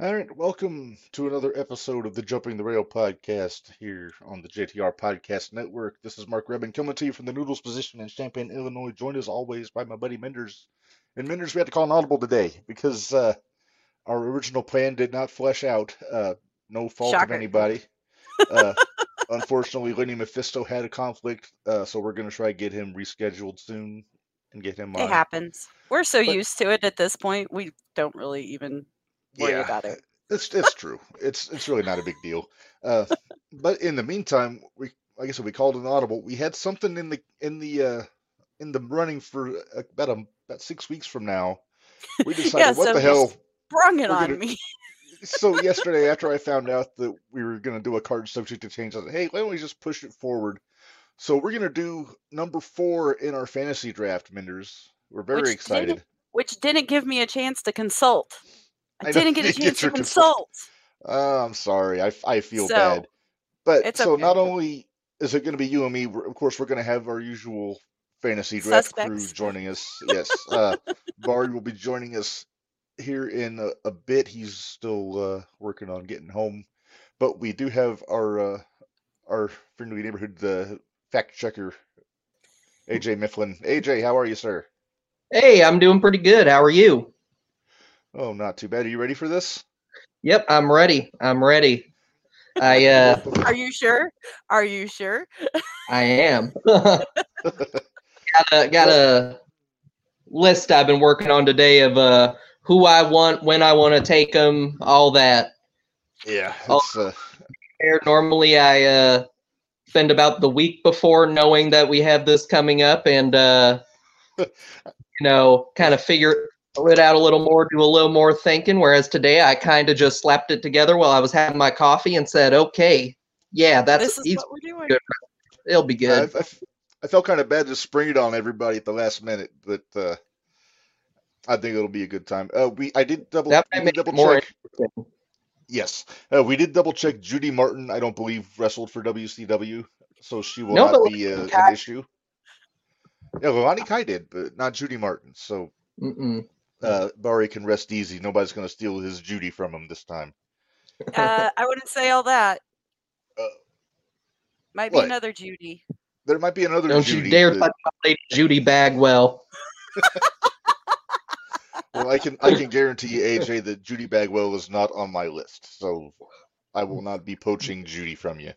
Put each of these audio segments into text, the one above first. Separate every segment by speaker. Speaker 1: All right, welcome to another episode of the Jumping the Rail podcast here on the JTR Podcast Network. This is Mark Rebin coming to you from the Noodles position in Champaign, Illinois, joined as always by my buddy Menders. And Menders, we had to call an audible today because uh, our original plan did not flesh out. Uh, no fault
Speaker 2: Shocker.
Speaker 1: of anybody. Uh, unfortunately, Lenny Mephisto had a conflict, uh, so we're going to try to get him rescheduled soon and get him
Speaker 2: It
Speaker 1: on.
Speaker 2: happens. We're so
Speaker 1: But-
Speaker 2: used to it at this point. We don't really even worry
Speaker 1: Yeah.
Speaker 2: about it.
Speaker 1: It's it's true. It's it's really not a big deal. Uh, but in the meantime, we like I said, we called an audible. We had something in the in the uh, in the running for uh, about a, about six weeks from now. We decided what
Speaker 2: so
Speaker 1: the
Speaker 2: just-
Speaker 1: hell.
Speaker 2: Brung it
Speaker 1: We're
Speaker 2: on
Speaker 1: gonna-
Speaker 2: me.
Speaker 1: So yesterday, after I found out that we were going to do a card subject exchange, I was like, hey, why don't we just push it forward? So we're going to do number four in our fantasy draft, Menders. We're very
Speaker 2: Which didn't-
Speaker 1: excited.
Speaker 2: Which didn't give me a chance to consult.
Speaker 1: I
Speaker 2: I,
Speaker 1: know,
Speaker 2: didn't get a
Speaker 1: you didn't get
Speaker 2: chance to
Speaker 1: your consult.
Speaker 2: consult.
Speaker 1: Oh, I'm sorry. I, f- I feel
Speaker 2: So,
Speaker 1: bad. But
Speaker 2: it's
Speaker 1: so
Speaker 2: okay.
Speaker 1: not only is it going to be you and me, we're, of course, we're going to have our usual fantasy draft
Speaker 2: Suspects.
Speaker 1: crew joining us. Yes. Uh, Bard will be joining us here in a, a bit. He's still uh, working on getting home. But we do have our uh, our friendly neighborhood uh, fact checker, AJ Mifflin. AJ, how are you, sir?
Speaker 3: Hey, I'm doing pretty good. How are you?
Speaker 1: Oh, not too bad. Are you ready for this?
Speaker 3: Yep, I'm ready. I'm ready. I uh
Speaker 2: Are you sure? Are you sure?
Speaker 3: I am. got a got a list I've been working on today of uh who I want, when I want to take them, all that.
Speaker 1: Yeah.
Speaker 3: Oh.
Speaker 1: It's, uh,
Speaker 3: Here, Normally I uh spend about the week before knowing that we have this coming up and uh you know, kind of figure it out a little more, do a little more thinking. Whereas today, I kind of just slapped it together while I was having my coffee and said, "Okay, yeah,
Speaker 2: this
Speaker 3: that's
Speaker 2: is
Speaker 3: easy.
Speaker 2: what we're doing.
Speaker 3: good. it'll be
Speaker 1: I, I
Speaker 3: good."
Speaker 1: f- I felt kind of bad to spring it on everybody at the last minute, but uh, I think it'll be a good time. Uh, we I did double
Speaker 3: That
Speaker 1: we did
Speaker 3: might make it
Speaker 1: double
Speaker 3: more
Speaker 1: check. Yes, uh, we did double check. Judy Martin, I don't believe wrestled for WCW, so she will
Speaker 3: No,
Speaker 1: not
Speaker 3: but
Speaker 1: be uh,
Speaker 3: Lonnie Kai-
Speaker 1: an issue. Yeah, Lonnie Kai did, but not Judy Martin. So
Speaker 3: Mm-mm.
Speaker 1: uh,
Speaker 3: Hmm.
Speaker 1: Barry can rest easy. Nobody's going to steal his Judy from him this time.
Speaker 2: Uh, I wouldn't say all that.
Speaker 1: Uh,
Speaker 2: Might
Speaker 1: what?
Speaker 2: be another Judy.
Speaker 1: There might be another
Speaker 3: Don't
Speaker 1: Judy.
Speaker 3: you dare
Speaker 1: that-
Speaker 3: touch my lady Judy Bagwell.
Speaker 1: Well, I can I can guarantee you, AJ, that Judy Bagwell is not on my list, so I will not be poaching Judy from you.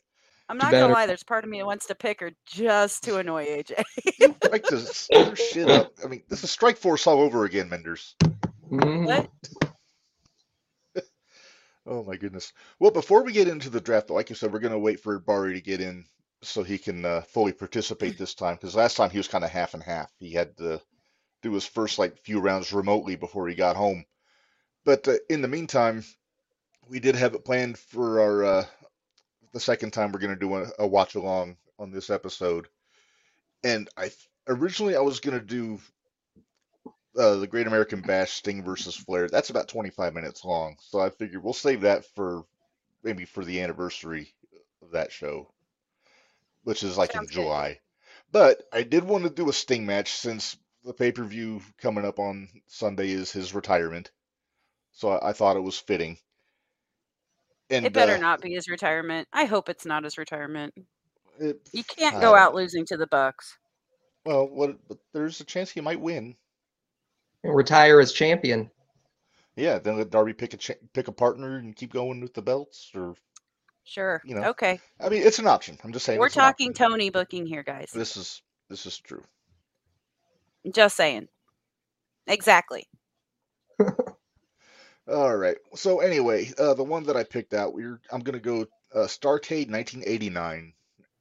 Speaker 2: I'm
Speaker 3: You
Speaker 2: not gonna
Speaker 3: better-
Speaker 2: lie. There's part of me that wants to pick her just to annoy AJ.
Speaker 1: Like to stir shit up. I mean, this is Strike Force all over again, Menders.
Speaker 3: Mhm.
Speaker 2: What?
Speaker 1: Oh my goodness. Well, before we get into the draft, like you said, we're gonna wait for Barry to get in so he can uh, fully participate this time. Because last time he was kind of half and half. He had to do his first like few rounds remotely before he got home. But uh, in the meantime, we did have it planned for our uh, the second time we're gonna do a, a watch along on this episode. And I th- originally I was gonna do uh, the Great American Bash Sting versus Flair. That's about 25 minutes long, so I figured we'll save that for maybe for the anniversary of that show, which is like in
Speaker 2: Sounds good.
Speaker 1: July. But I did want to do a Sting match since the pay-per-view coming up on Sunday is his retirement, so I, I thought it was fitting. And
Speaker 2: it better
Speaker 1: uh,
Speaker 2: not be his retirement. I hope it's not his retirement.
Speaker 1: it-
Speaker 2: You can't
Speaker 1: I
Speaker 2: go
Speaker 1: don't-
Speaker 2: out losing to the Bucks.
Speaker 1: well, what, but there's a chance he might win.
Speaker 3: Retire as champion.
Speaker 1: Yeah, then let Darby pick a cha- pick a partner and keep going with the belts, or
Speaker 2: Sure.
Speaker 1: You know,
Speaker 2: okay.
Speaker 1: I mean, it's an option. I'm just saying.
Speaker 2: We're
Speaker 1: it's an option.
Speaker 2: talking Tony booking here, guys.
Speaker 1: This is this is true.
Speaker 2: Just saying. Exactly.
Speaker 1: All right. So anyway, uh, the one that I picked out, we're I'm gonna go uh, Starcade 1989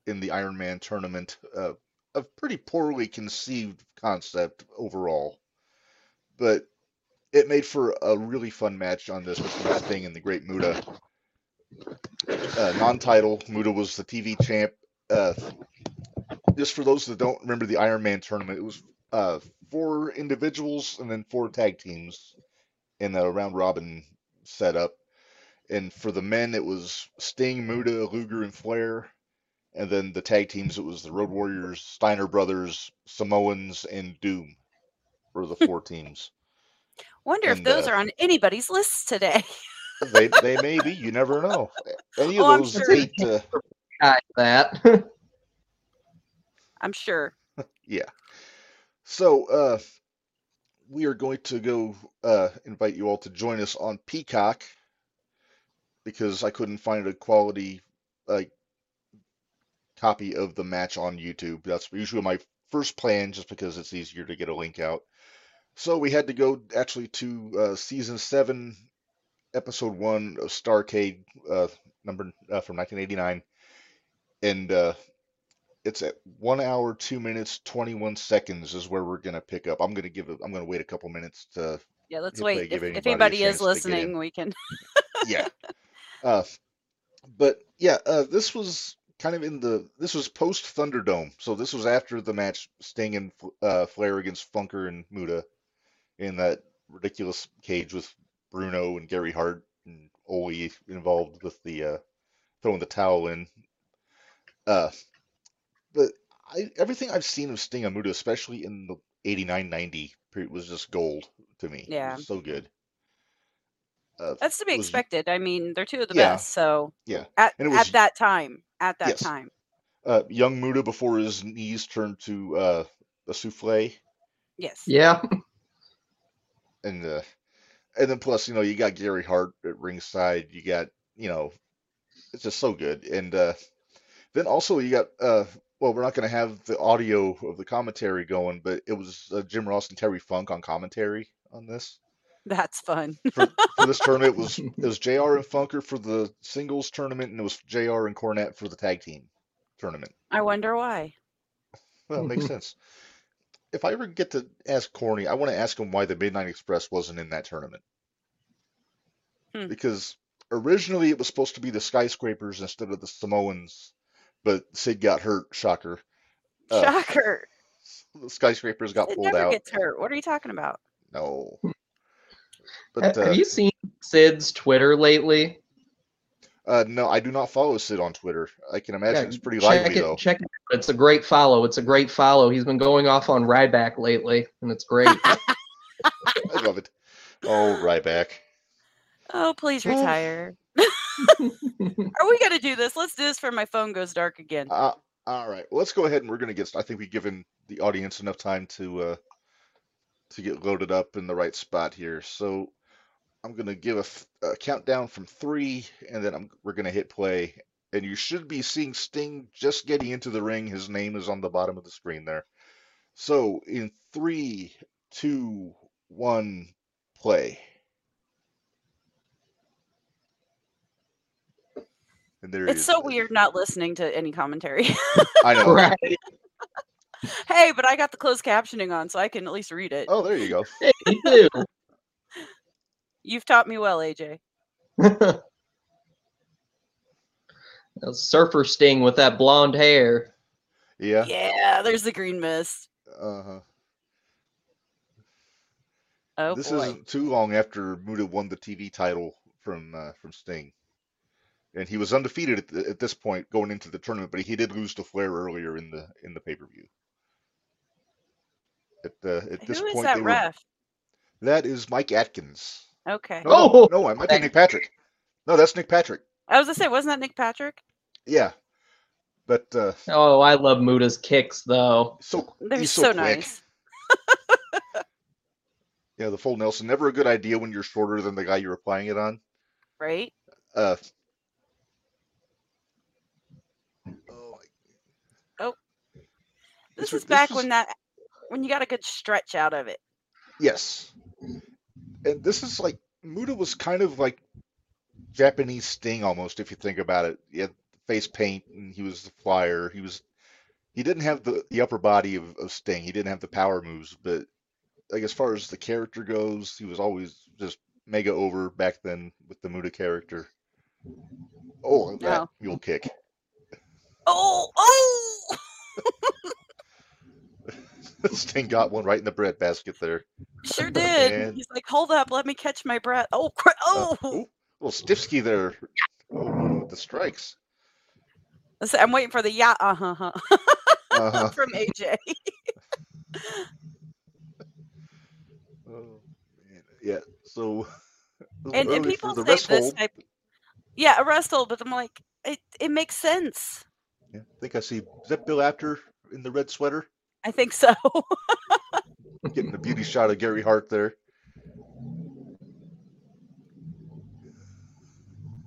Speaker 1: in the Iron Man tournament. Uh, a pretty poorly conceived concept overall, but it made for a really fun match on this between Sting and the Great Muda. Uh, non-title, Muda was the TV champ. Uh, just for those that don't remember the Iron Man tournament, it was uh, four individuals and then four tag teams in a round robin setup. And for the men, it was Sting, Muda, Luger, and Flair. And then the tag teams, it was the Road Warriors, Steiner Brothers, Samoans, and Doom were the four teams.
Speaker 2: Wonder if
Speaker 1: And,
Speaker 2: those
Speaker 1: uh,
Speaker 2: are on anybody's lists today.
Speaker 1: they they may be. You never know. Any of
Speaker 2: Oh, I'm
Speaker 1: those
Speaker 2: sure.
Speaker 1: eight. Uh,
Speaker 3: Guy that.
Speaker 2: I'm sure.
Speaker 1: yeah. So uh, we are going to go uh, invite you all to join us on Peacock because I couldn't find a quality like copy of the match on YouTube. That's usually my first plan, just because it's easier to get a link out. So we had to go actually to uh, season seven, episode one of Starcade, uh, number uh, from 1989, and uh, it's at one hour, two minutes, 21 seconds is where we're gonna pick up. I'm gonna give it. I'm gonna wait a couple minutes to.
Speaker 2: Yeah, let's
Speaker 1: If they
Speaker 2: wait.
Speaker 1: give
Speaker 2: If, if
Speaker 1: anybody a
Speaker 2: anybody
Speaker 1: chance
Speaker 2: is
Speaker 1: to get in.
Speaker 2: listening, we can.
Speaker 1: yeah. Uh, but yeah, uh, this was kind of in the this was post Thunderdome, so this was after the match Sting and F- uh, Flair against Funker and Muda in that ridiculous cage with Bruno and Gary Hart and Ole involved with the uh, throwing the towel in. Uh, but I, everything I've seen of Sting and Muda, especially in the 89 90 period, was just gold to me. It
Speaker 2: Yeah.
Speaker 1: was so good. Uh,
Speaker 2: That's to be
Speaker 1: was-
Speaker 2: expected. I mean, they're two of the
Speaker 1: Yeah.
Speaker 2: best. So
Speaker 1: Yeah.
Speaker 2: at,
Speaker 1: And it was-
Speaker 2: at that time, at that
Speaker 1: Yes.
Speaker 2: time,
Speaker 1: uh, young Muda before his knees turned to uh, a souffle,
Speaker 2: yes.
Speaker 3: yeah.
Speaker 1: and uh, and then plus you know you got Gary Hart at ringside, you got you know it's just so good, and uh, then also you got uh, well we're not gonna have the audio of the commentary going, but it was uh, Jim Ross and Terry Funk on commentary on this.
Speaker 2: That's fun.
Speaker 1: For, for this tournament it was it was JR and Funker for the singles tournament, and it was JR and Cornette for the tag team tournament.
Speaker 2: I wonder why.
Speaker 1: Well, it
Speaker 2: Mm-hmm.
Speaker 1: makes sense. If I ever get to ask Corny, I want to ask him why the Midnight Express wasn't in that tournament.
Speaker 2: Hmm.
Speaker 1: Because originally it was supposed to be the Skyscrapers instead of the Samoans, but Sid got hurt. Shocker. Uh,
Speaker 2: Shocker.
Speaker 1: The Skyscrapers got
Speaker 2: It
Speaker 1: pulled
Speaker 2: never
Speaker 1: out.
Speaker 2: gets hurt. What are you talking about?
Speaker 1: No.
Speaker 3: Hmm. Ha-
Speaker 1: But
Speaker 3: Have
Speaker 1: uh,
Speaker 3: you seen Sid's Twitter lately?
Speaker 1: uh, no, I do not follow Sid on Twitter. I can imagine
Speaker 3: Yeah,
Speaker 1: it's pretty
Speaker 3: check
Speaker 1: lively
Speaker 3: it,
Speaker 1: though.
Speaker 3: check it out. It's a great follow. It's a great follow. He's been going off on Ryback lately, and it's great.
Speaker 1: I love it. Oh, Ryback.
Speaker 2: Oh, please
Speaker 1: Well-
Speaker 2: retire. Are we going to do this? Let's do this for my phone goes dark again.
Speaker 1: Uh, all right. Well, let's go ahead and we're gonna get. st- I think we've given the audience enough time to uh, to get loaded up in the right spot here. So I'm gonna give a, th- a countdown from three, and then I'm, we're gonna hit play. And you should be seeing Sting just getting into the ring. His name is on the bottom of the screen there. So in three, two, one, play. And there he
Speaker 2: It's
Speaker 1: is.
Speaker 2: so weird not listening to any commentary.
Speaker 1: I know.
Speaker 3: right.
Speaker 2: hey, but I got the closed captioning on so I can at least read it.
Speaker 1: Oh, there you go.
Speaker 3: Hey, me too.
Speaker 2: You've taught me well, AJ.
Speaker 3: That was Surfer Sting with that blonde hair.
Speaker 1: Yeah.
Speaker 2: Yeah, there's the green mist.
Speaker 1: Uh-huh.
Speaker 2: Oh
Speaker 1: This
Speaker 2: boy.
Speaker 1: isn't too long after Muda won the TV title from uh, from Sting, and he was undefeated at, th- at this point going into the tournament. But he did lose to Flair earlier in the in the pay per view. At the at
Speaker 2: Who
Speaker 1: this
Speaker 2: is
Speaker 1: point,
Speaker 2: that
Speaker 1: they were-
Speaker 2: ref?
Speaker 1: that is Mike Atkins.
Speaker 2: Okay.
Speaker 1: No, no,
Speaker 3: Oh!
Speaker 1: no, I might be Nick Patrick. No, that's Nick Patrick.
Speaker 2: I was gonna say, wasn't that Nick Patrick?
Speaker 1: Yeah, but uh,
Speaker 3: Oh, I love Muda's kicks though.
Speaker 1: so
Speaker 2: They're
Speaker 1: he's
Speaker 2: so,
Speaker 1: so quick.
Speaker 2: nice.
Speaker 1: Yeah, the full Nelson never a good idea when you're shorter than the guy you're applying it on.
Speaker 2: Right?
Speaker 1: Uh, oh, It's
Speaker 2: This
Speaker 1: re-
Speaker 2: is back
Speaker 1: this is-
Speaker 2: when that when you got a good stretch out of it.
Speaker 1: Yes. And this is like Muda was kind of like Japanese Sting almost, if you think about it. He had face paint and he was the flyer. He was he didn't have the, the upper body of, of Sting. He didn't have the power moves, but like as far as the character goes, he was always just mega over back then with the Muda character. Oh, look at that
Speaker 2: No.
Speaker 1: mule kick.
Speaker 2: Oh, oh
Speaker 1: Sting got one right in the bread basket there.
Speaker 2: sure did.
Speaker 1: And-
Speaker 2: He's like, hold up, let me catch my breath. Oh cra-
Speaker 1: Uh,
Speaker 2: oh
Speaker 1: ooh, little Stifsky there. Oh, Muda with the strikes.
Speaker 2: Let's see, I'm waiting for the yeah uh huh huh
Speaker 1: Uh-huh.
Speaker 2: from AJ.
Speaker 1: Oh man, yeah. So
Speaker 2: And, and people say this type. Yeah, a rest hold, but I'm like, it, it makes sense.
Speaker 1: Yeah, I think I see is that Bill After in the red sweater
Speaker 2: I think so.
Speaker 1: getting the beauty shot of Gary Hart there.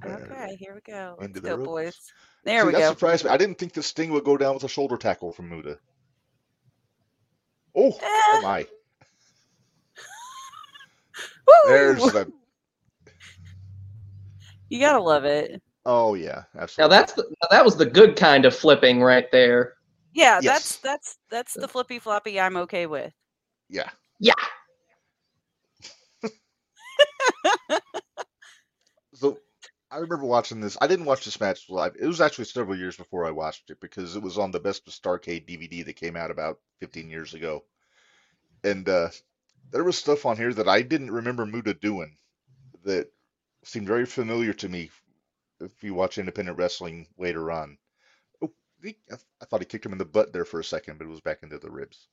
Speaker 2: okay, here we go. Let's
Speaker 1: Into the
Speaker 2: go,
Speaker 1: ropes.
Speaker 2: boys. There
Speaker 1: See,
Speaker 2: we
Speaker 1: that
Speaker 2: go.
Speaker 1: surprised me. I didn't think this thing would go down with a shoulder tackle from Muda. Oh, oh
Speaker 2: Eh,
Speaker 1: my!
Speaker 2: woo!
Speaker 1: There's the.
Speaker 2: You gotta love it.
Speaker 1: Oh yeah,
Speaker 3: Now
Speaker 1: absolutely.
Speaker 3: that's the, now that was the good kind of flipping right there.
Speaker 2: Yeah,
Speaker 1: Yes.
Speaker 2: that's that's that's the flippy floppy I'm okay with.
Speaker 1: yeah.
Speaker 3: Yeah.
Speaker 1: So I remember watching this. I didn't watch this match live. It was actually several years before I watched it because it was on the Best of Starcade DVD that came out about 15 years ago. And uh, there was stuff on here that I didn't remember Muda doing that seemed very familiar to me if you watch independent wrestling later on. Oh, he- I I thought he kicked him in the butt there for a second, but it was back into the ribs.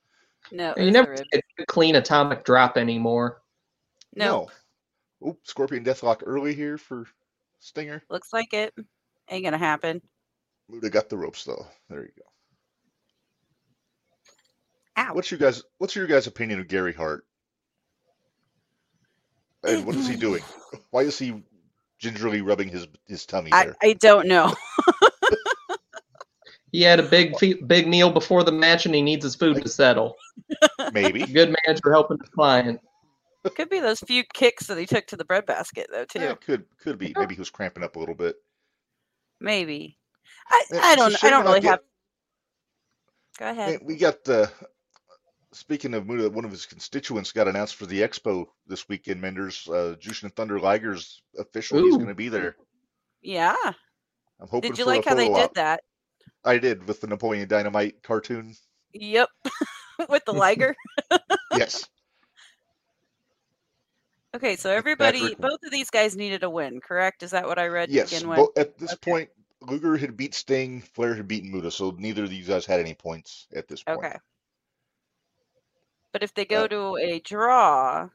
Speaker 2: No, it
Speaker 3: You
Speaker 2: was the
Speaker 3: never
Speaker 2: rib.
Speaker 3: see a clean atomic drop anymore.
Speaker 2: no,
Speaker 1: No. Oh, Scorpion Deathlock early here for Stinger.
Speaker 2: looks like it ain't gonna happen.
Speaker 1: Muda got the ropes though. There you go.
Speaker 2: Ow!
Speaker 1: What's your guys? What's your guys' opinion of Gary Hart? And what is he doing? Why is he gingerly rubbing his his tummy
Speaker 2: I,
Speaker 1: there?
Speaker 2: I don't know.
Speaker 3: He had a big fe- big meal before the match, and he needs his food to settle.
Speaker 1: Maybe.
Speaker 3: Good manager helping the client.
Speaker 2: Could be those few kicks that he took to the breadbasket though too.
Speaker 1: Yeah, could could be. Maybe he was cramping up a little bit.
Speaker 2: Maybe. I,
Speaker 1: Yeah,
Speaker 2: I
Speaker 1: it's a
Speaker 2: don't I
Speaker 1: shame
Speaker 2: don't
Speaker 1: we're not
Speaker 2: really
Speaker 1: get-
Speaker 2: have. Go ahead.
Speaker 1: Man, we got uh, speaking of Muda, one of his constituents got announced for the expo this weekend. Menders, uh, Jushin Thunder Liger's official. He's
Speaker 3: Ooh.
Speaker 1: going to be there.
Speaker 2: Yeah.
Speaker 1: I'm hoping
Speaker 2: Did you
Speaker 1: for
Speaker 2: like
Speaker 1: a
Speaker 2: how they
Speaker 1: photo
Speaker 2: did
Speaker 1: op.
Speaker 2: that?
Speaker 1: I did with the Napoleon Dynamite cartoon.
Speaker 2: Yep. With the liger.
Speaker 1: Yes.
Speaker 2: Okay, so
Speaker 1: With
Speaker 2: everybody,
Speaker 1: Patrick-
Speaker 2: both of these guys needed a win, correct? Is that what I read to
Speaker 1: Yes,
Speaker 2: begin with?
Speaker 1: bo- at this
Speaker 2: Okay.
Speaker 1: point, Luger had beat Sting, Flair had beaten Muda, so neither of these guys had any points at this point.
Speaker 2: Okay. But if they
Speaker 1: Uh,
Speaker 2: go to a draw,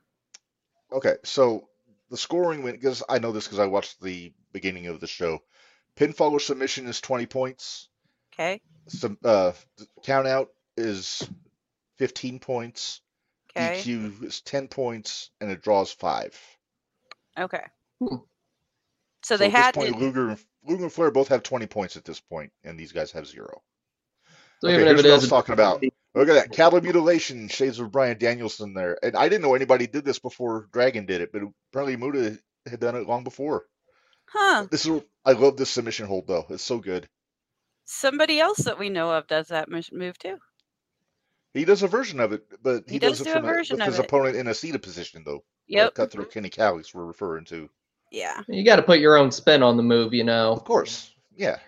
Speaker 1: Okay, so the scoring went because I know this because I watched the beginning of the show. Pinfall or submission is 20 points.
Speaker 2: okay,
Speaker 1: Sub, uh, th- count out is 15 points.
Speaker 2: okay,
Speaker 1: EQ is 10 points, and a draw is five.
Speaker 2: okay.
Speaker 3: Hmm.
Speaker 2: So
Speaker 1: So
Speaker 2: they
Speaker 1: at this
Speaker 2: had
Speaker 1: point, Luger, and- Luger and Flair both have 20 points at this point, and these guys have zero.
Speaker 3: So
Speaker 1: Okay,
Speaker 3: even
Speaker 1: here's
Speaker 3: if it
Speaker 1: what I was
Speaker 3: is,
Speaker 1: talking about. Look at that cattle mutilation, shades of Brian Danielson there. And I didn't know anybody did this before Dragon did it, but apparently Muda had done it long before.
Speaker 2: huh?
Speaker 1: This is I love this submission hold though. It's so good.
Speaker 2: Somebody else that we know of does that mo- move too.
Speaker 1: He does a version of it, but he,
Speaker 2: He
Speaker 1: does,
Speaker 2: does
Speaker 1: it
Speaker 2: do a
Speaker 1: from a,
Speaker 2: version
Speaker 1: with
Speaker 2: of
Speaker 1: his
Speaker 2: it.
Speaker 1: opponent in a seated position though.
Speaker 2: Yep.
Speaker 1: Like Cutthroat Kenny Callis we're referring to.
Speaker 2: Yeah.
Speaker 3: you got to put your own spin on the move. You
Speaker 1: Of
Speaker 3: know,
Speaker 1: course. Yeah.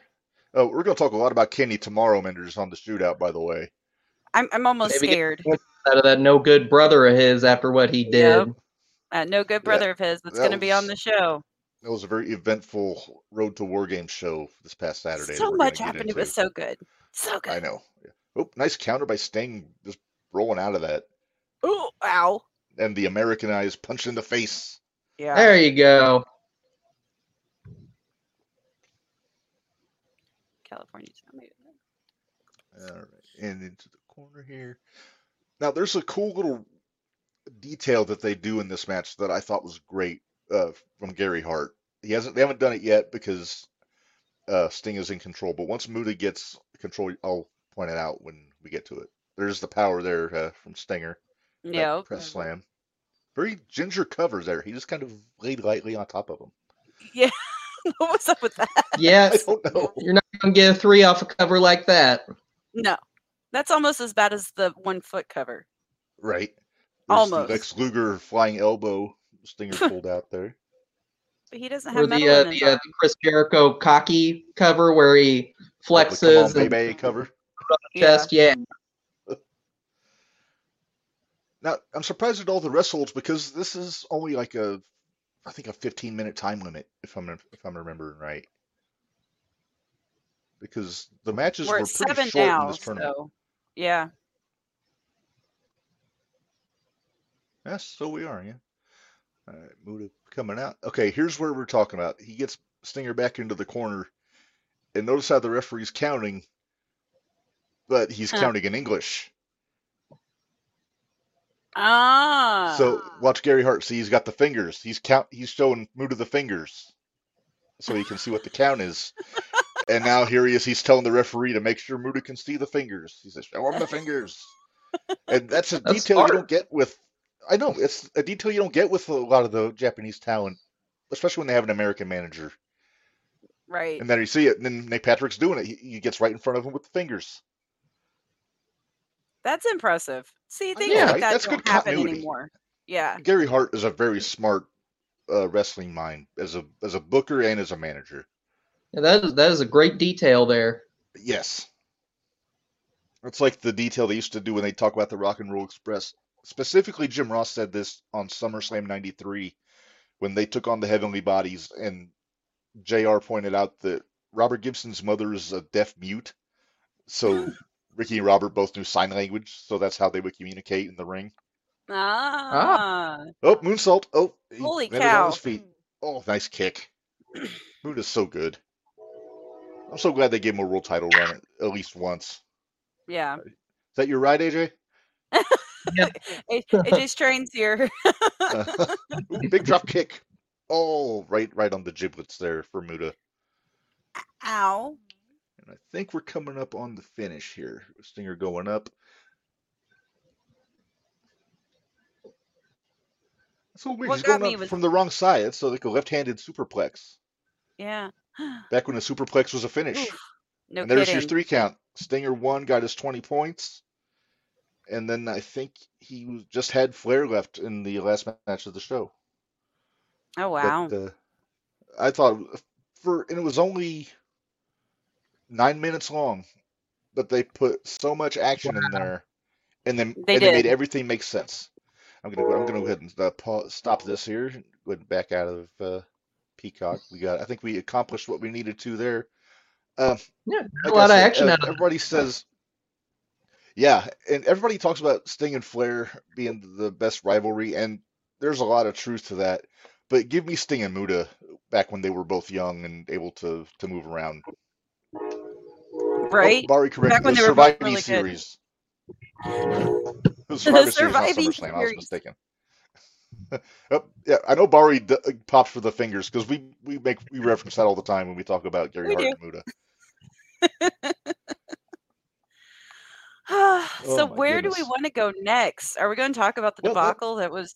Speaker 1: Oh, we're gonna talk a lot about Kenny tomorrow, Menders, on the shootout, by the way.
Speaker 2: I'm I'm almost
Speaker 3: Maybe get-
Speaker 2: scared.
Speaker 3: out of that no good brother of his after what he did.
Speaker 2: Uh, no good brother of his that's
Speaker 1: that
Speaker 2: going to be on the
Speaker 1: was
Speaker 2: show.
Speaker 1: That was a very eventful Road to War Games show this past Saturday that
Speaker 2: So
Speaker 1: we're gonna
Speaker 2: much
Speaker 1: get
Speaker 2: happened. It
Speaker 1: into.
Speaker 2: was so good. So
Speaker 1: I
Speaker 2: good.
Speaker 1: know. Yeah. Oh, nice counter by Sting, just rolling out of that,
Speaker 2: Ooh, ow.
Speaker 1: and the Americanized punch in the face.
Speaker 2: Yeah.
Speaker 3: There you go.
Speaker 2: California's not moving.
Speaker 1: All right, and into the corner here. Now, there's a cool little detail that they do in this match that I thought was great uh, from Gary Hart. He hasn't, they haven't done it yet because uh, Sting is in control. But once Muda gets control, I'll point it out when we get to it. There's the power there uh, from Stinger. that
Speaker 2: No.
Speaker 1: press slam. Very ginger cover there. He just kind of laid lightly on top of him.
Speaker 2: Yeah. what was up with that?
Speaker 1: I
Speaker 3: Yeah,
Speaker 1: don't know.
Speaker 3: you're not gonna get a three off a cover like that.
Speaker 2: No. That's almost as bad as the one foot cover.
Speaker 1: Right. There's the
Speaker 2: Almost.
Speaker 1: Lex Luger flying elbow stinger pulled out there.
Speaker 2: But he doesn't
Speaker 3: Or
Speaker 2: have
Speaker 3: the
Speaker 2: metal
Speaker 3: uh,
Speaker 2: in his
Speaker 3: the, uh, the Chris Jericho cocky cover where he
Speaker 1: Like the Come on,
Speaker 3: flexes and
Speaker 1: baby cover.
Speaker 2: Yeah.
Speaker 3: uh, chest. Yeah,
Speaker 1: Now I'm surprised at all the rest holds because this is only like a, I think a 15 minute time limit if I'm if I'm remembering right. Because the matches
Speaker 2: We're
Speaker 1: were
Speaker 2: at
Speaker 1: pretty
Speaker 2: seven
Speaker 1: short in
Speaker 2: now,
Speaker 1: this tournament.
Speaker 2: so yeah.
Speaker 1: Yes, so we are, yeah. All right, Muda coming out. Okay, here's where we're talking about. He gets Stinger back into the corner, and notice how the referee's counting, but he's
Speaker 2: Huh.
Speaker 1: counting in English.
Speaker 2: Ah.
Speaker 1: So watch Gary Hart. See, he's got the fingers. He's count. He's showing mood of the fingers, so he can see what the count is. And now here he is. He's telling the referee to make sure Muda can see the fingers. He says, "Show him the fingers." And that's a
Speaker 3: That's
Speaker 1: detail
Speaker 3: smart.
Speaker 1: you don't get with. I know it's a detail you don't get with a lot of the Japanese talent, especially when they have an American manager.
Speaker 2: right.
Speaker 1: And then you see it, and then Nick Patrick's doing it. He, he gets right in front of him with the fingers.
Speaker 2: That's impressive. See, things
Speaker 1: know,
Speaker 2: like
Speaker 1: right?
Speaker 2: that
Speaker 1: Uh, That's
Speaker 2: don't
Speaker 1: good
Speaker 2: happen
Speaker 1: continuity.
Speaker 2: anymore. Yeah.
Speaker 1: Gary Hart is a very smart uh, wrestling mind as a as a booker and as a manager.
Speaker 3: Yeah, that is, that is a great detail there.
Speaker 1: Yes. It's like the detail they used to do when they talk about the Rock and Roll Express. Specifically, Jim Ross said this on SummerSlam 93 when they took on the Heavenly Bodies, and JR pointed out that Robert Gibson's mother is a deaf mute. So Ricky and Robert both knew sign language, so that's how they would communicate in the ring.
Speaker 2: Ah.
Speaker 1: Oh, moonsault. Oh, he
Speaker 2: Holy
Speaker 1: landed on his
Speaker 2: cow.
Speaker 1: feet. Oh, nice kick. Moon is so good. I'm so glad they gave him a world title run at, at least once.
Speaker 2: Yeah.
Speaker 1: Is that your ride, AJ?
Speaker 2: It, it just trains here.
Speaker 1: Uh, ooh, big drop kick. Oh, right, right on the giblets there for Muda.
Speaker 2: Ow.
Speaker 1: And I think we're coming up on the finish here. Stinger going up. That's so weird.
Speaker 2: What
Speaker 1: He's
Speaker 2: got
Speaker 1: going
Speaker 2: me
Speaker 1: up
Speaker 2: was-
Speaker 1: from the wrong side. It's so like a left-handed superplex.
Speaker 2: Yeah.
Speaker 1: Back when a superplex was a finish.
Speaker 2: Oof, No
Speaker 1: and there's your
Speaker 2: kidding.
Speaker 1: three count. Stinger won, got his 20 points. And then I think he was- just had Flair left in the last ma- match of the show. But,
Speaker 2: oh wow.
Speaker 1: uh, I thought for and it was only nine minutes long, but they put so much action in there, and then
Speaker 2: They
Speaker 1: and they made
Speaker 2: did.
Speaker 1: everything make sense. I'm gonna go, I'm gonna go ahead and uh, pause, stop this here. and Go ahead and back out of uh, Peacock. We got I think we accomplished what we needed to there. Uh,
Speaker 3: Yeah,
Speaker 1: like
Speaker 3: a
Speaker 1: I
Speaker 3: lot of
Speaker 1: said,
Speaker 3: action
Speaker 1: ev-
Speaker 3: out of
Speaker 1: everybody says, yeah, and everybody talks about Sting and Flair being the best rivalry, and there's a lot of truth to that. But give me Sting and Muda back when they were both young and able to to move around. Oh,
Speaker 2: right.
Speaker 1: Bari corrected
Speaker 2: when
Speaker 1: the
Speaker 2: they were both
Speaker 1: Surviving
Speaker 2: really good.
Speaker 1: series. The Survivor series, not
Speaker 2: Surviving
Speaker 1: SummerSlam. I was
Speaker 2: Series.
Speaker 1: mistaken. Oh, yeah, I know Bari d- uh, pops for the fingers because we we make we reference that all the time when we talk about Gary
Speaker 2: We
Speaker 1: Hart
Speaker 2: do.
Speaker 1: and Muda.
Speaker 2: so
Speaker 1: Oh, my
Speaker 2: where do we
Speaker 1: goodness.
Speaker 2: want to go next? Are we going to talk about the
Speaker 1: Well, let-
Speaker 2: debacle that was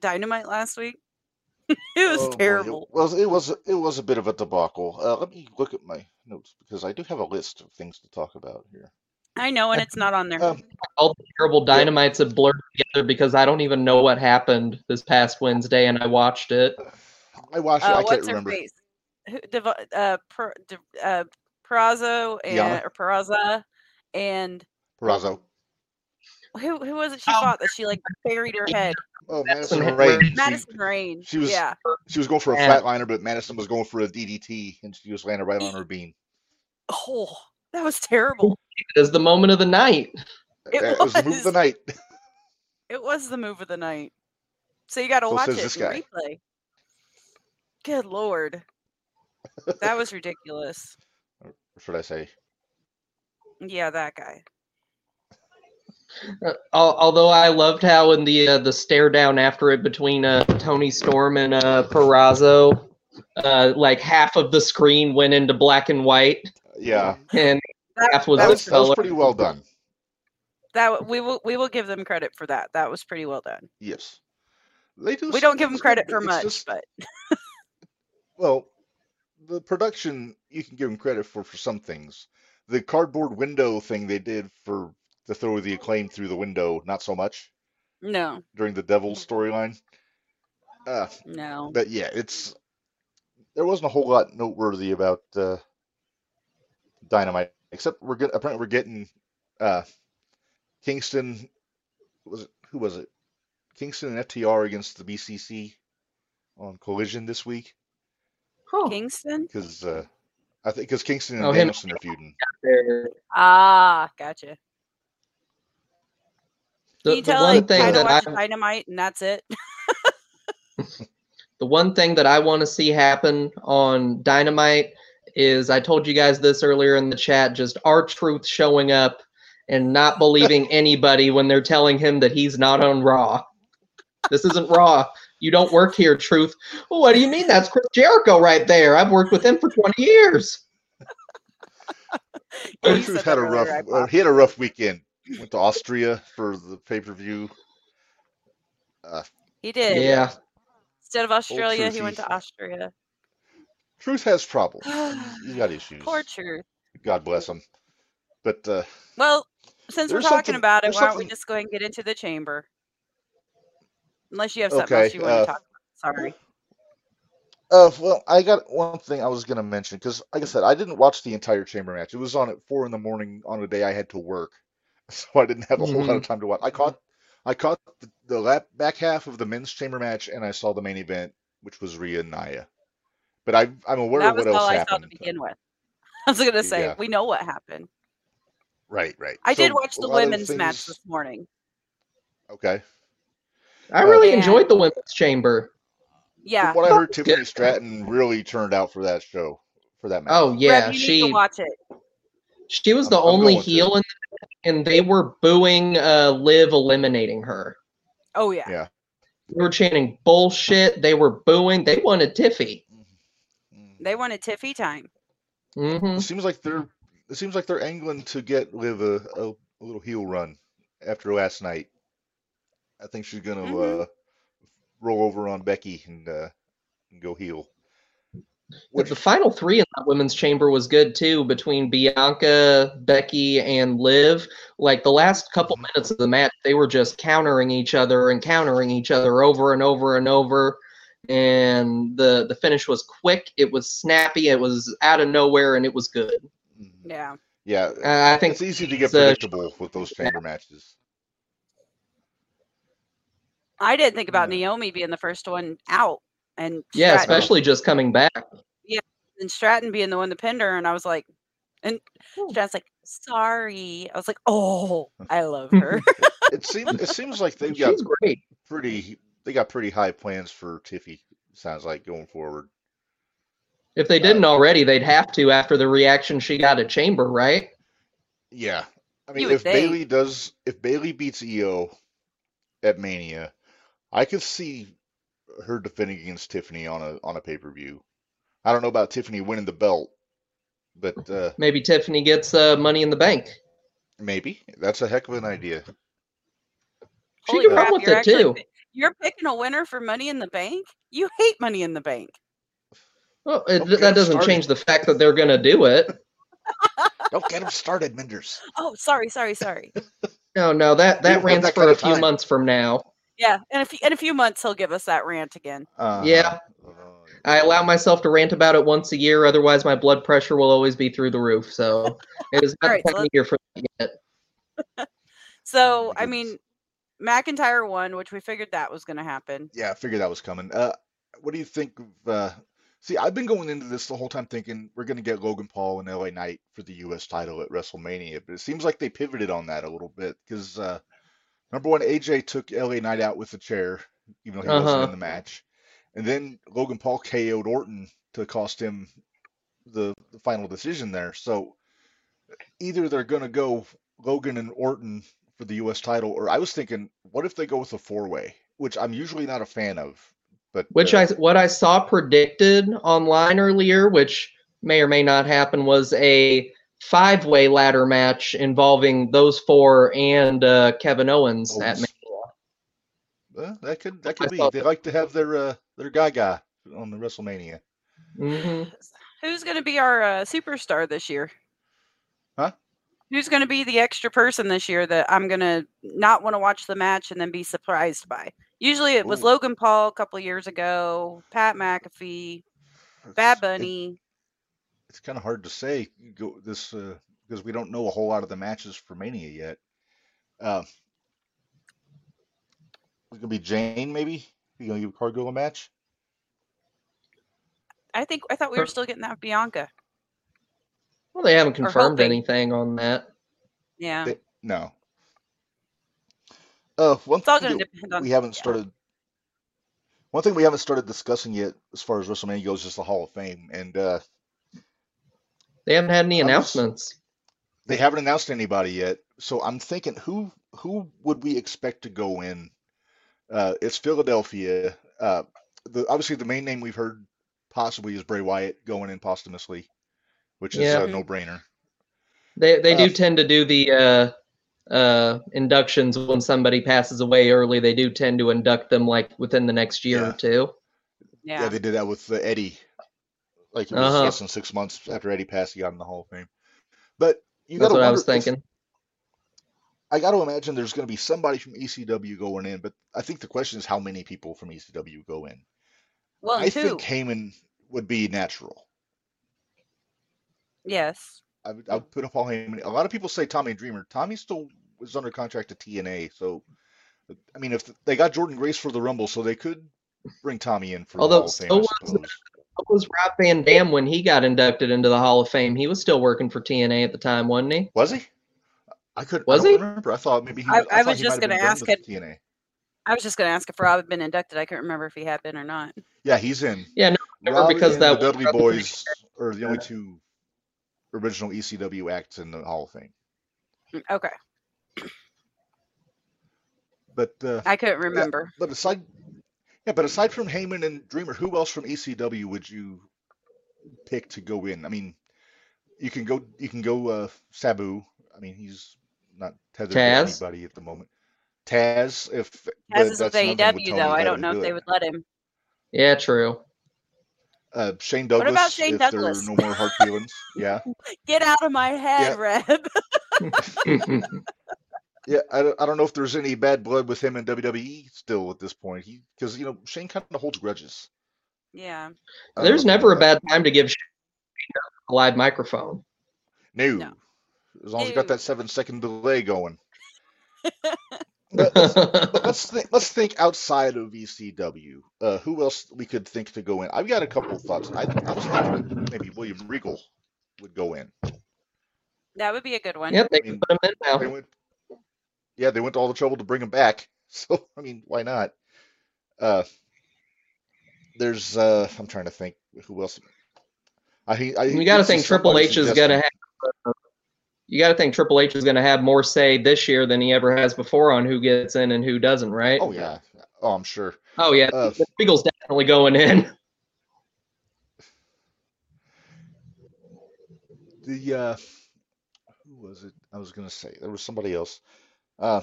Speaker 2: Dynamite last week? it was
Speaker 1: Oh, boy,
Speaker 2: terrible.
Speaker 1: It was it was it was a bit of a debacle. Uh, let me look at my notes because I do have a list of things to talk about here.
Speaker 2: I know, and it's not on there.
Speaker 1: Um,
Speaker 3: all the terrible dynamites have blurred together because I don't even know what happened this past Wednesday and I watched it.
Speaker 1: I watched it.
Speaker 2: uh,
Speaker 1: I can't
Speaker 2: what's her
Speaker 1: remember.
Speaker 2: face? Who, Devo- uh, per, De, uh, Perazzo and
Speaker 1: Yana?
Speaker 2: or Peraza and
Speaker 1: Perazzo.
Speaker 2: who who was it she
Speaker 3: Oh.
Speaker 2: fought that she like buried her head?
Speaker 1: Oh,
Speaker 3: Madison
Speaker 1: Madison
Speaker 3: had
Speaker 1: Rain.
Speaker 3: Rain.
Speaker 1: Um, She-
Speaker 2: Madison Rain.
Speaker 1: she was-
Speaker 2: yeah.
Speaker 1: She was going for a
Speaker 3: Yeah.
Speaker 1: flatliner, but Madison was going for a DDT, and she was landing right on her beam.
Speaker 2: Oh, that was terrible.
Speaker 3: It is the moment of the night.
Speaker 2: It
Speaker 1: Uh, was the move of the
Speaker 2: was.
Speaker 1: night.
Speaker 2: It was the move of the night. So you got to
Speaker 1: So
Speaker 2: watch
Speaker 1: says
Speaker 2: it
Speaker 1: this
Speaker 2: in
Speaker 1: guy.
Speaker 2: replay. Good lord, that was ridiculous.
Speaker 1: What should I say?
Speaker 2: Yeah, that guy.
Speaker 3: Uh, al- although I loved how in the uh, the stare down after it between uh, Tony Storm and uh, Perazzo, uh, like half of the screen went into black and white,
Speaker 1: Yeah,
Speaker 3: and half was
Speaker 1: that
Speaker 2: That
Speaker 1: was,
Speaker 3: this
Speaker 1: that was
Speaker 3: color.
Speaker 1: pretty well done.
Speaker 2: That w- we will we will give them credit for that. That was pretty well done.
Speaker 1: Yes, they do.
Speaker 2: We
Speaker 1: s-
Speaker 2: don't give them
Speaker 1: it's
Speaker 2: credit
Speaker 1: good-
Speaker 2: for
Speaker 1: it's
Speaker 2: much,
Speaker 1: just-
Speaker 2: but
Speaker 1: Well, the production you can give them credit for for some things. The cardboard window thing they did for to throw the acclaim through the window, not so much
Speaker 2: no,
Speaker 1: during the Devil's storyline. Uh,
Speaker 2: no.
Speaker 1: but yeah, it's there wasn't a whole lot noteworthy about uh, Dynamite, except we're get, apparently we're getting uh, Kingston. Was it who was it? Kingston and FTR against the BCC on Collision this week Oh.
Speaker 3: Huh.
Speaker 2: Kingston.
Speaker 1: because uh, I think because Kingston and
Speaker 3: Oh, him.
Speaker 1: Danielson are feuding.
Speaker 3: There.
Speaker 2: Ah, gotcha.
Speaker 3: The,
Speaker 2: you
Speaker 3: the
Speaker 2: tell
Speaker 3: one
Speaker 2: like
Speaker 3: thing
Speaker 2: I don't
Speaker 3: that
Speaker 2: watch
Speaker 3: I
Speaker 2: Dynamite and that's it.
Speaker 3: The one thing that I want to see happen on Dynamite is I told you guys this earlier in the chat just our truth showing up and not believing anybody when they're telling him that he's not on Raw. This isn't Raw. You don't work here, Truth. Well, what do you mean? That's Chris Jericho right there. I've worked with him for 20 years.
Speaker 2: Yeah, you
Speaker 1: Truth had
Speaker 2: said that
Speaker 1: a rough.
Speaker 2: earlier, I
Speaker 1: uh,
Speaker 2: thought.
Speaker 1: he had a rough weekend. Went to Austria for the pay per view. Uh,
Speaker 2: He did.
Speaker 3: Yeah.
Speaker 2: Instead of Australia, he went
Speaker 1: Truthie.
Speaker 2: to Austria.
Speaker 1: Truth has problems. He's- He's got issues.
Speaker 2: Poor Truth.
Speaker 1: God bless him. But uh,
Speaker 2: Well, since
Speaker 1: There's
Speaker 2: we're
Speaker 1: something-
Speaker 2: talking about it,
Speaker 1: there's
Speaker 2: why don't we
Speaker 1: something-
Speaker 2: just go ahead and get into the chamber? Unless you have something else
Speaker 1: Okay,
Speaker 2: you want to
Speaker 1: uh,
Speaker 2: talk about. Sorry.
Speaker 1: Uh, well, I got one thing I was gonna mention because, like I said, I didn't watch the entire chamber match. It was on at four in the morning on a day I had to work, so I didn't have a whole lot of time to watch. I caught, I caught the, the lap, back half of the men's chamber match, and I saw the main event, which was Rhea and Naya. But I, I'm aware
Speaker 2: That
Speaker 1: of
Speaker 2: was
Speaker 1: what
Speaker 2: all
Speaker 1: else
Speaker 2: I saw to
Speaker 1: happened.
Speaker 2: begin with. I was going to say,
Speaker 1: Yeah.
Speaker 2: we know what happened.
Speaker 1: Right, right.
Speaker 2: I did
Speaker 1: So,
Speaker 2: watch
Speaker 1: a
Speaker 2: the
Speaker 1: lot of
Speaker 2: women's match
Speaker 1: things-
Speaker 2: this morning.
Speaker 1: Okay.
Speaker 3: I really
Speaker 2: Oh, Yeah.
Speaker 3: enjoyed the women's chamber.
Speaker 2: Yeah.
Speaker 1: From what I
Speaker 3: Oh,
Speaker 1: heard,
Speaker 3: good.
Speaker 1: Tiffany Stratton really turned out for that show, for that match.
Speaker 3: Oh
Speaker 2: Rev,
Speaker 3: yeah,
Speaker 2: you
Speaker 3: she
Speaker 2: need to watch it.
Speaker 3: she was
Speaker 1: I'm-
Speaker 3: the
Speaker 1: I'm
Speaker 3: only
Speaker 1: going to.
Speaker 3: heel in the, and they were booing uh Liv eliminating her.
Speaker 2: Oh yeah.
Speaker 1: Yeah.
Speaker 3: They were chanting bullshit, they were booing, they wanted Tiffy.
Speaker 1: Mm-hmm. Mhm.
Speaker 2: They wanted Tiffy time.
Speaker 3: hmm
Speaker 1: It seems like they're it seems like they're angling to get Liv a, a, a little heel run after last night. I think she's gonna
Speaker 2: Mhm.
Speaker 1: uh, roll over on Becky and, uh, and go heel.
Speaker 3: But
Speaker 1: Which
Speaker 3: the final three in that women's chamber was good too, between Bianca, Becky, and Liv. Like the last couple
Speaker 1: Mm-hmm.
Speaker 3: minutes of the match, they were just countering each other and countering each other over and over and over. And the the finish was quick, it was snappy, it was out of nowhere, and it was good.
Speaker 1: mhm.
Speaker 2: Yeah.
Speaker 1: yeah,
Speaker 3: I I think
Speaker 1: it's easy to get
Speaker 3: it's, uh,
Speaker 1: predictable with those chamber matches.
Speaker 2: I didn't think about
Speaker 1: Yeah.
Speaker 2: Naomi being the first one out and
Speaker 3: Yeah,
Speaker 2: Stratton,
Speaker 3: especially just coming back.
Speaker 2: and Stratton being the one to pinned her and I was like and Stratton's like, sorry. I was like, Oh, I love her.
Speaker 1: It seems it seems like they've got
Speaker 3: She's great.
Speaker 1: pretty they got pretty high plans for Tiffy. Sounds like going forward.
Speaker 3: If they didn't already, they'd have to after the reaction she got at Chamber, right?
Speaker 1: Yeah. I mean,
Speaker 2: would
Speaker 1: if
Speaker 2: think.
Speaker 1: Bailey does, if Bailey beats EO at Mania, I could see her defending against Tiffany on a on a pay-per-view. I don't know about Tiffany winning the belt, but uh
Speaker 3: Maybe Tiffany gets uh, money in the bank.
Speaker 1: maybe. That's a heck of an idea.
Speaker 3: She
Speaker 2: Holy
Speaker 3: can run with
Speaker 2: Oh, you're
Speaker 3: it
Speaker 2: actually
Speaker 3: too.
Speaker 2: pi- You're picking a winner for Money in the Bank? You hate Money in the Bank.
Speaker 3: Well, Oh, it,
Speaker 1: Okay,
Speaker 3: that doesn't
Speaker 1: started.
Speaker 3: change the fact that they're going to do it.
Speaker 1: Don't get him started, Menders.
Speaker 2: Oh, sorry, sorry, sorry.
Speaker 3: No, no, that
Speaker 1: We
Speaker 3: that
Speaker 1: don't have
Speaker 3: runs
Speaker 1: that
Speaker 3: for
Speaker 1: kind
Speaker 3: a
Speaker 1: of
Speaker 3: few
Speaker 1: time.
Speaker 3: months from now.
Speaker 2: Yeah, in a, few, in a few months he'll give us that rant again.
Speaker 1: Uh,
Speaker 3: Yeah. I allow myself to rant about it once a year, otherwise my blood pressure will always be through the roof. So it is not
Speaker 2: All right,
Speaker 3: the
Speaker 2: so
Speaker 3: time of
Speaker 2: let's-
Speaker 3: year for that yet.
Speaker 2: So
Speaker 1: my
Speaker 2: I
Speaker 1: goodness.
Speaker 2: mean, McIntyre won, which we figured that was going to happen.
Speaker 1: Yeah, I figured that was coming. Uh, what do you think of? Uh, see, I've been going into this the whole time thinking we're going to get Logan Paul and LA Knight for the U.S. title at WrestleMania, but it seems like they pivoted on that a little bit because uh, number one, AJ took LA Knight out with a chair, even though he wasn't
Speaker 3: Uh-huh.
Speaker 1: in the match, and then Logan Paul KO'd Orton to cost him the, the final decision there. So either they're going to go Logan and Orton for the U.S. title, or I was thinking, what if they go with a four-way, which I'm usually not a fan of. But
Speaker 3: Which
Speaker 1: uh,
Speaker 3: I what I saw predicted online earlier, which may or may not happen, was a five way ladder match involving those four and uh, Kevin Owens. At
Speaker 1: Owens.
Speaker 3: Mania.
Speaker 1: Well, uh, that could that
Speaker 3: I
Speaker 1: could be.
Speaker 3: thought
Speaker 1: They like to have their uh, their guy guy on the WrestleMania.
Speaker 3: Mhm.
Speaker 2: Who's going to be our uh, superstar this year?
Speaker 1: Huh?
Speaker 2: Who's going to be the extra person this year that I'm going to not want to watch the match and then be surprised by? Usually it was
Speaker 1: Ooh.
Speaker 2: Logan Paul a couple years ago, Pat McAfee,
Speaker 1: It's-
Speaker 2: Bad
Speaker 1: it-
Speaker 2: Bunny.
Speaker 1: it's kind of hard to say you go this uh, because we don't know a whole lot of the matches for Mania yet. Uh, it's gonna be Jane maybe. You gonna give Cargo a match?
Speaker 2: I think I thought we were still getting that Bianca.
Speaker 3: Well, they haven't confirmed
Speaker 2: hoping.
Speaker 3: anything on that.
Speaker 2: Yeah.
Speaker 1: They- no. Uh, one
Speaker 2: It's all
Speaker 1: thing
Speaker 2: going
Speaker 1: that
Speaker 2: to depend on
Speaker 1: we haven't
Speaker 2: yeah.
Speaker 1: started. One thing we haven't started discussing yet, as far as WrestleMania goes, is the Hall of Fame, and uh,
Speaker 3: They haven't had any
Speaker 1: I was-
Speaker 3: announcements.
Speaker 1: they haven't announced anybody yet. So I'm thinking, who who would we expect to go in? Uh, it's Philadelphia. Uh, the obviously the main name we've heard possibly is Bray Wyatt going in posthumously, which is
Speaker 3: Yeah.
Speaker 1: a no-brainer.
Speaker 3: They they
Speaker 1: Uh,
Speaker 3: do tend to do the uh, uh, inductions when somebody passes away early. They do tend to induct them like within the next year
Speaker 1: Yeah.
Speaker 3: or two.
Speaker 1: Yeah.
Speaker 2: Yeah.
Speaker 1: they did that with uh, Eddie. Like it was
Speaker 3: Uh-huh.
Speaker 1: less than six months after Eddie passed, he got in the Hall of Fame. But you
Speaker 3: That's
Speaker 1: gotta
Speaker 3: what
Speaker 1: wonder
Speaker 3: I was
Speaker 1: if-
Speaker 3: thinking.
Speaker 1: I got to imagine there's going to be somebody from ECW going in, but I think the question is how many people from ECW go in.
Speaker 2: Well,
Speaker 1: I
Speaker 2: and two.
Speaker 1: think Heyman would be natural.
Speaker 2: Yes.
Speaker 1: I would, I would put Paul Heyman. A lot of people say Tommy Dreamer. Tommy still was under contract to TNA, so I mean, if they got Jordan Grace for the Rumble, so they could bring Tommy in for the
Speaker 3: Although,
Speaker 1: Hall of Fame,
Speaker 3: so
Speaker 1: I
Speaker 3: was-
Speaker 1: suppose.
Speaker 3: What was Rob Van Dam when he got inducted into the Hall of Fame? He was still working for TNA at the time, wasn't he?
Speaker 1: Was he? I could.
Speaker 3: Was
Speaker 1: I don't
Speaker 3: he?
Speaker 1: remember. I thought maybe he.
Speaker 2: I-
Speaker 1: Was, I,
Speaker 2: I
Speaker 1: thought
Speaker 2: was
Speaker 1: he
Speaker 2: just
Speaker 1: might have been
Speaker 2: gonna
Speaker 1: done
Speaker 2: ask
Speaker 1: with
Speaker 2: it.
Speaker 1: TNA.
Speaker 2: I was just going to ask if Rob had been inducted. I couldn't remember if he had been or not.
Speaker 1: Yeah, he's in.
Speaker 3: Yeah, no, I remember
Speaker 1: Rob
Speaker 3: because
Speaker 1: and
Speaker 3: that
Speaker 1: the
Speaker 3: one
Speaker 1: Dudley
Speaker 3: other-
Speaker 1: Boys are the only two original ECW acts in the Hall of Fame.
Speaker 2: Mm, Okay.
Speaker 1: But uh,
Speaker 2: I couldn't remember.
Speaker 1: but aside, yeah, but aside from Heyman and Dreamer, who else from ECW would you pick to go in? I mean, you can go you can go uh, Sabu. I mean, he's not tethered
Speaker 3: Taz?
Speaker 1: to anybody at the moment. Taz, if but
Speaker 2: As is with
Speaker 1: that's another thing with
Speaker 2: AEW,
Speaker 1: Tony,
Speaker 2: though. I
Speaker 1: how
Speaker 2: don't
Speaker 1: to
Speaker 2: know
Speaker 1: do
Speaker 2: if they
Speaker 1: it.
Speaker 2: would let him.
Speaker 3: Yeah, true.
Speaker 1: Uh, Shane
Speaker 2: What
Speaker 1: Douglas.
Speaker 2: about Shane
Speaker 1: if
Speaker 2: Douglas?
Speaker 1: there are no more hard feelings, yeah,
Speaker 2: Get out of my head, Reb.
Speaker 1: yeah. I don't, I don't know if there's any bad blood with him in WWE still at this point. He because you know Shane kind of holds grudges. I
Speaker 2: yeah.
Speaker 1: don't know
Speaker 3: There's
Speaker 1: if you know
Speaker 3: never a
Speaker 1: that.
Speaker 3: bad time to give Shane a live microphone.
Speaker 1: No.
Speaker 2: No.
Speaker 1: As long as you got
Speaker 2: No.
Speaker 1: that seven second delay going. But let's, but
Speaker 3: That's
Speaker 1: let's think let's think outside of ECW. Uh, who else we could think to go in? I've got a couple of thoughts. I, I was thinking maybe William Regal would go in.
Speaker 2: That would be a good one.
Speaker 3: Yep, they
Speaker 1: I mean,
Speaker 3: can put him in
Speaker 1: They
Speaker 3: now.
Speaker 1: went, yeah, they went to all the trouble to bring him back. So I mean, why not? Uh, there's uh, I'm trying to think who else. I, think- I
Speaker 3: You got to
Speaker 1: did see
Speaker 3: think Triple
Speaker 1: somebody
Speaker 3: H is going
Speaker 1: suggesting-
Speaker 3: to have. uh, You got to think Triple H is going to have more say this year than he ever has before on who gets in and who doesn't, right?
Speaker 1: Oh yeah. Oh, I'm sure.
Speaker 3: Oh yeah,
Speaker 1: Uh,
Speaker 3: Regal's definitely going in.
Speaker 1: the uh who was it? I was gonna say there was somebody else. Uh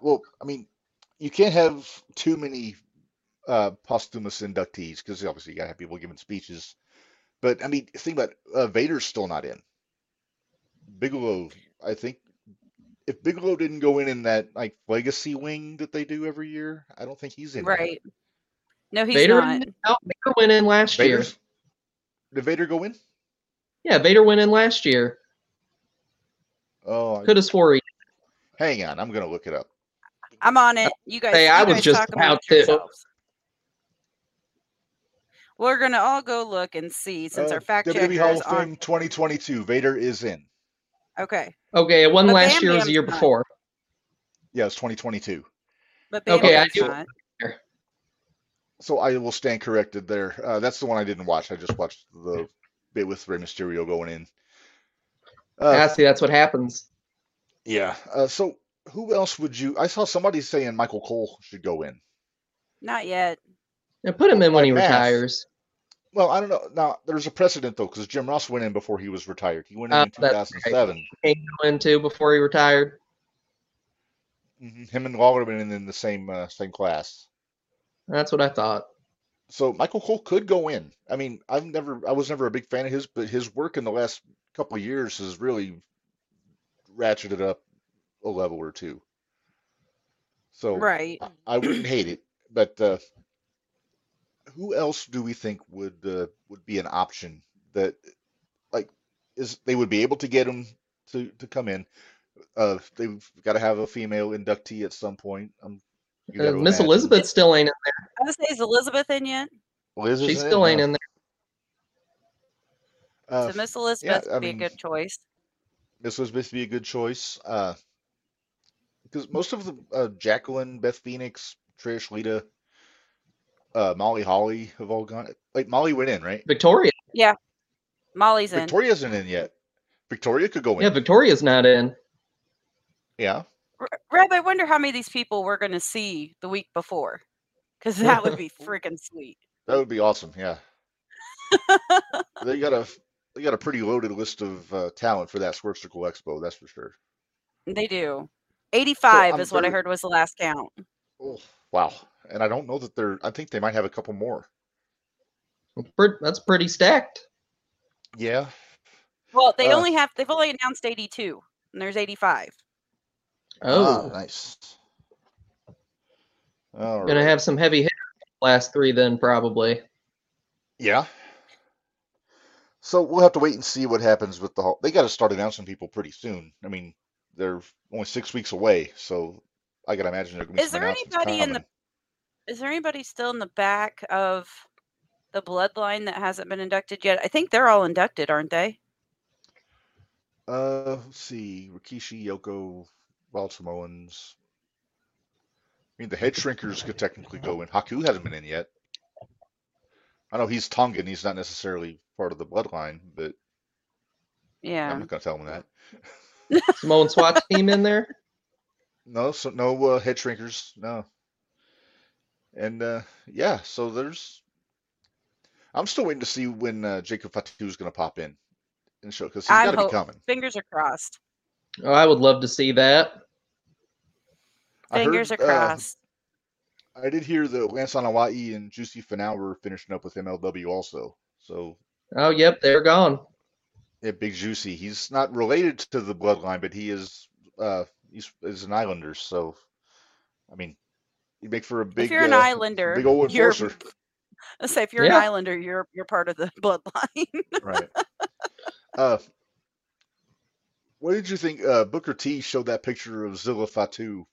Speaker 1: well, I mean, you can't have too many uh posthumous inductees because obviously you gotta have people giving speeches. But I mean, think about it, uh, Vader's still not in. Bigelow, I think if Bigelow didn't go in in that like legacy wing that they do every year, I don't think he's in yet.
Speaker 2: Right. No, he's
Speaker 3: Vader,
Speaker 2: not.
Speaker 3: no, Vader went in last year.
Speaker 1: Vader's did Vader go in?
Speaker 3: Yeah, Vader went in last year.
Speaker 1: Oh, I-
Speaker 3: Could have swore he.
Speaker 1: hang on, I'm gonna look it up.
Speaker 2: I'm on it. You guys.
Speaker 3: Hey,
Speaker 2: you
Speaker 3: I was
Speaker 2: guys
Speaker 3: just
Speaker 2: talk
Speaker 3: about
Speaker 2: amongst
Speaker 3: to-
Speaker 2: yourselves. We're gonna all go look and see since
Speaker 1: Uh,
Speaker 2: our fact checker
Speaker 1: WWE Hall
Speaker 2: is
Speaker 1: of Fame
Speaker 2: on.
Speaker 1: 2022. Vader is in.
Speaker 2: Okay,
Speaker 3: Okay, it won
Speaker 2: But
Speaker 3: last
Speaker 2: Bam
Speaker 3: year. It was
Speaker 2: Bam's
Speaker 3: the year
Speaker 2: not.
Speaker 3: before.
Speaker 1: Yeah, it's 2022.
Speaker 2: but Bam
Speaker 3: Okay, I
Speaker 2: Bam's
Speaker 3: do-
Speaker 2: not.
Speaker 1: So I will stand corrected there. Uh, that's the one I didn't watch. I just watched the bit with Rey Mysterio going in. Uh,
Speaker 3: I see. That's what happens.
Speaker 1: yeah. Uh, so who else would you? I saw somebody saying Michael Cole should go in.
Speaker 2: Not yet.
Speaker 3: Now put him in when he
Speaker 1: By math.
Speaker 3: retires.
Speaker 1: Well, I don't know. Now there's a precedent though, because Jim Ross went in before he was retired. He went in
Speaker 3: Oh,
Speaker 1: in
Speaker 3: that's
Speaker 1: 2007.
Speaker 3: Kane went too before he retired.
Speaker 1: Mhm. Him and Lawler went in in the same uh, same class.
Speaker 3: That's what I thought.
Speaker 1: So Michael Cole could go in. I mean, I've never, I was never a big fan of his, but his work in the last couple of years has really ratcheted up a level or two. So
Speaker 2: Right.
Speaker 1: I- I wouldn't hate it, but uh, who else do we think would uh, would be an option that like is they would be able to get him to to come in? Uh, they've got to have a female inductee at some point. Um, you
Speaker 3: Uh,
Speaker 1: gotta
Speaker 3: Miss
Speaker 1: imagine.
Speaker 3: Elizabeth still ain't.
Speaker 2: I would say is Elizabeth in yet?
Speaker 1: Liz
Speaker 3: She
Speaker 1: isn't in,
Speaker 3: still ain't
Speaker 1: huh?
Speaker 3: in
Speaker 1: Uh,
Speaker 2: so Miss Elizabeth
Speaker 1: I
Speaker 2: would be
Speaker 1: mean-
Speaker 2: a good choice.
Speaker 1: Miss Elizabeth would be a good choice. Uh, because most of the uh, Jacqueline, Beth Phoenix, Trish, Lita, uh, Molly, Holly have all gone. Like Molly went in, right?
Speaker 3: Victoria.
Speaker 2: Molly's in.
Speaker 1: Victoria isn't in yet. Victoria could go in.
Speaker 3: Yeah, Victoria's not in.
Speaker 1: yeah.
Speaker 2: R- Reb, I wonder how many of these people we're going to see the week before, because that would be freaking sweet.
Speaker 1: That would be awesome. Yeah. they got a they got a pretty loaded list of uh, talent for that Square Circle Expo. That's for sure.
Speaker 2: They do. 85
Speaker 1: I'm
Speaker 2: is what I
Speaker 1: very-
Speaker 2: heard was the last count.
Speaker 1: Oh, wow. And I don't know that they're. I think they might have a couple more.
Speaker 3: Pret- That's pretty stacked.
Speaker 1: Yeah.
Speaker 2: Well, they
Speaker 1: Uh.
Speaker 2: only have they've only announced 82, and there's 85.
Speaker 3: Oh,
Speaker 1: Ah, nice. All
Speaker 3: gonna
Speaker 1: right.
Speaker 3: have some heavy hitters last three then probably.
Speaker 1: Yeah. So we'll have to wait and see what happens with the whole. They got to start announcing people pretty soon. I mean, they're only six weeks away, so I gotta imagine they're gonna be
Speaker 2: Is
Speaker 1: some
Speaker 2: there
Speaker 1: announcements
Speaker 2: anybody in the-
Speaker 1: coming.
Speaker 2: Is there anybody still in the back of the bloodline that hasn't been inducted yet? I think they're all inducted, aren't they?
Speaker 1: Uh, let's see, Rikishi, Yoko, Wild Samoans. I mean, the head shrinkers could technically go in. Haku hasn't been in yet. I know he's Tongan. He's not necessarily part of the bloodline, but I'm
Speaker 2: Yeah.
Speaker 1: not gonna tell him that.
Speaker 3: Samoan SWAT team in there.
Speaker 1: No, so no uh, head shrinkers, no. And uh, yeah, so there's. I'm still waiting to see when uh, Jacob Fatu is going to pop in and show because he's
Speaker 2: I'm
Speaker 1: got to be
Speaker 2: hope-
Speaker 1: coming.
Speaker 2: Fingers are crossed.
Speaker 3: Oh, I would love to see that.
Speaker 1: I
Speaker 2: Fingers
Speaker 1: heard,
Speaker 2: are
Speaker 1: uh,
Speaker 2: crossed.
Speaker 1: I did hear that Lance Anawai and Juicy Finale were finishing up with MLW also. So
Speaker 3: Oh, yep, they're gone.
Speaker 1: yeah, Big Juicy, he's not related to the bloodline, but he is. Uh, he's is an Islander, so I mean, you make for a big.
Speaker 2: if you're an
Speaker 1: uh,
Speaker 2: islander,
Speaker 1: big old
Speaker 2: you're
Speaker 1: enforcer,
Speaker 2: let's say if you're
Speaker 3: Yeah.
Speaker 2: an islander, you're you're part of the bloodline.
Speaker 1: right? Uh, What did you think? Uh, Booker T showed that picture of Zilla Fatu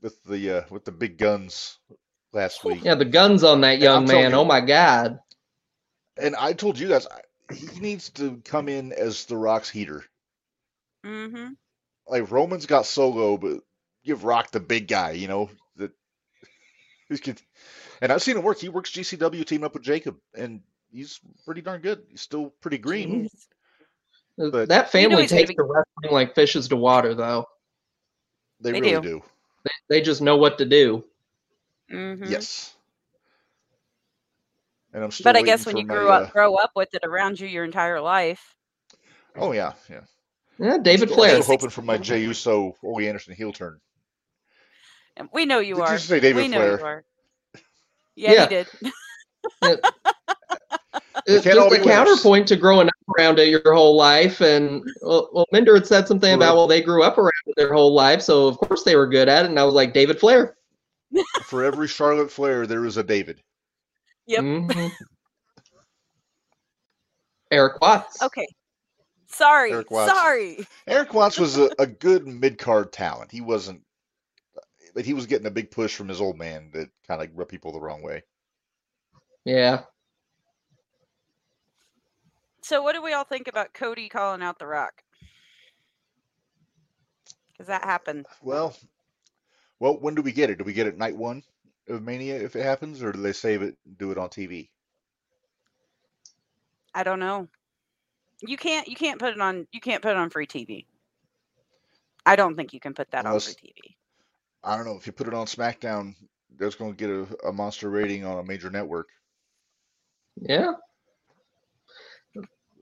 Speaker 1: with the uh, with the big guns last week,
Speaker 3: Yeah, the guns on that young
Speaker 1: I'm telling
Speaker 3: man.
Speaker 1: you-
Speaker 3: Oh my god.
Speaker 1: and I told you guys I- he needs to come in as The Rock's heater.
Speaker 2: mm-hmm.
Speaker 1: Like Roman's got Solo, but give Rock the big guy, you know that. He's good. And I've seen him work. He works GCW team up with Jacob, and he's pretty darn good. He's still pretty green. But-
Speaker 2: You
Speaker 3: that
Speaker 2: know
Speaker 3: family
Speaker 2: he's gonna
Speaker 3: takes
Speaker 2: be-
Speaker 3: to wrestling like fishes to water though.
Speaker 1: They
Speaker 2: They
Speaker 1: really
Speaker 2: do.
Speaker 1: do.
Speaker 3: They, they just know what to do.
Speaker 2: Mm-hmm.
Speaker 1: Yes. And I'm still
Speaker 2: But I
Speaker 1: waiting
Speaker 2: guess when
Speaker 1: for
Speaker 2: you
Speaker 1: my,
Speaker 2: grew
Speaker 1: uh,
Speaker 2: up grow up with it around you your entire life.
Speaker 1: oh yeah, yeah.
Speaker 3: Yeah, David
Speaker 1: Still-
Speaker 3: Flair.
Speaker 1: I'm still hoping for my Jey Uso, Ole Anderson heel turn.
Speaker 2: and We know you
Speaker 1: Did you
Speaker 2: are.
Speaker 1: just say David
Speaker 2: we know
Speaker 1: Flair?
Speaker 2: you are. Yeah, you
Speaker 3: Yeah.
Speaker 2: he did.
Speaker 1: They
Speaker 3: It's
Speaker 1: can't all
Speaker 3: just
Speaker 1: be
Speaker 3: a
Speaker 1: winners.
Speaker 3: counterpoint to growing up around it your whole life. And well, well Minder had said something about
Speaker 1: Right.
Speaker 3: well they grew up around it their whole life, so of course they were good at it. And I was like David Flair.
Speaker 1: For every Charlotte Flair, there is a David.
Speaker 2: Yep.
Speaker 3: Mhm. Eric Watts.
Speaker 2: Okay. Sorry.
Speaker 1: Eric Watts.
Speaker 2: Sorry.
Speaker 1: Eric Watts was a, a good mid card talent. He wasn't, but he was getting a big push from his old man that kind of rubbed people the wrong way.
Speaker 3: Yeah.
Speaker 2: So what do we all think about Cody calling out the rock? Because that happened.
Speaker 1: Well, well, when do we get it? Do we get it night one of Mania if it happens, or do they save it and do it on TV?
Speaker 2: I don't know. You can't you can't put it on you can't put it on free TV. I don't think you can put that
Speaker 1: Unless-
Speaker 2: on free TV.
Speaker 1: I don't know. If you put it on SmackDown, that's going to get a, a monster rating on a major network.
Speaker 3: Yeah.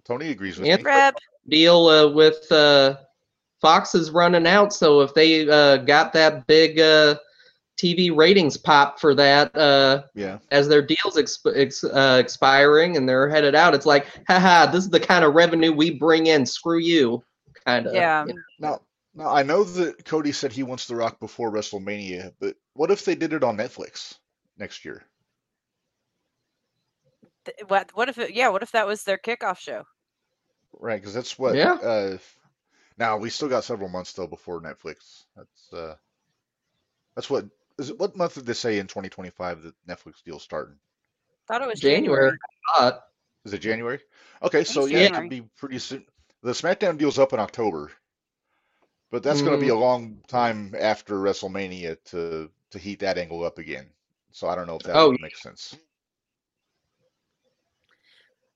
Speaker 1: Tony agrees with
Speaker 3: Yeah.
Speaker 1: me.
Speaker 2: Reb,
Speaker 3: deal uh, with uh, Fox is running out. So if they uh, got that big uh, TV ratings pop for that uh,
Speaker 1: Yeah,
Speaker 3: as their deals exp- ex- uh, expiring and they're headed out, it's like, haha, this is the kind of revenue we bring in. Screw you, kind of.
Speaker 2: yeah.
Speaker 1: Now, now I know that Cody said he wants The Rock before WrestleMania, but what if they did it on Netflix next year?
Speaker 2: th- What what if it, yeah, what if that was their kickoff show?
Speaker 1: Right, because that's what.
Speaker 3: Yeah.
Speaker 1: Uh, now we still got several months though before Netflix. That's uh, that's what is it, what month did they say in 2025 that Netflix deal's starting?
Speaker 2: Thought it was
Speaker 3: January.
Speaker 2: January.
Speaker 3: But
Speaker 1: Is it January? Okay, so
Speaker 2: it's
Speaker 1: yeah, it
Speaker 2: January.
Speaker 1: could be pretty soon. The SmackDown deal's up in October,
Speaker 3: Mm-hmm.
Speaker 1: but that's going to be a long time after WrestleMania to to heat that angle up again. So I don't know if that
Speaker 3: Oh,
Speaker 1: would make sense.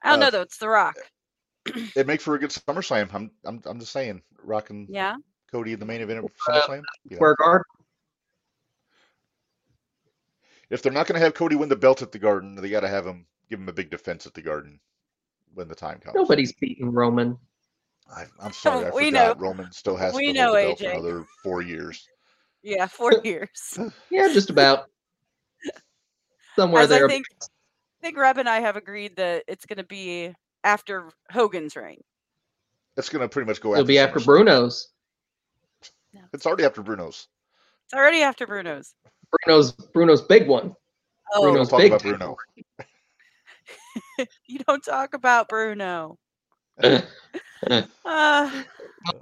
Speaker 2: I don't
Speaker 1: Uh,
Speaker 2: know though. It's The Rock.
Speaker 1: It make for a good SummerSlam. I'm I'm I'm just saying, rocking
Speaker 2: Yeah.
Speaker 1: Cody in the main event of
Speaker 3: Uh,
Speaker 1: SummerSlam. Yeah.
Speaker 3: Square Garden.
Speaker 1: If they're not going to have Cody win the belt at the Garden, they got to have him give him a big defense at the Garden when the time comes.
Speaker 3: Nobody's beating Roman.
Speaker 1: I, I'm sorry, I
Speaker 2: We know.
Speaker 1: forgot Roman still has
Speaker 2: We
Speaker 1: to
Speaker 2: know,
Speaker 1: hold the belt for
Speaker 2: AJ.
Speaker 1: another four years.
Speaker 2: Yeah. Four years.
Speaker 3: Yeah, just about. Somewhere
Speaker 2: As
Speaker 3: there.
Speaker 2: I think, I think Reb and I have agreed that it's going to be after Hogan's reign.
Speaker 1: It's going to pretty much go
Speaker 3: It'll
Speaker 1: after
Speaker 3: be after
Speaker 1: SummerSlam.
Speaker 3: Bruno's.
Speaker 1: It's already after Bruno's.
Speaker 2: It's already after Bruno's.
Speaker 3: Bruno's Bruno's big one.
Speaker 2: Oh,
Speaker 1: We don't
Speaker 3: Bruno's
Speaker 1: talk
Speaker 3: big.
Speaker 1: about Bruno.
Speaker 2: you don't talk about Bruno.
Speaker 3: Uh.
Speaker 2: Uh,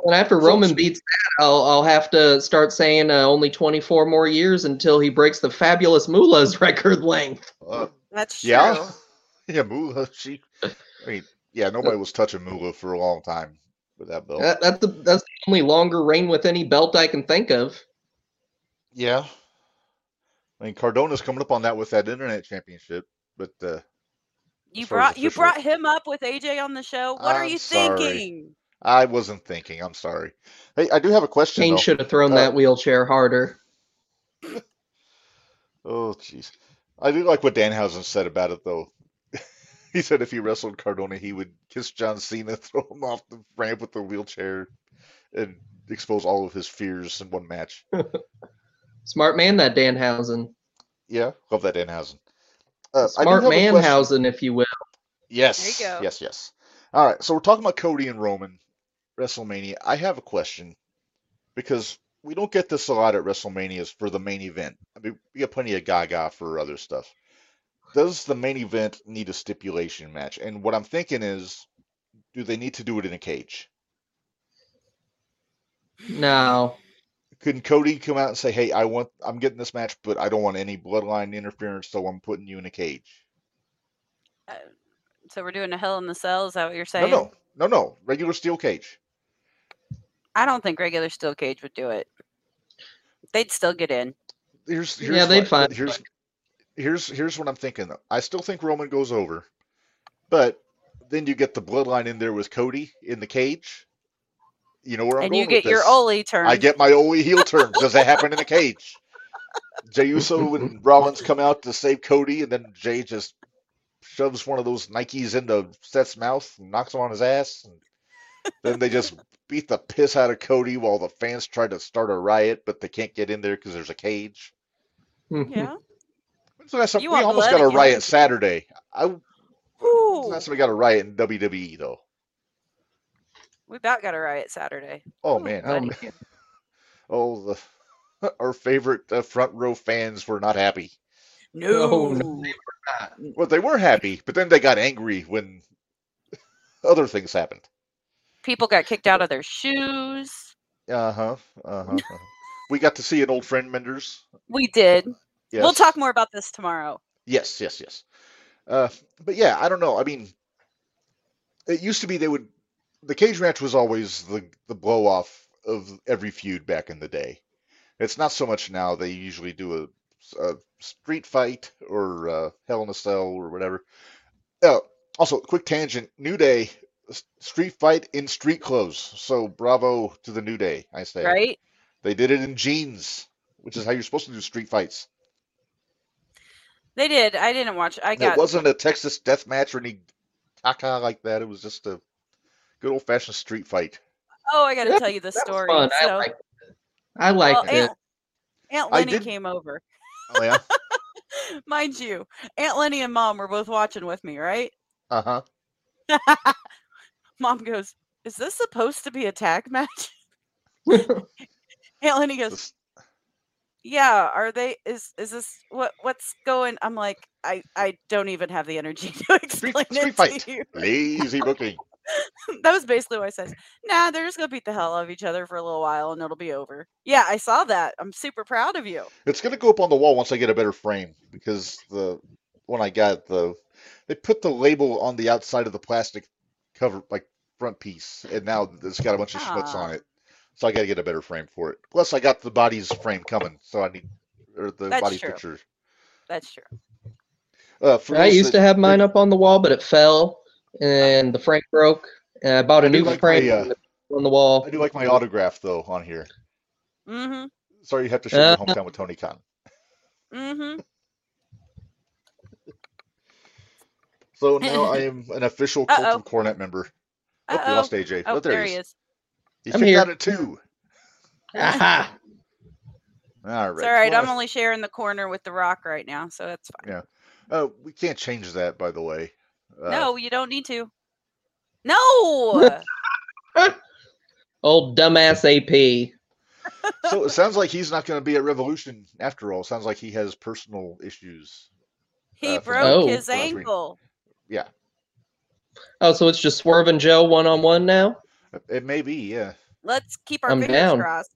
Speaker 3: And after Roman beats that, I'll, I'll have to start saying uh, only 24 more years until he breaks the fabulous Moolah's record length.
Speaker 1: Uh,
Speaker 2: that's true.
Speaker 1: yeah, yeah, Moolah. She, I mean, yeah, nobody was touching Moolah for a long time with that belt.
Speaker 3: That, that's, the, that's the only longer reign with any belt I can think of.
Speaker 1: yeah, I mean Cardona's coming up on that with that Internet Championship, but uh,
Speaker 2: You
Speaker 1: as far as
Speaker 2: brought you
Speaker 1: official-
Speaker 2: brought him up with AJ on the show. What are
Speaker 1: I'm
Speaker 2: you
Speaker 1: sorry.
Speaker 2: thinking?
Speaker 1: I wasn't thinking. I'm sorry. Hey, I do have a question
Speaker 3: Kane
Speaker 1: though.
Speaker 3: should have thrown
Speaker 1: Uh,
Speaker 3: that wheelchair harder.
Speaker 1: Oh, jeez. I do like what Danhausen said about it though. He said if he wrestled Cardona, he would kiss John Cena, throw him off the ramp with the wheelchair, and expose all of his fears in one match.
Speaker 3: Smart man, that Danhausen.
Speaker 1: Yeah, love that Danhausen. Uh, I do
Speaker 3: Smart
Speaker 1: have a question-
Speaker 3: manhausen, if you will.
Speaker 1: Yes.
Speaker 2: go.
Speaker 1: Yes, yes. All right, so we're talking about Cody and Roman, WrestleMania. I have a question because we don't get this a lot at WrestleManias for the main event. I mean, we get plenty of gaga for other stuff. Does the main event need a stipulation match? And what I'm thinking is, do they need to do it in a cage?
Speaker 3: No.
Speaker 1: Couldn't Cody come out and say, "Hey, I want, I'm getting this match, but I don't want any bloodline interference, so I'm putting you in a cage"?
Speaker 2: So we're doing a Hell in the Cell. Is that what you're
Speaker 1: No,
Speaker 2: saying?
Speaker 1: no, no, no. Regular steel cage.
Speaker 2: I don't think regular steel cage would do it. They'd still get in.
Speaker 1: here's
Speaker 3: Yeah,
Speaker 1: here's
Speaker 3: they'd
Speaker 1: what-
Speaker 3: find-
Speaker 1: here's here's here's what I'm thinking though. I still think Roman goes over, but then you get the bloodline in there with Cody in the cage. You know where I'm
Speaker 2: and
Speaker 1: going
Speaker 2: you get
Speaker 1: with
Speaker 2: your
Speaker 1: this.
Speaker 2: Oli turn.
Speaker 1: I get my Oli heel turn. Does that happen in the cage? Jey Uso and Rollins come out to save Cody, and then Jay just shoves one of those Nikes into Seth's mouth and knocks him on his ass. And then they just beat the piss out of Cody while the fans try to start a riot, but they can't get in there because there's a cage.
Speaker 3: Hmm.
Speaker 2: yeah.
Speaker 1: So that's
Speaker 2: You
Speaker 1: we
Speaker 2: want
Speaker 1: almost
Speaker 2: blood
Speaker 1: got a
Speaker 2: again.
Speaker 1: riot Saturday. I
Speaker 2: Ooh,
Speaker 1: that's we got a riot in WWE though.
Speaker 2: we about got a riot Saturday.
Speaker 1: Oh
Speaker 2: Ooh,
Speaker 1: man,
Speaker 3: Oh,
Speaker 2: buddy.
Speaker 3: man.
Speaker 1: oh the our favorite uh, front row fans were not happy.
Speaker 2: No.
Speaker 3: no,
Speaker 2: Mm.
Speaker 1: Well, they were happy, but then they got angry when other things happened.
Speaker 2: People got kicked out of their shoes.
Speaker 1: Uh huh. Uh huh. we got to see an old friend, Menders.
Speaker 2: We did.
Speaker 1: Yes.
Speaker 2: We'll talk more about this tomorrow.
Speaker 1: Yes, yes, yes. Uh, but yeah, I don't know. I mean, it used to be they would the cage match was always the the blow off of every feud back in the day. It's not so much now. They usually do a, a street fight or uh, Hell in a Cell or whatever. Oh, also, quick tangent. New Day, s- street fight in street clothes. So bravo to the New Day, I say.
Speaker 2: Right?
Speaker 1: They did it in jeans, which is how you're supposed to do street fights.
Speaker 2: They did. I didn't watch. I
Speaker 1: It
Speaker 2: got
Speaker 1: wasn't a Texas death match or any caca like that. It was just a good old fashioned street fight.
Speaker 2: Oh, I got to
Speaker 3: That-
Speaker 2: tell you the
Speaker 3: that was
Speaker 2: story.
Speaker 3: fun. I
Speaker 2: So,
Speaker 3: liked it. I
Speaker 2: well,
Speaker 3: liked it.
Speaker 2: Aunt, Aunt
Speaker 1: I
Speaker 2: Lenny
Speaker 1: did-
Speaker 2: came over.
Speaker 1: Oh yeah.
Speaker 2: Mind you, Aunt Lenny and Mom were both watching with me, right?
Speaker 1: Uh huh.
Speaker 2: Mom goes, Is this supposed to be a tag match? Aunt Lenny goes, Yeah, are they is is this what what's going? I'm like, I I don't even have the energy to explain
Speaker 1: street
Speaker 2: it
Speaker 1: fight.
Speaker 2: to you.
Speaker 1: Lazy booking.
Speaker 2: that was basically what I said. Nah, they're just gonna beat the hell out of each other for a little while and it'll be over. Yeah, I saw that. I'm super proud of you.
Speaker 1: It's gonna go up on the wall once I get a better frame because the one I got the they put the label on the outside of the plastic cover like front piece, and now it's got a bunch of schmutz on
Speaker 2: Ah.
Speaker 1: it. So I gotta get a better frame for it. Plus I got the body's frame coming, so I need or the
Speaker 2: That's
Speaker 1: body
Speaker 2: true.
Speaker 1: picture.
Speaker 2: That's true.
Speaker 1: Uh, for
Speaker 3: I
Speaker 1: those
Speaker 3: used
Speaker 1: that-
Speaker 3: to have mine
Speaker 1: that-
Speaker 3: up on the wall, but it fell, and the frame broke. And I bought a
Speaker 1: do
Speaker 3: new
Speaker 1: like
Speaker 3: frame
Speaker 1: my, uh,
Speaker 3: on the wall.
Speaker 1: I do like my autograph though on here.
Speaker 2: Mm
Speaker 1: Sorry, you have to share your
Speaker 3: Uh.
Speaker 1: hometown with Tony Khan.
Speaker 2: hmm. Mm
Speaker 1: So now I am an official Cult
Speaker 2: Uh-oh.
Speaker 1: of Cornet member.
Speaker 2: hmm.
Speaker 1: Oh, we lost AJ.
Speaker 2: Oh,
Speaker 1: but there, he is. He
Speaker 3: I'm
Speaker 1: kicked
Speaker 3: here.
Speaker 1: out at two.
Speaker 3: Aha!
Speaker 1: All
Speaker 2: It's
Speaker 1: right.
Speaker 2: all right.
Speaker 1: Well,
Speaker 2: I'm only sharing the corner with the rock right now, so that's fine.
Speaker 1: uh, we can't change that, by the way. Uh,
Speaker 2: no, you don't need to. No.
Speaker 3: Old dumbass AP.
Speaker 1: So it sounds like he's not going to be at Revolution after all. Sounds like he has personal issues.
Speaker 2: He
Speaker 1: Uh, for-
Speaker 2: broke
Speaker 3: Oh.
Speaker 2: his
Speaker 1: for referee.
Speaker 2: ankle.
Speaker 3: Oh, so it's just Swerve and Joe one on one now.
Speaker 1: It may be, yeah.
Speaker 2: Let's keep our
Speaker 3: I'm
Speaker 2: fingers
Speaker 3: down.
Speaker 2: crossed.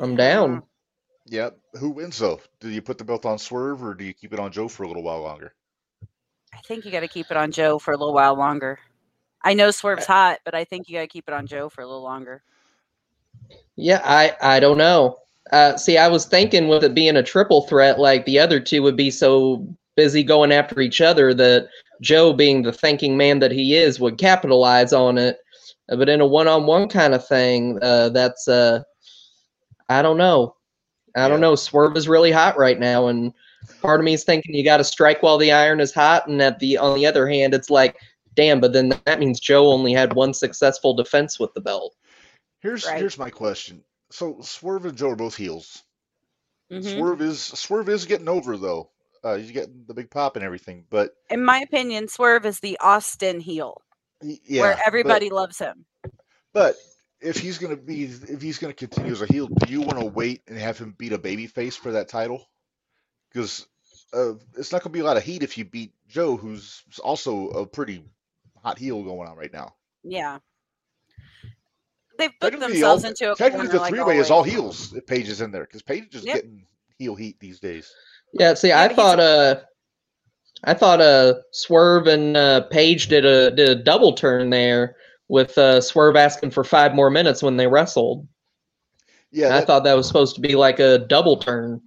Speaker 3: I'm down.
Speaker 1: Yep. Who wins though? Do you put the belt on Swerve or do you keep it on Joe for a little while longer?
Speaker 2: I think you got to keep it on Joe for a little while longer. I know Swerve's hot, but I think you got to keep it on Joe for a little longer.
Speaker 3: Yeah, I I don't know. Uh, see, I was thinking with it being a triple threat, like the other two would be so busy going after each other that Joe, being the thinking man that he is, would capitalize on it. Uh, But in a one-on-one kind of thing, uh, that's uh, I don't know. I don't
Speaker 1: Yeah.
Speaker 3: know. Swerve is really hot right now, and part of me is thinking you got to strike while the iron is hot. And at the on the other hand, it's like, damn. But then that means Joe only had one successful defense with the belt.
Speaker 1: Here's
Speaker 2: Right.
Speaker 1: here's my question. So Swerve and Joe are both heels.
Speaker 2: Mhm.
Speaker 1: Swerve is Swerve is getting over though. Uh, he's getting the big pop and everything, but
Speaker 2: In my opinion, Swerve is the Austin heel
Speaker 1: y- yeah,
Speaker 2: where
Speaker 1: but-
Speaker 2: everybody loves him.
Speaker 1: But if he's gonna be, if he's gonna continue as a heel, do you want to wait and have him beat a babyface for that title? Because uh, it's not gonna be a lot of heat if you beat Joe, who's also a pretty hot heel going on right now.
Speaker 2: Yeah. They've put
Speaker 1: Technically,
Speaker 2: themselves
Speaker 1: all-
Speaker 2: into a
Speaker 1: Technically,
Speaker 2: corner
Speaker 1: the
Speaker 2: like
Speaker 1: three way is all
Speaker 2: always.
Speaker 1: heels. If Paige is in there, because Paige is
Speaker 2: Yep.
Speaker 1: getting heel heat these days.
Speaker 3: Yeah, see,
Speaker 2: Yeah,
Speaker 3: I
Speaker 2: but he's-
Speaker 3: thought uh, I thought uh, Swerve and uh, Paige did a did a double turn there with uh, Swerve asking for five more minutes when they wrestled.
Speaker 1: Yeah,
Speaker 3: I
Speaker 1: that-
Speaker 3: thought that was supposed to be like a double turn.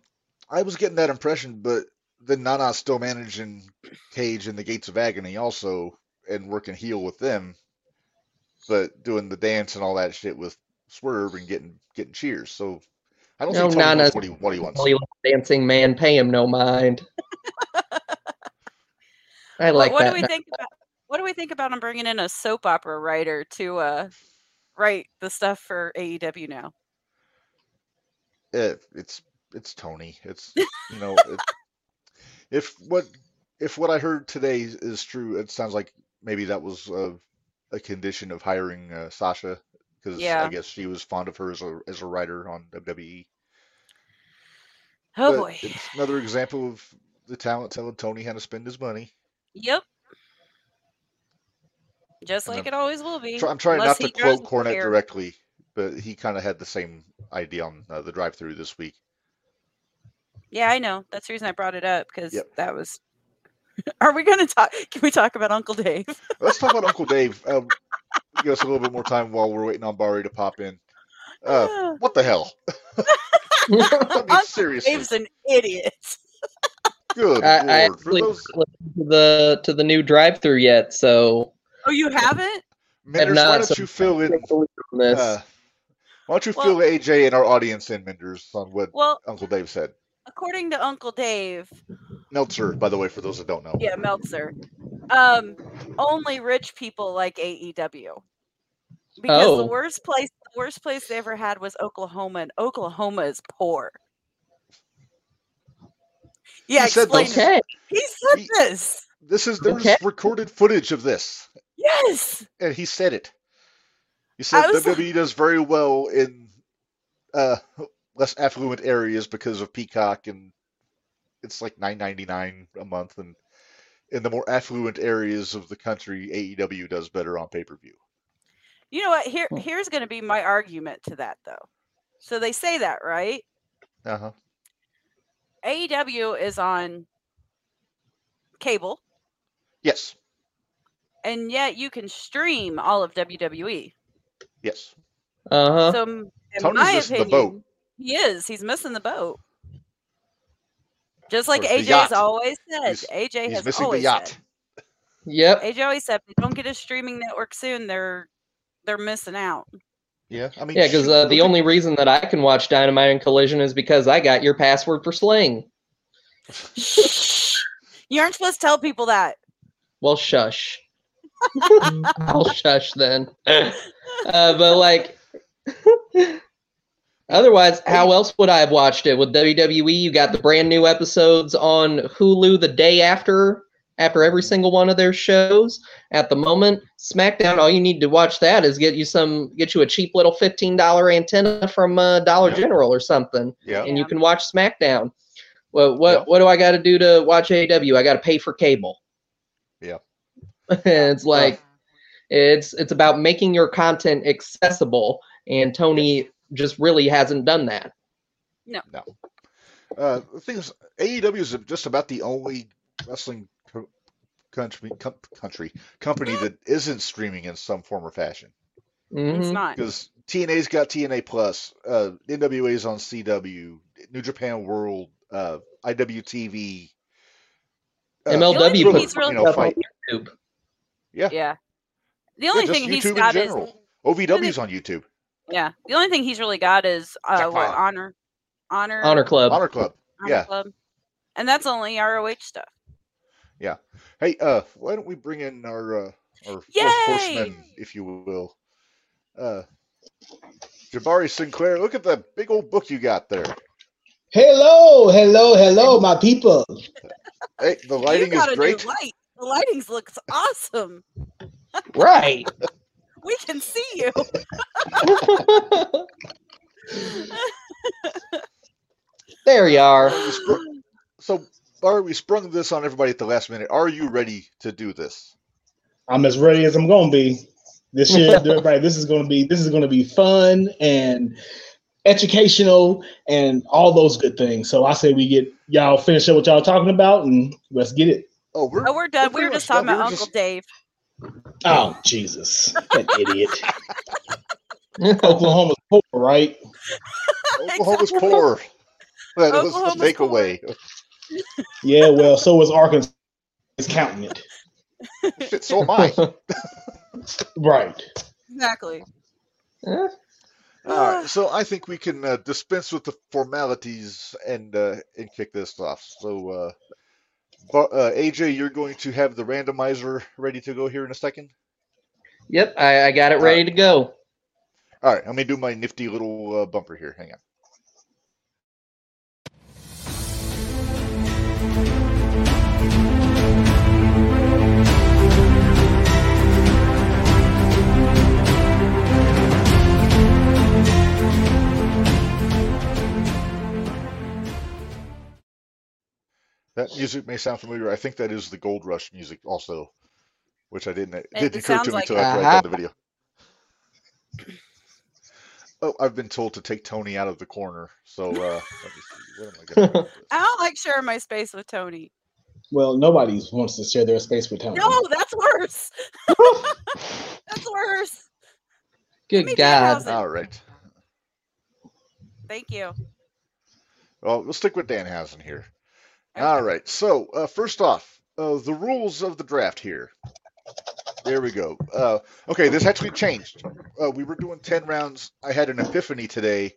Speaker 1: I was getting that impression, but then Nana's still managing Cage and the Gates of Agony also and working heel with them, but doing the dance and all that shit with Swerve and getting getting cheers. So I don't
Speaker 3: No,
Speaker 1: think Tony knows
Speaker 3: Nana's-
Speaker 1: what he what he wants.
Speaker 3: Only let the dancing man, pay him no mind. I
Speaker 2: But
Speaker 3: like
Speaker 2: what
Speaker 3: that.
Speaker 2: do we think about what do we think about him bringing in a soap opera writer to uh write the stuff for AEW now?
Speaker 1: Eh, it's it's Tony. It's you know it, if what if what I heard today is- is true, it sounds like maybe that was uh, a condition of hiring uh, Sasha because I
Speaker 2: Yeah.
Speaker 1: guess she was fond of her as a as a writer on E. WWE.
Speaker 2: Oh
Speaker 1: But
Speaker 2: boy.
Speaker 1: It's another example of the talent telling Tony how to spend his money.
Speaker 2: Yep. Just
Speaker 1: And
Speaker 2: like
Speaker 1: I'm
Speaker 2: it always will be.
Speaker 1: Try- I'm trying
Speaker 2: unless
Speaker 1: not to
Speaker 2: he grows
Speaker 1: quote
Speaker 2: more
Speaker 1: Cornette
Speaker 2: hair.
Speaker 1: directly, but he kind of had the same idea on uh, the drive-through this week.
Speaker 2: Yeah, I know. That's the reason I brought it up because
Speaker 1: Yep.
Speaker 2: that was. Are we going to talk? Can we talk about Uncle Dave?
Speaker 1: Let's talk about Uncle Dave. Um, give us a little bit more time while we're waiting on Barry to pop in. Uh, what the hell? I mean,
Speaker 2: Uncle
Speaker 1: seriously.
Speaker 2: Dave's an idiot.
Speaker 1: Good
Speaker 3: I, I
Speaker 1: lord. For
Speaker 3: actually
Speaker 1: those
Speaker 3: haven't listened to the to the new drive through yet, so
Speaker 2: Oh, you haven't?
Speaker 1: Menders, why
Speaker 3: not,
Speaker 1: don't
Speaker 3: so-
Speaker 1: you fill in?
Speaker 3: Take a look on this.
Speaker 1: Uh, why don't you
Speaker 2: Well-
Speaker 1: fill AJ and our audience in, Menders, on what
Speaker 2: Well,
Speaker 1: Uncle Dave said?
Speaker 2: according to Uncle Dave,
Speaker 1: Meltzer, by the way, for those that don't know.
Speaker 2: yeah, Meltzer, um, only rich people like AEW. Because the
Speaker 3: Oh.
Speaker 2: worst place, the worst place they ever had was Oklahoma, and Oklahoma is poor. Yeah,
Speaker 1: He said
Speaker 2: explain.
Speaker 1: those-
Speaker 2: it.
Speaker 3: okay.
Speaker 2: He said
Speaker 1: He-
Speaker 2: this.
Speaker 1: This is there's
Speaker 3: Okay.
Speaker 1: recorded footage of this,
Speaker 2: Yes.
Speaker 1: and he said it. He said
Speaker 2: was like-
Speaker 1: WWE does very well in uh, less affluent areas because of Peacock, and it's like nine ninety nine a month, and in the more affluent areas of the country, AEW does better on pay per view.
Speaker 2: You know what? Here,
Speaker 3: Hmm.
Speaker 2: here's going to be my argument to that, though. So they say that, right?
Speaker 1: Uh
Speaker 3: Uh-huh.
Speaker 1: huh.
Speaker 2: AEW is on cable,
Speaker 1: Yes.
Speaker 2: and yet you can stream all of WWE.
Speaker 1: Yes.
Speaker 3: Uh huh.
Speaker 2: So, m- in
Speaker 1: Uh-huh. Tony's
Speaker 2: my
Speaker 1: missing
Speaker 2: opinion,
Speaker 1: the boat.
Speaker 2: he is. He's missing the boat. Just like
Speaker 1: course, the
Speaker 2: AJ's
Speaker 1: yacht.
Speaker 2: always said.
Speaker 1: He's-
Speaker 2: AJ
Speaker 1: He's
Speaker 2: has
Speaker 1: missing the
Speaker 2: always
Speaker 1: yacht.
Speaker 2: said.
Speaker 3: Yep.
Speaker 2: AJ always said if they don't get a streaming network soon, they're they're missing out.
Speaker 1: Yeah, I mean,
Speaker 3: Yeah, because
Speaker 1: shoot,
Speaker 3: uh,
Speaker 1: don't
Speaker 3: the
Speaker 1: you-
Speaker 3: only reason that I can watch Dynamite and Collision is because I got your password for Sling.
Speaker 2: you aren't supposed to tell people that.
Speaker 3: Well, shush. I'll shush then. uh, but like, otherwise, how else would I have watched it? With WWE, you got the brand new episodes on Hulu the day after, after every single one of their shows. At the moment, SmackDown, all you need to watch that is get you some, get you a cheap little fifteen dollar antenna from uh, Dollar
Speaker 1: Yeah.
Speaker 3: General or something
Speaker 1: yeah,
Speaker 3: and you
Speaker 2: Yeah.
Speaker 3: can watch SmackDown. Well, what
Speaker 1: Yeah.
Speaker 3: what do I got to do to watch AW? I got to pay for cable.
Speaker 1: Yeah.
Speaker 3: it's like it's it's about making your content accessible, and Tony just really hasn't done that.
Speaker 1: uh, the thing is, AEW is just about the only wrestling co- country com- country company that isn't streaming in some form or fashion.
Speaker 2: It's
Speaker 1: mm-hmm.
Speaker 3: Mhm.
Speaker 2: not.
Speaker 1: Because TNA's got TNA Plus, uh, NWA's on CW, New Japan World, uh, IWTV, uh,
Speaker 2: The only
Speaker 3: MLW
Speaker 2: thing
Speaker 1: Thriller,
Speaker 2: he's
Speaker 3: puts
Speaker 1: you
Speaker 2: really
Speaker 1: know,
Speaker 3: stuff on
Speaker 1: fight.
Speaker 3: YouTube.
Speaker 2: Yeah. The only
Speaker 1: yeah, just
Speaker 2: thing
Speaker 1: YouTube
Speaker 2: he's
Speaker 1: in
Speaker 2: got is
Speaker 1: general. OVW's on YouTube.
Speaker 2: yeah. The only thing he's really got is uh,
Speaker 1: Jack
Speaker 2: what
Speaker 1: Ma.
Speaker 2: honor, honor,
Speaker 3: Honor Club.
Speaker 1: Honor Club.
Speaker 2: Honor
Speaker 1: yeah.
Speaker 2: club, and that's only ROH stuff.
Speaker 1: Hey, uh, why don't we bring in our uh, our fourth
Speaker 2: Yay!
Speaker 1: horseman, if you will, uh, Jabari Sinclair? Look at that big old book you got there.
Speaker 4: Hello, hello, hello, my people.
Speaker 1: Hey, the
Speaker 2: you
Speaker 1: lighting
Speaker 2: got
Speaker 1: is
Speaker 2: a new
Speaker 1: great.
Speaker 2: light. The lighting looks awesome.
Speaker 3: Right.
Speaker 2: We can see you.
Speaker 3: there you are.
Speaker 1: So, Barry, we sprung this on everybody at the last minute. Are you ready to do this?
Speaker 4: I'm as ready as I'm gonna be. This year, everybody, this is gonna be this is gonna be fun and educational and all those good things. So I say we get y'all finish up what y'all talking about and let's get it.
Speaker 1: Oh, we're
Speaker 2: Oh, we're done. We
Speaker 1: pretty
Speaker 2: were just
Speaker 1: much
Speaker 2: talking
Speaker 1: done.
Speaker 2: about
Speaker 1: We were
Speaker 2: Uncle Dave.
Speaker 4: Oh Jesus, that idiot. Oklahoma's poor, right?
Speaker 1: just- Oklahoma's poor. That was the
Speaker 2: Oklahoma's poor.
Speaker 1: takeaway.
Speaker 4: Yeah, well, so is Arkansas. Is counting it
Speaker 1: Shit, so am I.
Speaker 4: right.
Speaker 2: Exactly.
Speaker 3: Eh,
Speaker 1: All right, so I think we can uh, dispense with the formalities and uh, and kick this off. So, uh, Bar- uh, AJ, you're going to have the randomizer ready to go here in a second.
Speaker 3: yep, I, I got it ready to go.
Speaker 1: All right, let me do my nifty little uh, bumper here. Hang on. That music may sound familiar. I think that is the Gold Rush music, also, which I didn't it
Speaker 2: It
Speaker 1: didn't occur
Speaker 2: sounds
Speaker 1: to me
Speaker 2: like
Speaker 1: until
Speaker 3: it.
Speaker 1: after I
Speaker 3: Aha.
Speaker 1: done the video. Oh, I've been told to take Tony out of the corner. So uh, let me see. What am I gonna do with this?
Speaker 2: I don't like sharing my space with Tony.
Speaker 4: Well, nobody wants to share their space with Tony.
Speaker 1: Oh.
Speaker 2: No, that's worse. that's worse.
Speaker 3: Good
Speaker 2: me
Speaker 3: God.
Speaker 2: Danhausen.
Speaker 1: All right.
Speaker 2: Thank you.
Speaker 1: Well, we'll stick with Danhausen here. All right. So uh, first off, uh, the rules of the draft here. There we go. Uh, okay, this actually changed. Uh, we were doing ten rounds. I had an epiphany today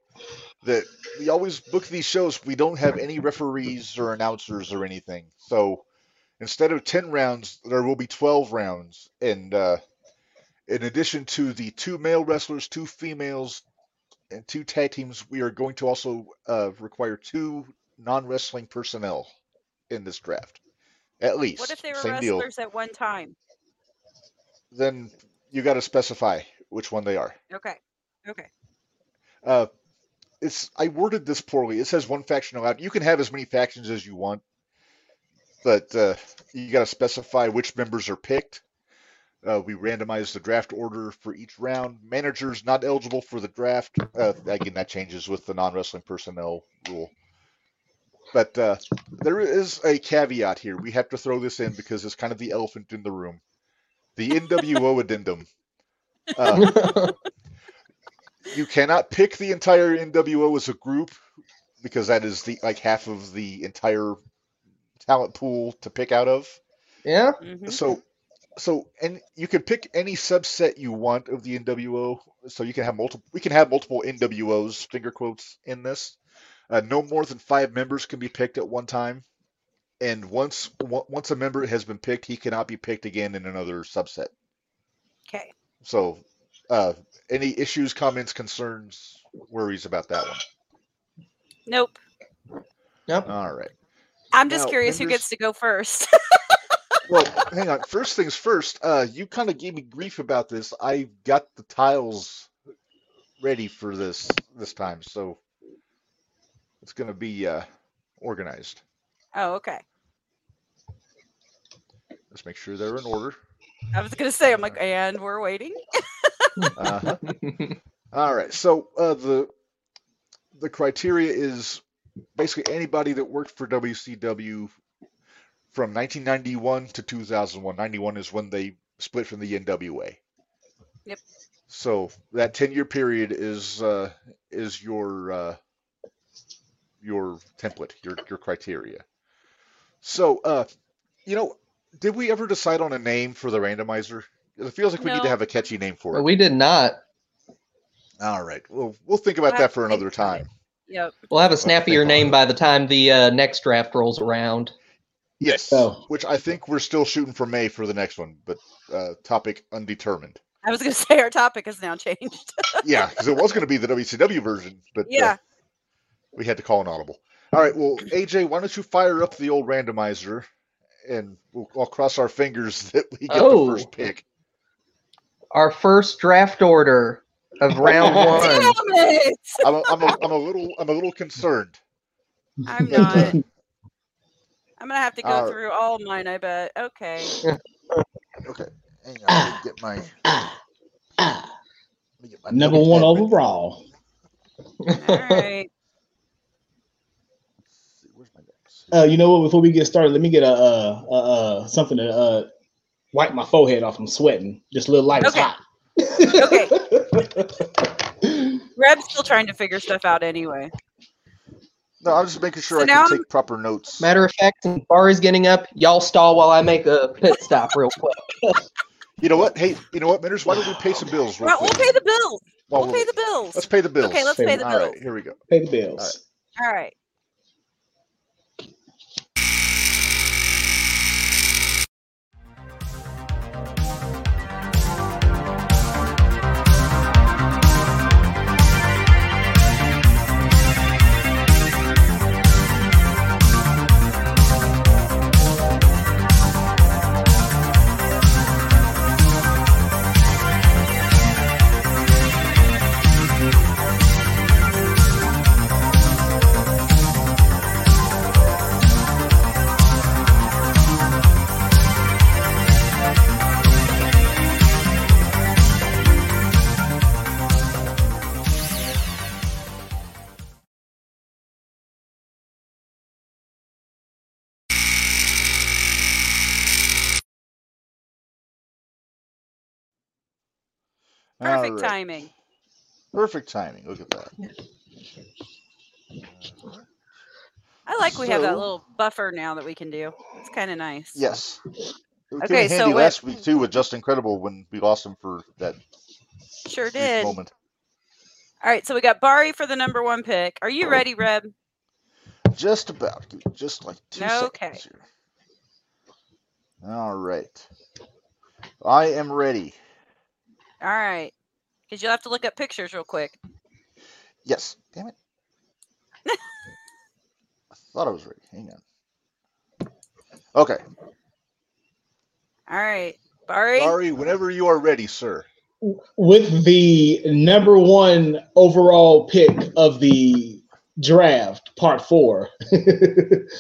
Speaker 1: that we always book these shows. We don't have any referees or announcers or anything. So instead of ten rounds, there will be twelve rounds. And uh, in addition to the two male wrestlers, two females, and two tag teams, we are going to also uh, require two non-wrestling personnel in this draft, at least.
Speaker 2: What if they were
Speaker 1: Same deal.
Speaker 2: wrestlers at one time?
Speaker 1: Then you got to specify which one they are.
Speaker 2: Okay. Okay.
Speaker 1: Uh, it's I worded this poorly. It says one faction allowed. You can have as many factions as you want, but uh, you got to specify which members are picked. Uh, we randomize the draft order for each round. Managers not eligible for the draft. Uh, again, that changes with the non-wrestling personnel rule. But uh, there is a caveat here. We have to throw this in because it's kind of the elephant in the room. The NWO addendum. Uh, you cannot pick the entire NWO as a group because that is the like half of the entire talent pool to pick out of.
Speaker 3: Yeah.
Speaker 2: Mhm.
Speaker 1: So, so and you can pick any subset you want of the NWO. So you can have multiple. We can have multiple NWOs, finger quotes, in this. Uh, no more than five members can be picked at one time, and once on- once a member has been picked, he cannot be picked again in another subset.
Speaker 2: Okay.
Speaker 1: So, uh, any issues, comments, concerns, worries about that one?
Speaker 2: Nope.
Speaker 3: Yep.
Speaker 1: All right.
Speaker 2: I'm just
Speaker 1: Now,
Speaker 2: curious who
Speaker 1: members-
Speaker 2: gets to go first.
Speaker 1: Well, hang on. First things first. Uh, you kind of gave me grief about this. I got the tiles ready for this this time, so it's gonna be uh, organized.
Speaker 2: oh, okay.
Speaker 1: Let's make sure they're in order.
Speaker 2: I was gonna say, I'm like, and we're waiting.
Speaker 1: Uh-huh. All right. So uh, the the criteria is basically anybody that worked for WCW from 1991 to 2001. 91 is when they split from the NWA.
Speaker 2: Yep.
Speaker 1: So that 10 year period is uh, is your uh, your template, your your criteria. So uh, you know, did we ever decide on a name for the randomizer? It feels like we need to
Speaker 2: No.
Speaker 1: have a catchy name for it.
Speaker 3: But we did not.
Speaker 1: All right. Well, we'll think
Speaker 2: We'll
Speaker 1: about that
Speaker 2: have to
Speaker 1: for
Speaker 2: think
Speaker 1: another
Speaker 2: about it.
Speaker 1: time.
Speaker 2: Yep.
Speaker 3: We'll have a
Speaker 1: Well, thank
Speaker 3: snappier
Speaker 1: God.
Speaker 3: name by the time the uh, next draft rolls around.
Speaker 1: Yes.
Speaker 4: Oh.
Speaker 1: Which I think we're still shooting for May for the next one, but uh, topic undetermined.
Speaker 2: I was gonna say our topic has now changed.
Speaker 1: Yeah, because it was going to be the WCW version, but uh,
Speaker 2: yeah.
Speaker 1: we had to call an audible. All right. Well, AJ, why don't you fire up the old randomizer, and we'll I'll cross our fingers that we get
Speaker 3: Oh.
Speaker 1: the first pick.
Speaker 3: Our first draft order of round
Speaker 2: Damn
Speaker 3: one.
Speaker 2: it!
Speaker 1: I'm a, I'm, a, I'm a little I'm a little concerned.
Speaker 2: I'm not. I'm gonna have to go
Speaker 1: All right.
Speaker 2: through all mine. I bet. Okay.
Speaker 1: Okay. Hang on. Let me get my, let
Speaker 4: Ah, ah.
Speaker 1: me get my
Speaker 4: Number
Speaker 1: notepad
Speaker 4: one
Speaker 1: ready.
Speaker 4: overall.
Speaker 2: All right.
Speaker 1: Let's see, where's my notes?
Speaker 4: Uh, you know what? Before we get started, let me get a, uh uh uh something to uh, wipe my forehead off. I'm sweating. This little light
Speaker 2: Okay.
Speaker 4: is hot. okay.
Speaker 2: Reb's still trying to figure stuff out anyway.
Speaker 1: No, I'm just making sure
Speaker 2: So
Speaker 1: I
Speaker 2: now
Speaker 1: can
Speaker 2: I'm-
Speaker 1: take proper notes.
Speaker 3: Matter of fact, since Barry's getting up, y'all stall while I make a pit stop real quick.
Speaker 1: You know what? Hey, you know what, Menders? Why don't we pay some bills real
Speaker 2: Well, we'll
Speaker 1: quick?
Speaker 2: pay the bills.
Speaker 1: while
Speaker 2: we'll
Speaker 1: we're-
Speaker 2: pay the bills.
Speaker 1: Let's pay the bills.
Speaker 2: Okay, let's
Speaker 4: Pay
Speaker 2: pay
Speaker 4: the
Speaker 2: the
Speaker 1: All
Speaker 2: bills.
Speaker 1: right, here we go.
Speaker 4: Pay the bills.
Speaker 2: All right.
Speaker 1: All
Speaker 2: Perfect
Speaker 1: right.
Speaker 2: timing.
Speaker 1: Perfect timing. Look at that. Uh-huh.
Speaker 2: I like we have that
Speaker 1: So-
Speaker 2: little buffer now that we can do. It's kind of nice.
Speaker 1: Yes. It came
Speaker 2: Okay,
Speaker 1: in
Speaker 2: so
Speaker 1: handy
Speaker 2: what-
Speaker 1: last week too with Just Incredible when we lost him for that
Speaker 2: Sure
Speaker 1: brief
Speaker 2: did.
Speaker 1: moment.
Speaker 2: All right, so we got Bari for the number one pick. Are you ready, Reb?
Speaker 1: Just about. Give me just like two
Speaker 2: Okay.
Speaker 1: seconds here. All right. I am ready.
Speaker 2: All right. Because you'll have to look up pictures real quick.
Speaker 1: Yes. Damn it. I thought I was ready. Hang on. Okay.
Speaker 2: All right. Bari?
Speaker 1: Sorry, whenever you are ready, sir.
Speaker 4: With the number one overall pick of the draft, part four, Jabari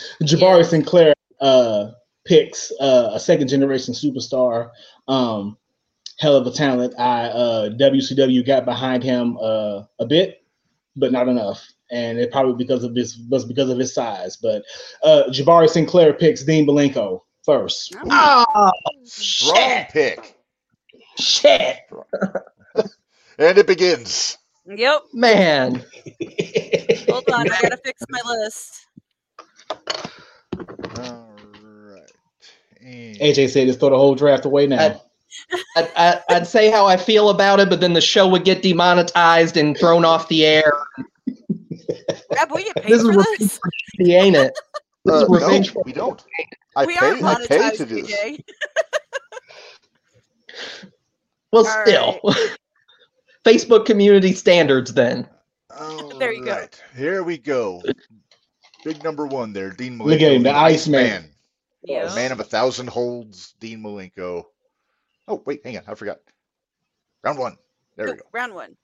Speaker 2: Yes.
Speaker 4: Sinclair uh, picks uh, a second generation superstar. Um, hell of a talent. I uh, WCW got behind him uh, a bit, but not enough. And it probably because of his was because of his size. But uh, Jabari Sinclair picks Dean Belenko first.
Speaker 2: Oh,
Speaker 3: Ah,
Speaker 1: Strong
Speaker 4: Shit.
Speaker 1: pick.
Speaker 4: Shit.
Speaker 1: And it begins.
Speaker 2: Yep.
Speaker 3: man.
Speaker 2: Hold on. I got to fix my list.
Speaker 1: All
Speaker 4: AJ said, just throw the whole draft away now.
Speaker 3: I- I'd, I- I'd say how I feel about it, but then the show would get demonetized and thrown off the air.
Speaker 2: Rob, we get paid
Speaker 3: This is
Speaker 2: for
Speaker 3: revenge
Speaker 2: this.
Speaker 3: for Shitty, ain't it? This
Speaker 1: Uh,
Speaker 3: is
Speaker 1: no,
Speaker 3: revenge for
Speaker 1: we don't. I
Speaker 2: we
Speaker 1: pay.
Speaker 2: are
Speaker 1: I pay to
Speaker 2: monetized
Speaker 1: do this. Oh,
Speaker 2: today.
Speaker 3: Well,
Speaker 2: All
Speaker 3: still, Facebook community standards. Then
Speaker 2: There you go.
Speaker 1: Alright, Here we go. Big number one there, Dean Malenko.
Speaker 4: Look at him, the Iceman.
Speaker 1: Man.
Speaker 2: Yeah.
Speaker 1: The man of a thousand holds, Dean Malenko. Oh, wait, hang on. I forgot. Round one. There we
Speaker 2: Go,
Speaker 1: go.
Speaker 2: Round one.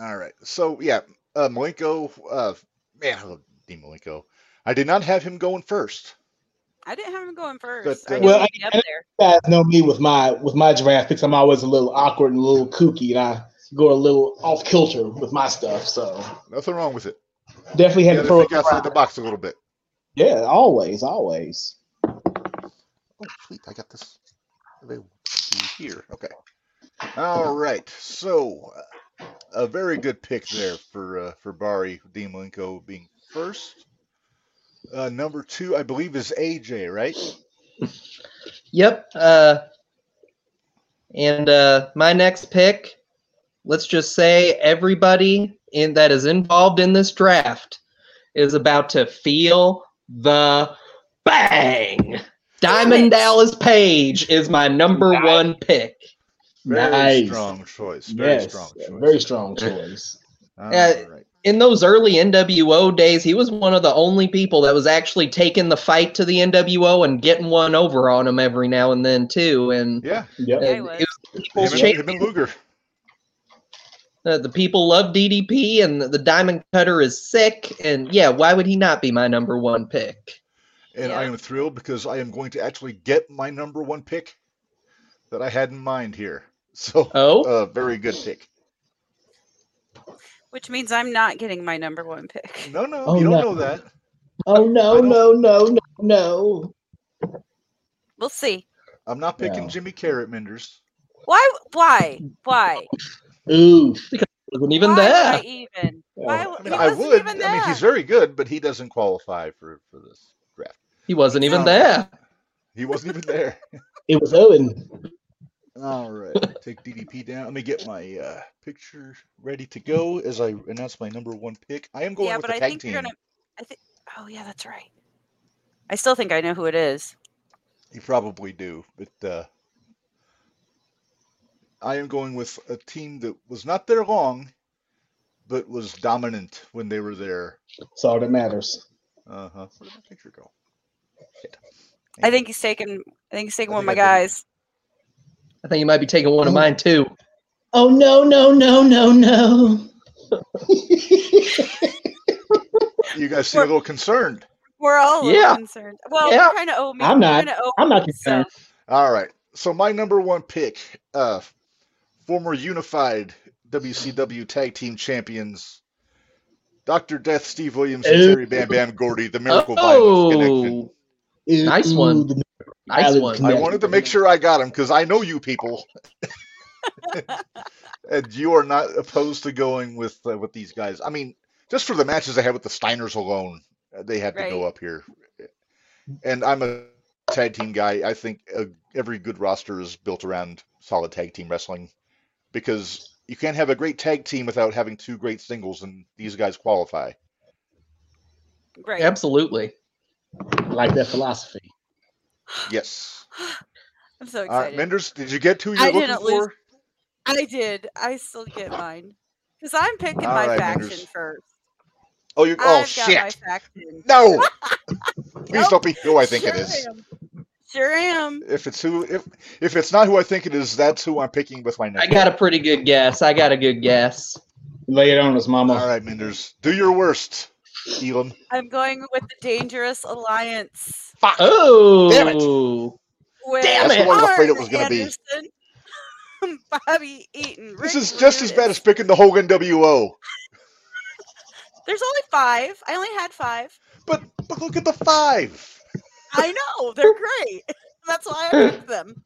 Speaker 1: All right. So, yeah, uh, Malenko. Uh, man, I love Dean Malenko. I did not have him going first.
Speaker 2: I didn't have him going first.
Speaker 1: uh,
Speaker 2: I knew
Speaker 4: Well,
Speaker 2: he'd
Speaker 4: I-
Speaker 2: be up
Speaker 4: I-
Speaker 2: there.
Speaker 4: You guys know me with my with my draft picks. I'm always a little awkward and a little kooky, and I go a little off kilter with my stuff. So
Speaker 1: Nothing wrong with it.
Speaker 4: definitely had
Speaker 1: You gotta
Speaker 4: to throw
Speaker 1: think
Speaker 4: it.
Speaker 1: outside the box a little bit.
Speaker 4: Yeah, always, always.
Speaker 1: Oh, sweet. I got this available to do here. Okay. All right. So, uh, a very good pick there for uh, for Bari Dean Malenko being first. Uh, number two, I believe, is AJ, right?
Speaker 3: Yep. Uh, and uh, my next pick, let's just say everybody in that is involved in this draft is about to feel the bang.
Speaker 2: Damn it.
Speaker 3: Diamond Dallas Page is my number
Speaker 4: Nice.
Speaker 3: one pick.
Speaker 1: Very
Speaker 4: nice.
Speaker 1: strong choice. Very
Speaker 4: Yes,
Speaker 1: strong
Speaker 4: yeah,
Speaker 1: choice.
Speaker 4: very strong choice.
Speaker 1: All
Speaker 3: Yeah.
Speaker 1: right.
Speaker 3: In those early NWO days, he was one of the only people that was actually taking the fight to the NWO and getting one over on him every now and then too. And
Speaker 1: Yeah.
Speaker 4: Yep.
Speaker 2: Yeah, he
Speaker 3: and
Speaker 2: was.
Speaker 3: it
Speaker 1: Him
Speaker 3: was
Speaker 1: and,
Speaker 3: people's
Speaker 1: him and Luger.
Speaker 3: Uh, the people love DDP, and the, the Diamond Cutter is sick. And yeah, why would he not be my number one pick?
Speaker 1: And
Speaker 2: Yeah.
Speaker 1: I am thrilled because I am going to actually get my number one pick that I had in mind here. So,
Speaker 3: Oh,
Speaker 1: uh, very good pick.
Speaker 2: Which means I'm not getting my number one pick.
Speaker 1: No, no,
Speaker 4: Oh,
Speaker 1: you don't
Speaker 4: no.
Speaker 1: know that.
Speaker 4: Oh
Speaker 1: I
Speaker 4: no,
Speaker 1: don't-
Speaker 4: no, no, no, no.
Speaker 2: We'll see.
Speaker 1: I'm not picking
Speaker 4: No.
Speaker 1: Jimmy Carrot Menders.
Speaker 2: Why? Why? Why?
Speaker 4: Ooh,
Speaker 3: wasn't even
Speaker 2: Why
Speaker 3: there.
Speaker 2: would I even? Why?
Speaker 4: Well,
Speaker 2: w-
Speaker 1: I mean,
Speaker 2: he
Speaker 1: I
Speaker 2: wasn't
Speaker 1: would.
Speaker 2: Even there.
Speaker 1: I mean, he's very good, but he doesn't qualify for for this draft.
Speaker 3: He wasn't even
Speaker 1: Exactly.
Speaker 3: there.
Speaker 1: He wasn't even there.
Speaker 4: it was Owen.
Speaker 1: All right, take DDP down. Let me get my uh, picture ready to go as I announce my number one pick. I am going
Speaker 2: yeah,
Speaker 1: with
Speaker 2: but
Speaker 1: the
Speaker 2: I
Speaker 1: tag
Speaker 2: think
Speaker 1: team.
Speaker 2: you're gonna. I think. Oh yeah, that's right. I still think I know who it is.
Speaker 1: You probably do, but uh, I am going with a team that was not there long, but was dominant when they were there.
Speaker 4: That's all that matters.
Speaker 1: Uh huh. Where did my picture go? Shit.
Speaker 2: I
Speaker 1: Hang on.
Speaker 2: think he's taking. I think he's taking
Speaker 1: I
Speaker 2: one of my
Speaker 1: think I did.
Speaker 2: guys.
Speaker 3: I think he might be taking one of
Speaker 4: Oh.
Speaker 3: mine too.
Speaker 4: Oh no, no, no, no, no.
Speaker 1: you guys seem a
Speaker 2: We're-
Speaker 1: little concerned.
Speaker 2: We're all a little
Speaker 3: Yeah.
Speaker 2: concerned. Well,
Speaker 3: Yeah.
Speaker 2: you're trying to owe me.
Speaker 4: I'm
Speaker 2: You're
Speaker 4: not.
Speaker 2: trying to owe
Speaker 4: I'm not
Speaker 2: me, so
Speaker 4: concerned.
Speaker 1: All right. So my number one pick, uh, former unified WCW tag team champions, Dr. Death, Steve Williams, and
Speaker 4: Ooh.
Speaker 1: Terry Bam Bam Gordy, the Miracle Violence Connection.
Speaker 3: Oh,
Speaker 4: Ooh,
Speaker 3: Nice one.
Speaker 4: the-
Speaker 3: nice
Speaker 4: Violent
Speaker 3: one.
Speaker 1: I
Speaker 4: Yeah.
Speaker 1: wanted to make sure I got him because I know you people, and you are not opposed to going with uh, with these guys. I mean, just for the matches they had with the Steiners alone, uh, they had to go
Speaker 2: Right.
Speaker 1: up here. And I'm a tag team guy. I think uh, every good roster is built around solid tag team wrestling. because you can't have a great tag team without having two great singles, and these guys qualify.
Speaker 2: right.
Speaker 3: Absolutely.
Speaker 4: I like that philosophy.
Speaker 1: Yes.
Speaker 2: I'm so
Speaker 1: All right,
Speaker 2: excited.
Speaker 1: Menders, did you get who
Speaker 2: I
Speaker 1: you're looking
Speaker 2: didn't lose
Speaker 1: for?
Speaker 2: I did. I still get mine because I'm picking
Speaker 1: All
Speaker 2: my
Speaker 1: right,
Speaker 2: faction
Speaker 1: Anders.
Speaker 2: first.
Speaker 1: Oh, you. Oh,
Speaker 2: I've got my
Speaker 1: shit.
Speaker 2: faction.
Speaker 1: No. Please
Speaker 2: Nope.
Speaker 1: don't be who I think
Speaker 2: sure
Speaker 1: it is.
Speaker 2: Am. Sure am.
Speaker 1: If it's who, if if it's not who I think it is, that's who I'm picking with my
Speaker 3: I
Speaker 1: next.
Speaker 3: got a pretty good guess. I got a good guess.
Speaker 4: Lay it on us, Mama.
Speaker 1: All right, Menders, do your worst, Elam.
Speaker 2: I'm going with the Dangerous Alliance
Speaker 1: Fuck.
Speaker 3: Oh,
Speaker 2: with
Speaker 3: Damn
Speaker 1: That's
Speaker 3: it.
Speaker 1: what I was afraid it
Speaker 2: Arn
Speaker 1: was gonna be.
Speaker 2: Anderson, Bobby Eaton.
Speaker 1: This
Speaker 2: Rick
Speaker 1: is just as
Speaker 2: Rude,
Speaker 1: bad
Speaker 2: and-
Speaker 1: as picking the whole NWO.
Speaker 2: There's only five. I only had five.
Speaker 1: But but look at the five.
Speaker 2: I know they're great. That's why I picked them.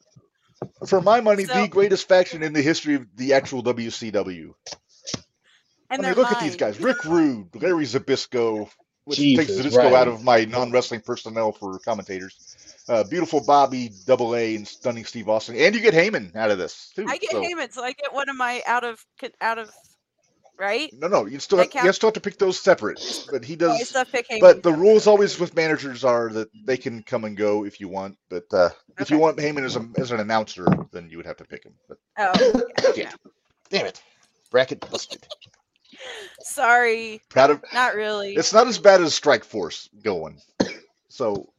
Speaker 1: For my money,
Speaker 2: So-
Speaker 1: the greatest faction in the history of the actual WCW.
Speaker 2: And
Speaker 1: I mean,
Speaker 2: they're
Speaker 1: look
Speaker 2: mine.
Speaker 1: at these guys: Rick Rude, Larry Zabisco, which
Speaker 4: Jesus,
Speaker 1: takes Zabisco
Speaker 4: right.
Speaker 1: out of my non-wrestling personnel for commentators. Uh, beautiful Bobby, Double A, and stunning Steve Austin, and you get Heyman out of this too.
Speaker 2: I get
Speaker 1: so-
Speaker 2: Heyman, so I get one of my out of out of right.
Speaker 1: No, no, you still
Speaker 2: That
Speaker 1: have, you
Speaker 2: counts?
Speaker 1: still have to pick those separate. But he
Speaker 2: Oh, I
Speaker 1: does.
Speaker 2: stuff pick Heyman.
Speaker 1: But the rules always with managers are that they can come and go if you want. But uh, if you
Speaker 2: Okay.
Speaker 1: want Heyman as, a, as an announcer, then you would have to pick him. But
Speaker 2: Oh,
Speaker 1: shit. damn it, bracket busted.
Speaker 2: sorry,
Speaker 1: Proud of
Speaker 2: not really.
Speaker 1: It's not as bad as Strike Force going. So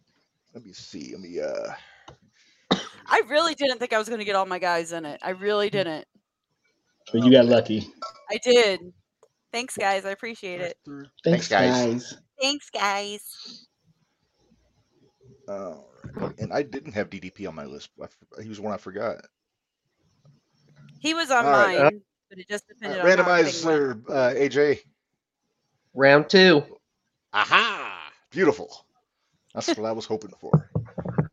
Speaker 1: let me see. Let me uh
Speaker 2: I really didn't think I was going to get all my guys in it. I really
Speaker 1: Hmm.
Speaker 2: didn't.
Speaker 4: But you got lucky.
Speaker 2: I did. Thanks, guys. I appreciate it.
Speaker 1: Thanks, guys.
Speaker 2: Thanks, guys.
Speaker 1: All right. And I didn't have DDP on my list. I f- he was one I forgot.
Speaker 2: He was on
Speaker 1: All right,
Speaker 2: mine,
Speaker 1: uh,
Speaker 2: but it just
Speaker 1: Uh,
Speaker 2: depended on how I picked mine.
Speaker 1: randomizer uh, AJ.
Speaker 3: Round two.
Speaker 1: Aha! Beautiful. That's what I was hoping for.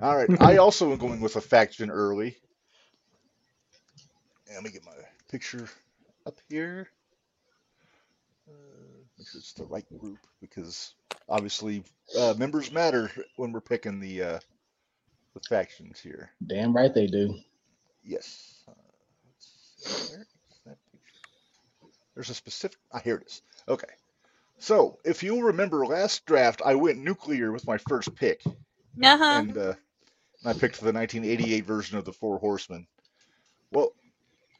Speaker 1: All right. I also am going with a faction early. And let me get my picture up here. Uh, make sure it's the right group because obviously uh, members matter when we're picking the uh, the factions here.
Speaker 4: Damn right they do.
Speaker 1: Yes. Uh, let's see, where is that picture? There's a specific. Ah, here it is. Okay. So, if you'll remember last draft, I went nuclear with my first pick,
Speaker 2: Uh-huh.
Speaker 1: and, uh, and I picked the 1988 version of the Four Horsemen. Well,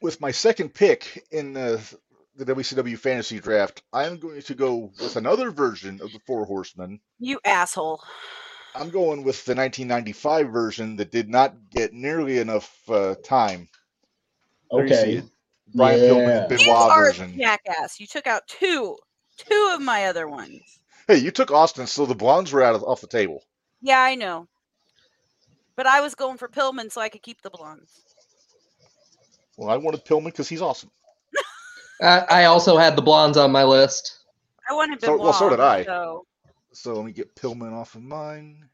Speaker 1: with my second pick in uh, the WCW fantasy draft, I'm going to go with another version of the Four Horsemen.
Speaker 2: You asshole.
Speaker 1: I'm going with the 1995 version that did not get nearly enough uh, time. There you see
Speaker 4: Okay.
Speaker 1: it. Brian Pillman's
Speaker 4: Yeah.
Speaker 1: Benoit
Speaker 2: You are a
Speaker 1: version.
Speaker 2: jackass. You took out two, two of my other ones.
Speaker 1: Hey, you took Austin, so the blondes were out of, off the table.
Speaker 2: Yeah, I know. But I was going for Pillman so I could keep the blondes.
Speaker 1: Well, I wanted Pillman because he's awesome.
Speaker 3: I, I also had the blondes on my list.
Speaker 2: I wanted
Speaker 1: So-
Speaker 2: Benoit.
Speaker 1: well, so did I.
Speaker 2: So
Speaker 1: So let me get Pillman off of mine.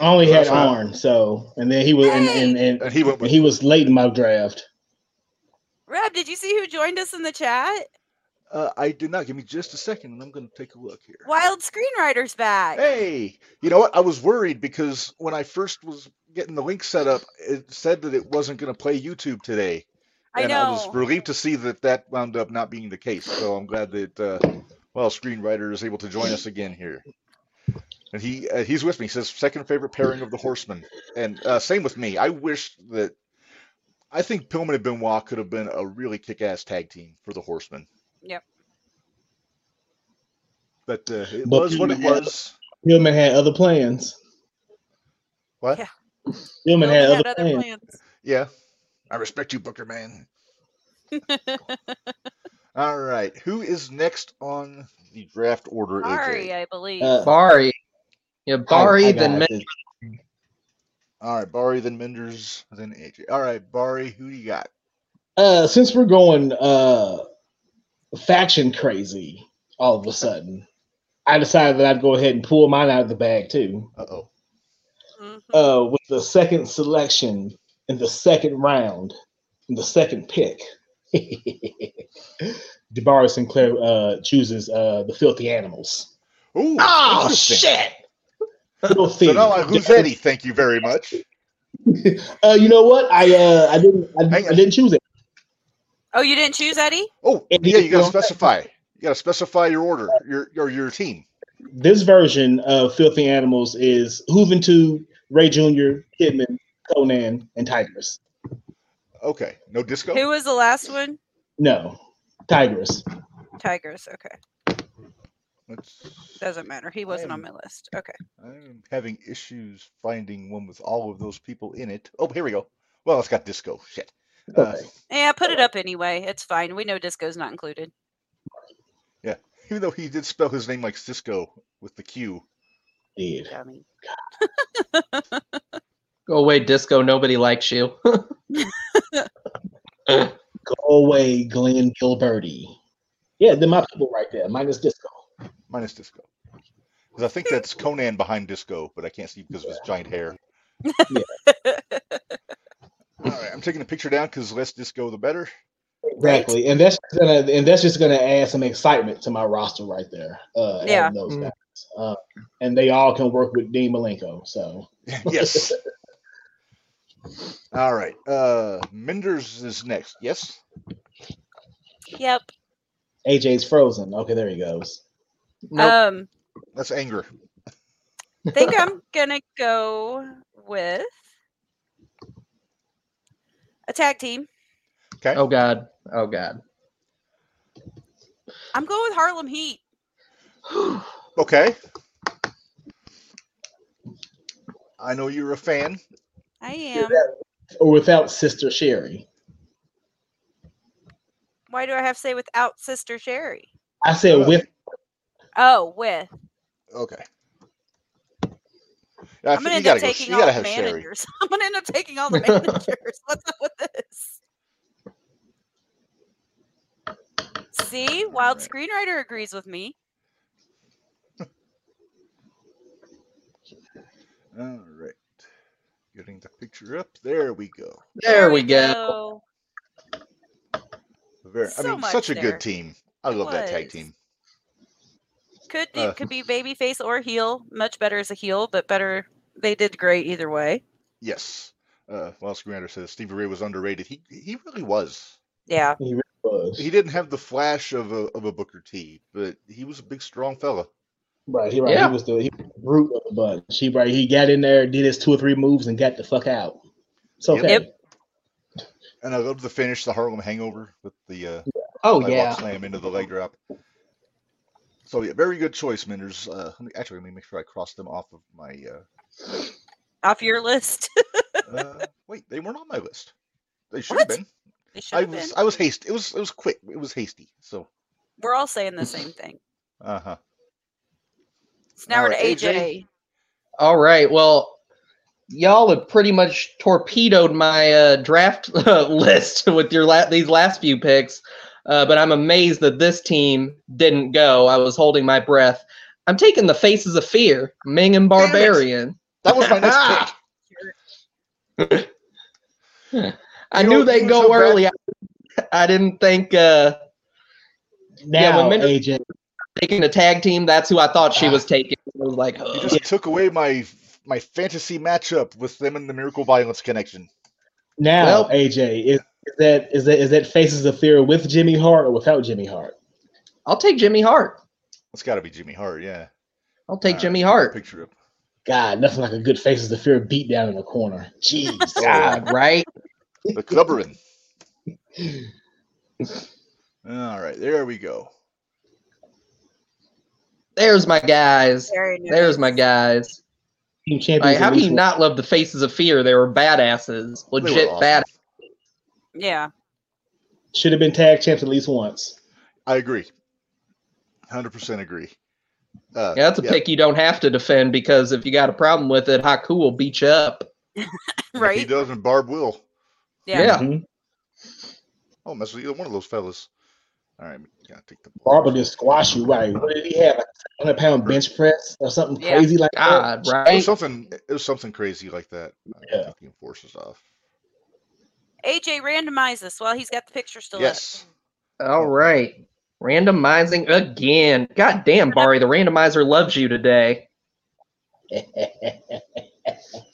Speaker 4: I only had
Speaker 1: That's right.
Speaker 4: Arn, so and then he was and and, and,
Speaker 1: And he went
Speaker 4: and
Speaker 1: with
Speaker 4: he was late in my draft.
Speaker 2: Reb, did you see who joined us in the chat?
Speaker 1: uh, I did not. Give me just a second, and I'm going to take a look here.
Speaker 2: Wild Screenwriter's back.
Speaker 1: Hey, you know what? I was worried because when I first was getting the link set up, it said that it wasn't going to play YouTube today.
Speaker 2: I
Speaker 1: and
Speaker 2: know.
Speaker 1: I was relieved to see that that wound up not being the case. So I'm glad that uh, well, screenwriter is able to join us again here. And he uh, he's with me. He says second favorite pairing of the Horsemen, and uh, same with me. I wish that I think Pillman and Benoit could have been a really kick-ass tag team for the Horsemen.
Speaker 2: Yep.
Speaker 1: But uh, it
Speaker 4: But
Speaker 1: was what it
Speaker 4: Pillman had-
Speaker 1: was.
Speaker 4: Hillman had other plans.
Speaker 1: What?
Speaker 2: Yeah.
Speaker 4: Hillman
Speaker 2: Pillman
Speaker 4: had other
Speaker 2: had other
Speaker 4: plans.
Speaker 1: Yeah. I respect you, Booker Man.
Speaker 2: plans.
Speaker 1: All right. Who is next on the draft order?
Speaker 2: Sorry,
Speaker 1: AJ?
Speaker 2: I believe.
Speaker 4: Uh,
Speaker 3: Bari. Yeah, Bari,
Speaker 4: I- I
Speaker 3: then
Speaker 4: got
Speaker 3: Mendez.
Speaker 4: this.
Speaker 1: All right, Bari, then Menders, then AJ. All right, Bari, who do you got?
Speaker 4: Uh, since we're going uh faction crazy all of a sudden, I decided that I'd go ahead and pull mine out of the bag too.
Speaker 1: Uh oh.
Speaker 2: Mhm.
Speaker 4: Uh, with the second selection in the second round, in the second pick, Debari Sinclair uh, chooses uh the Filthy Animals.
Speaker 1: Ooh,
Speaker 4: Oh
Speaker 1: interesting.
Speaker 4: shit! Filthy.
Speaker 1: So now I lose Eddie. Thank you very much.
Speaker 4: Uh, you know what? I uh, I didn't I,
Speaker 1: Hang on.
Speaker 4: I didn't choose it.
Speaker 2: Oh, you didn't choose Eddie?
Speaker 1: Oh,
Speaker 4: Eddie
Speaker 1: yeah, you
Speaker 4: is
Speaker 1: gotta
Speaker 4: on-
Speaker 1: specify. You gotta specify your order, your your your team.
Speaker 4: This version of Filthy Animals is Juventud, Ray Jr., Kidman, Conan, and Tigress.
Speaker 1: Okay. No disco.
Speaker 2: Who was the last one?
Speaker 4: No, Tigress.
Speaker 2: Tigers. Okay.
Speaker 1: Let's-
Speaker 2: Doesn't matter. He wasn't on
Speaker 1: am-
Speaker 2: my list. Okay.
Speaker 1: I'm having issues finding one with all of those people in it. Oh, here we go. Well, it's got disco. Shit. Uh,
Speaker 4: Okay.
Speaker 2: Yeah, put it up anyway. It's fine. We know disco's not included.
Speaker 1: even though he did spell his name like Cisco with the Q.
Speaker 4: Did.
Speaker 2: Dummy.
Speaker 3: Go away, disco. Nobody likes you.
Speaker 4: Go away, Glenn Gilberti. Yeah, then my people right there, minus Disco.
Speaker 1: Minus disco. Because I think that's Conan behind disco, but I can't see because of his giant hair. All right, I'm taking the picture down because less disco, the better.
Speaker 4: Exactly, and that's gonna and that's just gonna add some excitement to my roster right there. Uh,
Speaker 2: Yeah.
Speaker 4: adding those
Speaker 3: Mm.
Speaker 4: guys. uh, and they all can work with Dean Malenko. So
Speaker 1: yes. All right. Uh, Menders is next. Yes.
Speaker 2: Yep.
Speaker 4: AJ's frozen. Okay, there he goes.
Speaker 3: Nope.
Speaker 2: Um,
Speaker 1: That's anger.
Speaker 2: I think I'm gonna go with a tag team.
Speaker 1: Okay.
Speaker 3: oh god. Oh god.
Speaker 2: I'm going with Harlem Heat.
Speaker 1: Okay. I know you're a fan.
Speaker 2: I am.
Speaker 4: Or without Sister Sherry.
Speaker 2: Why do I have to say without Sister Sherry?
Speaker 4: I said
Speaker 1: Uh,
Speaker 4: with
Speaker 2: Oh, with.
Speaker 1: Okay. I think
Speaker 2: I'm
Speaker 1: you
Speaker 2: gonna end up
Speaker 1: gotta go.
Speaker 2: taking
Speaker 1: You
Speaker 2: all
Speaker 1: gotta
Speaker 2: the
Speaker 1: have Sherry.
Speaker 2: managers. I'm gonna end up taking all the managers. What's up with this? See, Wild Screenwriter agrees with me.
Speaker 1: All right. Getting the picture up. There we go.
Speaker 3: There, we go.
Speaker 1: Very, I
Speaker 2: So
Speaker 1: mean,
Speaker 2: much
Speaker 1: such a
Speaker 2: there.
Speaker 1: good team. I love that tag
Speaker 2: was.
Speaker 1: team.
Speaker 2: Could
Speaker 1: Uh.
Speaker 2: it could be babyface or heel. Much better as a heel, but better. They did great either way.
Speaker 1: Yes. Uh, well, Screenwriter says Stevie Ray was underrated. He he really was.
Speaker 2: Yeah.
Speaker 4: Buzz.
Speaker 1: He didn't have the flash of a of a Booker T, but he was a big, strong fella.
Speaker 4: Right, he, right.
Speaker 3: Yeah.
Speaker 4: he was the, he was the brute of the bunch. He right, he got in there, did his two or three moves, and got the fuck out. It's
Speaker 1: Yep.
Speaker 4: okay.
Speaker 2: Yep.
Speaker 1: And I love the finish, the Harlem Hangover with the uh,
Speaker 3: Oh
Speaker 1: sidewalk
Speaker 3: yeah.
Speaker 1: slam into the leg drop. So yeah, very good choice, Menders. Uh, let me- actually, let me make sure I cross them off of my. Uh,
Speaker 2: Off your list.
Speaker 1: uh, wait, they weren't on my list. They should have
Speaker 2: What?
Speaker 1: been.
Speaker 2: they should
Speaker 1: I
Speaker 2: have
Speaker 1: was
Speaker 2: been.
Speaker 1: I was hasty. It was it was quick. It was hasty. So
Speaker 2: We're all saying the same thing.
Speaker 1: uh huh.
Speaker 2: So now we're to
Speaker 1: Alright,
Speaker 2: AJ.
Speaker 1: AJ.
Speaker 3: All right. Well, y'all have pretty much torpedoed my uh, draft list with your la- these last few picks. Uh, but I'm amazed that this team didn't go. I was holding my breath. I'm taking the faces of fear, Ming and
Speaker 1: Damn it.
Speaker 3: Barbarian.
Speaker 1: That was my next pick.
Speaker 3: I
Speaker 1: You know,
Speaker 3: knew they'd
Speaker 1: you were
Speaker 3: go
Speaker 1: so bad-
Speaker 3: early. I, I didn't think uh, Yeah,
Speaker 4: Now
Speaker 3: when Mendez-
Speaker 4: AJ,
Speaker 3: taking a tag team. That's who I thought she was taking. I was like,
Speaker 1: Ah. You
Speaker 3: "Ugh."
Speaker 1: just took away my my fantasy matchup with them and the Miracle Violence connection.
Speaker 4: now
Speaker 3: Well-
Speaker 4: AJ is, is that is that is that Faces of Fear with Jimmy Hart or without Jimmy Hart?
Speaker 3: I'll take Jimmy Hart.
Speaker 1: It's got to be Jimmy Hart, yeah.
Speaker 3: I'll take
Speaker 1: Alright,
Speaker 3: Jimmy
Speaker 1: get the
Speaker 3: Hart.
Speaker 1: Picture up.
Speaker 4: God, nothing like a good Faces of Fear beat down in the corner. Jeez,
Speaker 3: Oh.
Speaker 4: God.
Speaker 3: God, right?
Speaker 1: The covering. All right, there we go.
Speaker 3: There's my guys.
Speaker 2: Very nice.
Speaker 3: There's my guys.
Speaker 4: Team champions.
Speaker 3: Like, how
Speaker 4: at
Speaker 3: can
Speaker 4: least
Speaker 3: you not love the faces of fear? They were badasses,
Speaker 1: They were
Speaker 3: legit
Speaker 1: awesome.
Speaker 3: bad.
Speaker 2: Yeah.
Speaker 4: Should have been tag champs at least once.
Speaker 1: I agree. 100% agree. Uh,
Speaker 3: Yeah, that's a pick you don't have to defend because if you got a problem with it, Haku will beat you up.
Speaker 1: if He
Speaker 2: Right.
Speaker 1: doesn't, Barb will.
Speaker 2: Yeah.
Speaker 3: Yeah.
Speaker 4: Mhm.
Speaker 1: Oh, mess with either one of those fellas. All right, gotta take the
Speaker 4: Barber just squash you. Right? What did he have? Like a hundred pound bench press or something
Speaker 2: Yeah.
Speaker 4: crazy like
Speaker 3: God,
Speaker 4: that.
Speaker 1: It was
Speaker 3: right?
Speaker 1: something. It was something crazy like that. I
Speaker 4: Yeah.
Speaker 1: think the enforcers off.
Speaker 2: AJ randomize this while he's got the picture still
Speaker 1: Yes.
Speaker 3: All right. Randomizing again. God damn, Barry, the randomizer loves you today.
Speaker 2: up.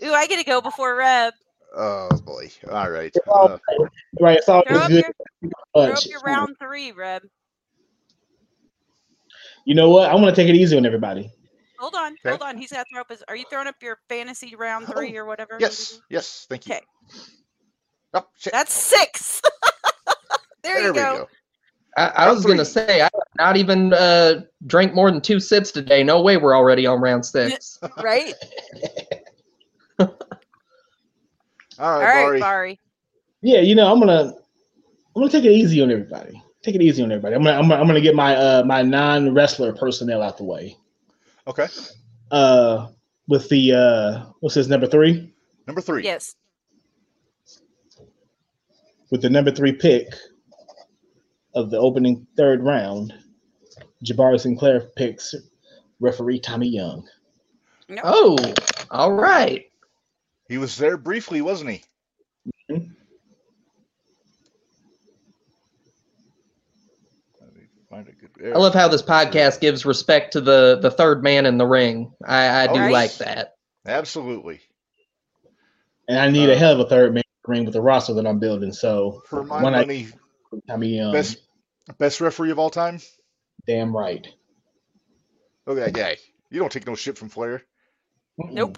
Speaker 2: Ooh, I get to go before Reb.
Speaker 1: Oh boy. All right.
Speaker 4: It's all-
Speaker 1: Uh,
Speaker 4: right, it's always
Speaker 2: Throw up
Speaker 4: good
Speaker 2: your throw up
Speaker 4: punch.
Speaker 2: your round three, Reb.
Speaker 4: You know what? I want to take it easy on everybody.
Speaker 2: Hold on,
Speaker 1: Okay.
Speaker 2: hold on. He's got to throw up his. Are you throwing up your fantasy round
Speaker 1: Oh,
Speaker 2: three or whatever?
Speaker 1: yes. Yes. Thank you.
Speaker 2: Okay.
Speaker 1: Oh, shit.
Speaker 2: That's six. there, you
Speaker 1: we
Speaker 2: go.
Speaker 3: I, I
Speaker 1: Round
Speaker 3: was going to
Speaker 1: three.
Speaker 3: say, I have not even uh, drank more than two sips today. No way we're already on round six.
Speaker 2: Right.
Speaker 1: All
Speaker 2: All
Speaker 1: right,
Speaker 2: right,
Speaker 1: Barry.
Speaker 2: Barry.
Speaker 4: Yeah, you know, I'm gonna I'm gonna take it easy on everybody. Take it easy on everybody. I'm gonna I'm gonna, I'm gonna get my uh my non wrestler personnel out the way.
Speaker 1: Okay.
Speaker 4: Uh, with the uh what's his number three?
Speaker 1: Number three.
Speaker 2: Yes.
Speaker 4: With the number three pick of the opening third round, Jabari Sinclair picks referee Tommy Young.
Speaker 2: No.
Speaker 3: Oh, all right.
Speaker 1: He was there briefly, wasn't he?
Speaker 2: Mm-hmm.
Speaker 4: Mhm.
Speaker 1: Let me Find a good.
Speaker 3: I love how this podcast gives respect to the the third man in the ring. I, I do
Speaker 2: Right.
Speaker 3: like that.
Speaker 1: Absolutely.
Speaker 4: And I need a hell of a third man ring with the roster that I'm building. So
Speaker 1: For my
Speaker 4: when I,
Speaker 1: money,
Speaker 4: I mean, um,
Speaker 1: best best referee of all time.
Speaker 4: damn right.
Speaker 1: Okay, yeah. You don't take no shit from Flair.
Speaker 2: Nope.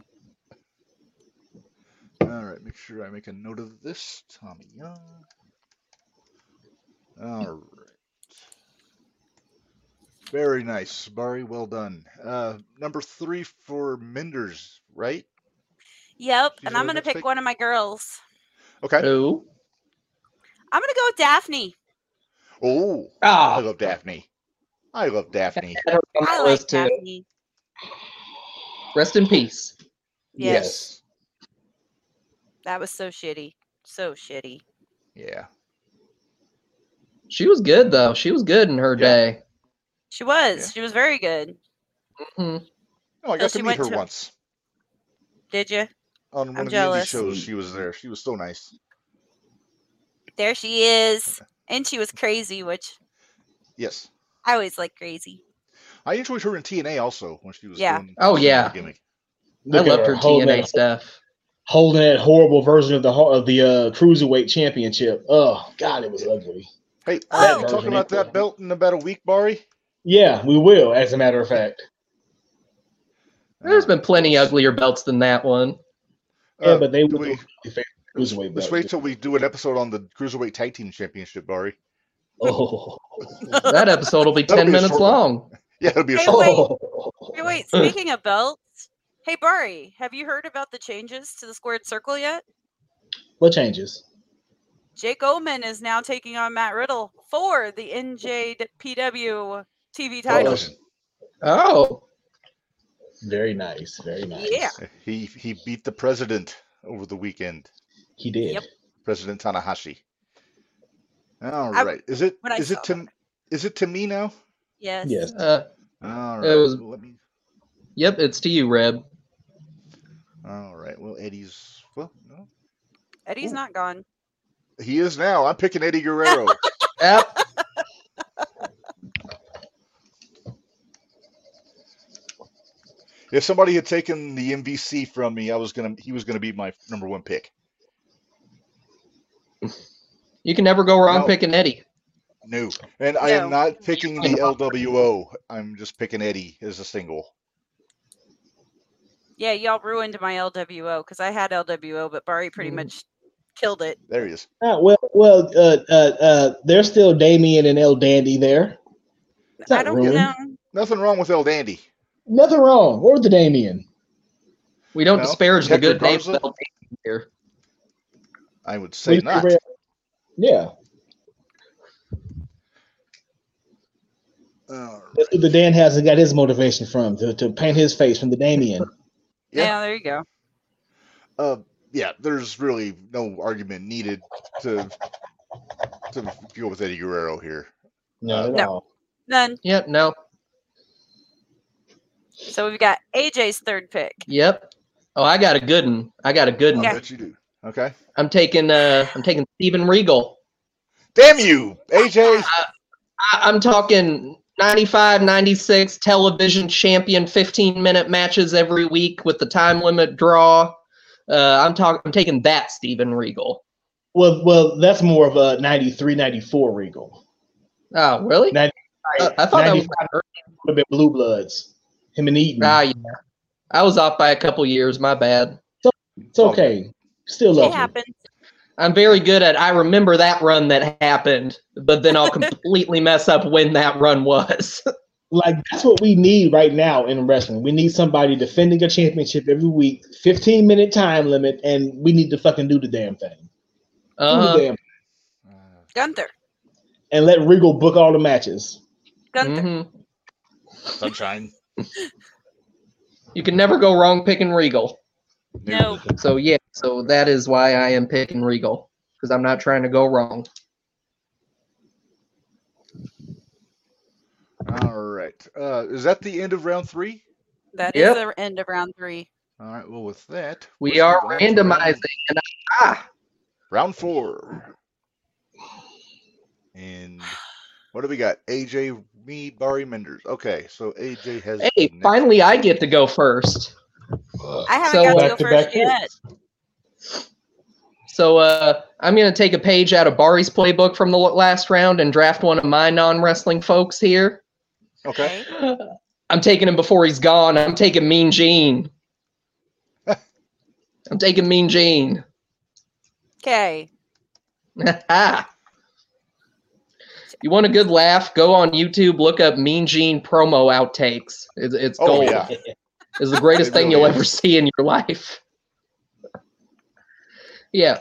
Speaker 1: All right, make sure I make a note of this. Tommy Young. All right. Very nice, Barry. Well done. Uh, number three for Menders, right?
Speaker 2: Yep.
Speaker 1: She's
Speaker 2: And I'm
Speaker 1: our
Speaker 2: gonna
Speaker 1: next
Speaker 2: pick
Speaker 1: pick?
Speaker 2: one of my girls.
Speaker 1: Okay.
Speaker 3: Who?
Speaker 2: I'm gonna go with Daphne.
Speaker 1: Oh, I
Speaker 3: Ah,
Speaker 1: love Daphne. I love Daphne.
Speaker 3: I had her on
Speaker 2: I
Speaker 3: that
Speaker 2: like
Speaker 3: list too.
Speaker 2: Daphne.
Speaker 3: Rest in peace.
Speaker 2: Yes. That was so shitty. So shitty.
Speaker 1: Yeah.
Speaker 3: She was good though. She was good in her
Speaker 1: Yeah.
Speaker 3: day.
Speaker 2: She was. She was very good.
Speaker 1: No,
Speaker 3: Mhm.
Speaker 1: Oh, I
Speaker 2: So
Speaker 1: got
Speaker 2: she
Speaker 1: to meet
Speaker 2: went
Speaker 1: her
Speaker 2: to-
Speaker 1: once
Speaker 2: Did you?
Speaker 1: on one of the indie
Speaker 2: jealous.
Speaker 1: shows. She was there. She was so nice.
Speaker 2: There she is. And she was crazy, which
Speaker 1: Yes.
Speaker 2: I always like crazy.
Speaker 1: I enjoyed her in TNA also when she was
Speaker 2: Yeah.
Speaker 1: doing she
Speaker 3: Oh,
Speaker 1: was doing
Speaker 3: yeah.
Speaker 1: the gimmick.
Speaker 3: I
Speaker 4: Look at
Speaker 3: loved her
Speaker 4: holding
Speaker 3: TNA
Speaker 4: that-
Speaker 3: stuff.
Speaker 4: holding that horrible version of the ho- of the uh, cruiserweight championship. Oh God, it was ugly.
Speaker 1: Hey, we'll
Speaker 2: Oh!
Speaker 1: be talking
Speaker 4: version,
Speaker 1: about
Speaker 4: yeah.
Speaker 1: that belt in about a week, Barry.
Speaker 4: Yeah, we will. As a matter of fact,
Speaker 3: There's
Speaker 1: All
Speaker 3: been plenty uglier belts than that one.
Speaker 1: right.
Speaker 4: yeah, but they
Speaker 1: do
Speaker 4: were
Speaker 1: we-
Speaker 4: the favorite cruiserweight
Speaker 1: Uh, Let's
Speaker 4: belt.
Speaker 1: wait till we do an episode on the Cruiserweight Tag Team Championship, Barry.
Speaker 4: oh,
Speaker 3: That episode will be
Speaker 1: That'll
Speaker 3: ten
Speaker 1: be a
Speaker 3: minutes
Speaker 1: short one.
Speaker 3: long.
Speaker 1: Yeah, it'll be a
Speaker 2: Hey,
Speaker 1: short.
Speaker 2: wait.
Speaker 4: oh.
Speaker 2: Hey, wait, speaking of belts, hey Barry, have you heard about the changes to the squared circle yet?
Speaker 4: What changes?
Speaker 2: Jake Oman is now taking on Matt Riddle for the NJPW TV title.
Speaker 1: Television.
Speaker 3: Oh,
Speaker 4: Very nice. Very nice.
Speaker 2: Yeah.
Speaker 1: He he beat the president over the weekend,
Speaker 4: he did.
Speaker 2: Yep.
Speaker 1: President Tanahashi. All
Speaker 2: I-
Speaker 1: right, is it
Speaker 2: when I
Speaker 1: is
Speaker 2: saw
Speaker 1: it to is it to me now?
Speaker 2: Yes.
Speaker 4: Yes.
Speaker 3: uh,
Speaker 1: All
Speaker 3: It
Speaker 1: right,
Speaker 3: was-
Speaker 1: let me.
Speaker 3: yep. It's to you, Reb.
Speaker 1: All right, well Eddie's well no,
Speaker 2: Eddie's
Speaker 1: Ooh.
Speaker 2: not gone.
Speaker 1: he is now. I'm picking Eddie Guerrero.
Speaker 3: Yep.
Speaker 1: if somebody had taken the MVC from me, I was gonna he was gonna be my number one pick.
Speaker 3: You can never go wrong
Speaker 1: No.
Speaker 3: picking Eddie.
Speaker 1: No, and I am
Speaker 2: No.
Speaker 1: not picking the LWO. I'm just picking Eddie as a single.
Speaker 2: Yeah, y'all ruined my LWO because I had LWO, but Barry pretty
Speaker 3: Mm.
Speaker 2: much killed it.
Speaker 1: There he is.
Speaker 4: Ah, well, well, uh, uh, uh, there's still Damien and El Dandy there. It's
Speaker 2: I
Speaker 4: not
Speaker 2: don't
Speaker 4: ruined.
Speaker 2: know.
Speaker 1: Nothing wrong with El Dandy.
Speaker 4: Nothing wrong. Where was the Damien?
Speaker 3: We don't
Speaker 1: No.
Speaker 3: disparage the
Speaker 1: Hector
Speaker 3: good names
Speaker 1: Garza?
Speaker 3: of LDs here.
Speaker 1: I would say
Speaker 4: Where's the
Speaker 1: not.
Speaker 4: red- Yeah,
Speaker 1: All
Speaker 4: that's where the Dan hasn't got his motivation from to, to paint his face from the Damien.
Speaker 2: Yeah.
Speaker 1: Yeah.
Speaker 2: there you go.
Speaker 1: Uh, yeah. There's really no argument needed to to go with Eddie Guerrero here.
Speaker 4: Not at
Speaker 2: No.
Speaker 4: all.
Speaker 2: None.
Speaker 3: Yep. No.
Speaker 2: So we've got AJ's third pick.
Speaker 3: Yep. Oh, I got a good one. I got a good
Speaker 1: I
Speaker 3: one.
Speaker 1: bet you do. Okay.
Speaker 3: I'm taking. Uh, I'm taking Steven Regal.
Speaker 1: Damn you, AJ.
Speaker 3: I, I'm talking 95, 96 television champion, 15 minute matches every week with the time limit draw. Uh, I'm talking. I'm taking that Steven Regal.
Speaker 4: Well, well, that's more of a 93, 94 Regal.
Speaker 3: Oh, really?
Speaker 4: Ninety-
Speaker 3: Uh, I thought that was
Speaker 4: 90
Speaker 3: kind of
Speaker 4: would have been Blue Bloods. Him and Eaton.
Speaker 3: Ah, yeah. I was off by a couple years. My bad.
Speaker 4: it's okay. Still
Speaker 2: It
Speaker 4: love him.
Speaker 2: happens.
Speaker 3: I'm very good at. I remember that run that happened, but then I'll completely mess up when that run was.
Speaker 4: Like that's what we need right now in wrestling. We need somebody defending a championship every week, 15 minute time limit, and we need to fucking do the damn thing. Do the
Speaker 3: Uh,
Speaker 4: damn
Speaker 1: Uh,
Speaker 2: Gunther.
Speaker 4: and let Regal book all the matches.
Speaker 1: Hmm?
Speaker 2: Gunther.
Speaker 3: mhm.
Speaker 1: sunshine.
Speaker 3: You can never go wrong picking Regal.
Speaker 2: No.
Speaker 3: So yeah, so that is why I am picking Regal because I'm not trying to go wrong.
Speaker 1: All right. Uh, is that the end of round three?
Speaker 2: That is
Speaker 3: Yep.
Speaker 2: the end of round three.
Speaker 1: All right. Well, with that,
Speaker 3: We
Speaker 1: let's
Speaker 3: are
Speaker 1: move on to round-
Speaker 3: randomizing. And ah,
Speaker 1: Round four. And What do we got? AJ, me, Barry Menders. Okay, so AJ has.
Speaker 3: Hey,
Speaker 1: next-
Speaker 3: finally I get to go first.
Speaker 2: I haven't
Speaker 3: So,
Speaker 2: got
Speaker 4: back
Speaker 2: to go
Speaker 4: to
Speaker 2: first
Speaker 4: back
Speaker 2: yet.
Speaker 4: hits.
Speaker 3: So uh, I'm going to take a page out of Barry's playbook from the l- last round and draft one of my non-wrestling folks here.
Speaker 1: Okay.
Speaker 3: I'm taking him before he's gone. I'm taking Mean Gene. I'm taking Mean Gene.
Speaker 2: Okay.
Speaker 3: you want a good laugh? Go on YouTube, look up Mean Gene promo outtakes. It's, it's
Speaker 1: Oh,
Speaker 3: gold.
Speaker 1: yeah.
Speaker 3: It's the greatest
Speaker 1: It
Speaker 3: thing
Speaker 1: really
Speaker 3: you'll
Speaker 1: is.
Speaker 3: ever see in your life. yeah.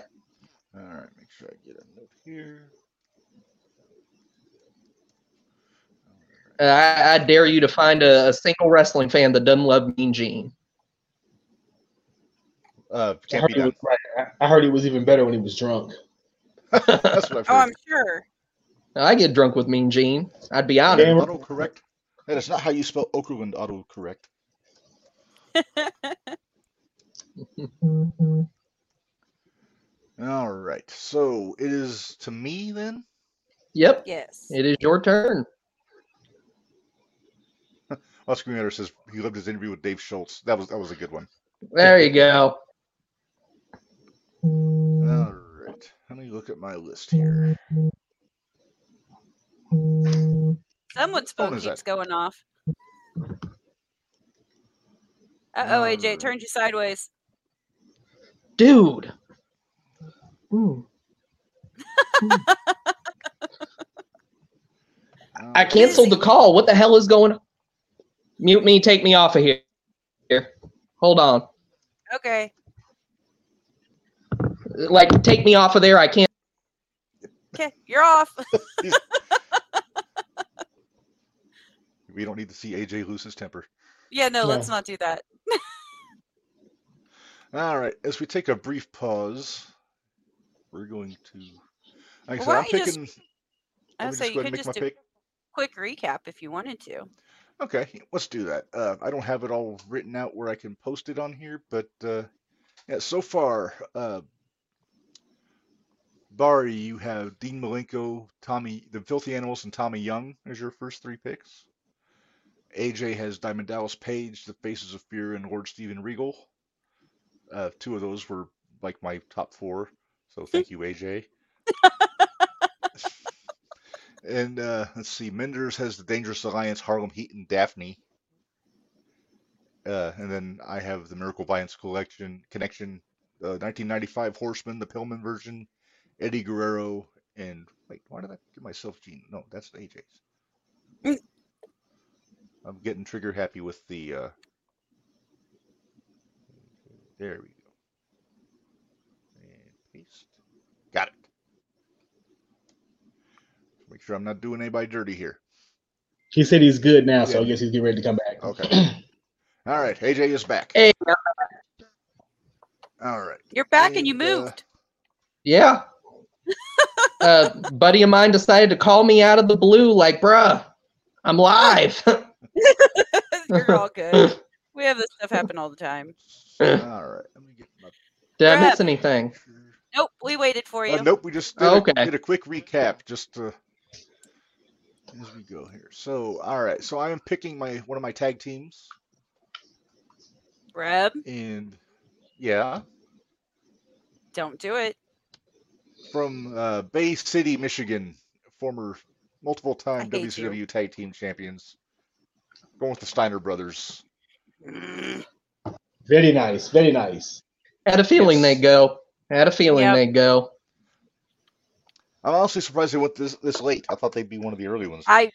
Speaker 1: All right, make sure I get a note here.
Speaker 3: uh, I, I dare you to find a, a single wrestling fan that doesn't love Mean Gene.
Speaker 1: Uh,
Speaker 4: I
Speaker 1: can't
Speaker 4: heard,
Speaker 1: be
Speaker 4: he
Speaker 1: done.
Speaker 4: was, right. I- I heard he was even better when he was drunk.
Speaker 1: That's what I've
Speaker 2: Oh, I'm
Speaker 1: heard.
Speaker 2: sure.
Speaker 3: I get drunk with Mean Gene. I'd be honest.
Speaker 4: Yeah.
Speaker 1: auto correct. That is not how you spell Okerlund auto correct. All right, so it is to me then.
Speaker 3: Yep.
Speaker 2: Yes.
Speaker 3: It is your turn.
Speaker 1: Oscar Matter Oh, says he loved his interview with Dave Schultz. That was that was a good one.
Speaker 3: There you go.
Speaker 1: All right, let me look at my list here.
Speaker 2: Someone's phone
Speaker 1: is that?
Speaker 2: keeps going off. Uh oh, AJ,
Speaker 1: Alright.
Speaker 2: it turned you sideways.
Speaker 3: Dude. Ooh. I
Speaker 1: Alright,
Speaker 3: canceled the
Speaker 2: Busy.
Speaker 3: call. What the hell is going on? Mute me, take me off of here. Here. Hold on.
Speaker 2: Okay.
Speaker 3: Like take me off of there. I can't
Speaker 2: Okay. You're off.
Speaker 1: We don't need to see AJ lose his temper.
Speaker 2: yeah, no,
Speaker 4: No.
Speaker 2: let's not do that.
Speaker 1: All right, as we take a brief pause, we're going to. Like I said,
Speaker 2: Well, why
Speaker 1: I'm
Speaker 2: don't you just-
Speaker 1: picking.
Speaker 2: I
Speaker 1: let me
Speaker 2: would say
Speaker 1: go
Speaker 2: you
Speaker 1: ahead and
Speaker 2: could
Speaker 1: make
Speaker 2: just do
Speaker 1: my pick.
Speaker 2: quick recap if you wanted to.
Speaker 1: Okay, let's do that. Uh, I don't have it all written out where I can post it on here, but uh, yeah, so far, uh, Bari, you have Dean Malenko, Tommy, the Filthy Animals, and Tommy Young as your first three picks. AJ has Diamond Dallas Page, The Faces of Fear, and Lord Steven Regal. Uh, two of those were like my top four, so thank you, AJ. and uh, let's see, Menders has the Dangerous Alliance, Harlem Heat, and Daphne. Uh, and then I have the Miracle Violence Collection Connection, uh, 1995 Horseman, the Pillman version, Eddie Guerrero, and wait, why did I give myself Gene? No, that's AJ's.
Speaker 2: Mm.
Speaker 1: I'm getting trigger happy with the. Uh, there we go. And paste. Got it. Make sure I'm not doing anybody dirty here.
Speaker 4: He said he's good now, so I
Speaker 1: Yeah.
Speaker 4: guess he's getting ready to come back.
Speaker 1: Okay. All right, AJ is back.
Speaker 3: Hey.
Speaker 1: All right.
Speaker 2: You're back and you
Speaker 1: And, uh,
Speaker 2: moved.
Speaker 3: Yeah. uh buddy of mine decided to call me out of the blue, like, bruh, I'm live.
Speaker 2: You're all good. We have this stuff happen all the time.
Speaker 1: All right. Let me get my
Speaker 3: Did I miss
Speaker 2: Brad.
Speaker 3: anything?
Speaker 1: picture.
Speaker 2: Nope, we waited for you.
Speaker 1: Uh, nope, we just did,
Speaker 3: Oh,
Speaker 1: a,
Speaker 3: okay.
Speaker 1: did a quick recap just to, as we go here. So, all right, so I am picking my one of my tag teams,
Speaker 2: Reb,
Speaker 1: and yeah,
Speaker 2: don't do it.
Speaker 1: from uh, Bay City, Michigan, former multiple time
Speaker 2: hate you.
Speaker 1: WCW tag team champions, going with the Steiner brothers.
Speaker 4: Very nice. Very nice.
Speaker 3: Had a feeling
Speaker 1: Yes.
Speaker 3: they'd go. Had a feeling
Speaker 2: Yep.
Speaker 3: they'd go.
Speaker 1: I'm honestly surprised they went this this late. I thought they'd be one of the early ones.
Speaker 2: I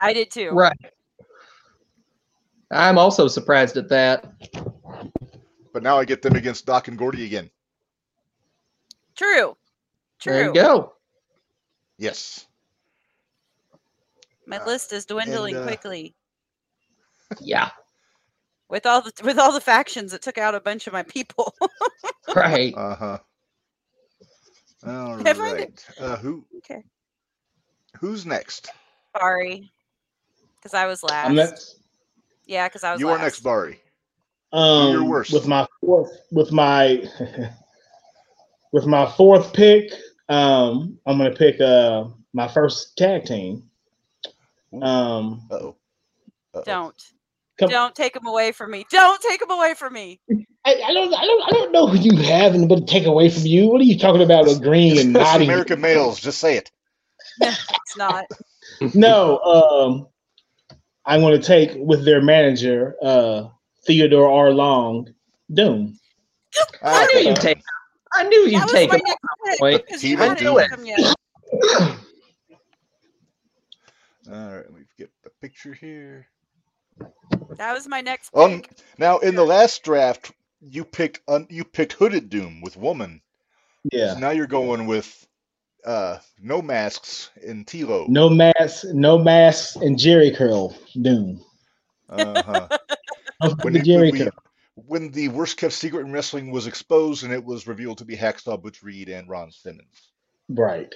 Speaker 2: I did too.
Speaker 3: Right. I'm also surprised at that.
Speaker 1: But now I get them against Doc and Gordy again.
Speaker 2: True.
Speaker 3: There
Speaker 2: True.
Speaker 3: you go.
Speaker 1: Yes.
Speaker 2: My
Speaker 1: Uh,
Speaker 2: list is dwindling
Speaker 1: uh,
Speaker 2: quickly.
Speaker 3: Yeah.
Speaker 2: With all the with all the factions that took out a bunch of my people.
Speaker 3: Right.
Speaker 1: Uh huh. All
Speaker 2: I find it-
Speaker 1: right. Uh, who
Speaker 2: okay.
Speaker 1: who's next?
Speaker 2: Sorry. Because I was last.
Speaker 4: I'm next.
Speaker 2: Yeah, because I was
Speaker 1: You
Speaker 2: last.
Speaker 1: are next, Barry.
Speaker 4: Um,
Speaker 1: your worst?
Speaker 4: With my fourth, with my with my fourth pick, um, I'm gonna pick uh my first tag team, Um,
Speaker 1: Uh-oh. Uh-oh.
Speaker 2: Don't.
Speaker 4: Come-
Speaker 2: Don't take him away from me. Don't take him away from me.
Speaker 4: I, I don't, I don't, I don't know who you have and what to take away from you. What are you talking about? Agreeing
Speaker 1: It's
Speaker 4: and
Speaker 1: the
Speaker 4: nodding.
Speaker 1: American males. Just say it.
Speaker 2: It's not.
Speaker 4: No, um, I'm going to take with their manager, uh, Theodore R. Long, Doom.
Speaker 3: I knew
Speaker 1: Okay.
Speaker 3: you'd take. I knew
Speaker 2: That
Speaker 3: you'd
Speaker 2: was
Speaker 3: take
Speaker 2: my
Speaker 3: him.
Speaker 2: next pick
Speaker 3: Wait.
Speaker 2: because you
Speaker 1: Even
Speaker 2: hadn't
Speaker 1: do it.
Speaker 2: picked him yet.
Speaker 1: All right, let me get the picture here.
Speaker 2: That was my next pick.
Speaker 1: Um, now in the last draft, you picked un, you picked Hooded Doom with woman. So
Speaker 4: Yeah.
Speaker 1: now you're going with uh no masks in Tilo.
Speaker 4: No masks, no masks, and Jerry curl, Doom.
Speaker 1: Uh-huh.
Speaker 4: Don't
Speaker 1: when,
Speaker 4: forget
Speaker 1: it-
Speaker 4: Jerry
Speaker 1: when we-
Speaker 4: curl.
Speaker 1: when the worst kept secret in wrestling was exposed and it was revealed to be Hacksaw Butch Reed and Ron Simmons.
Speaker 4: Right.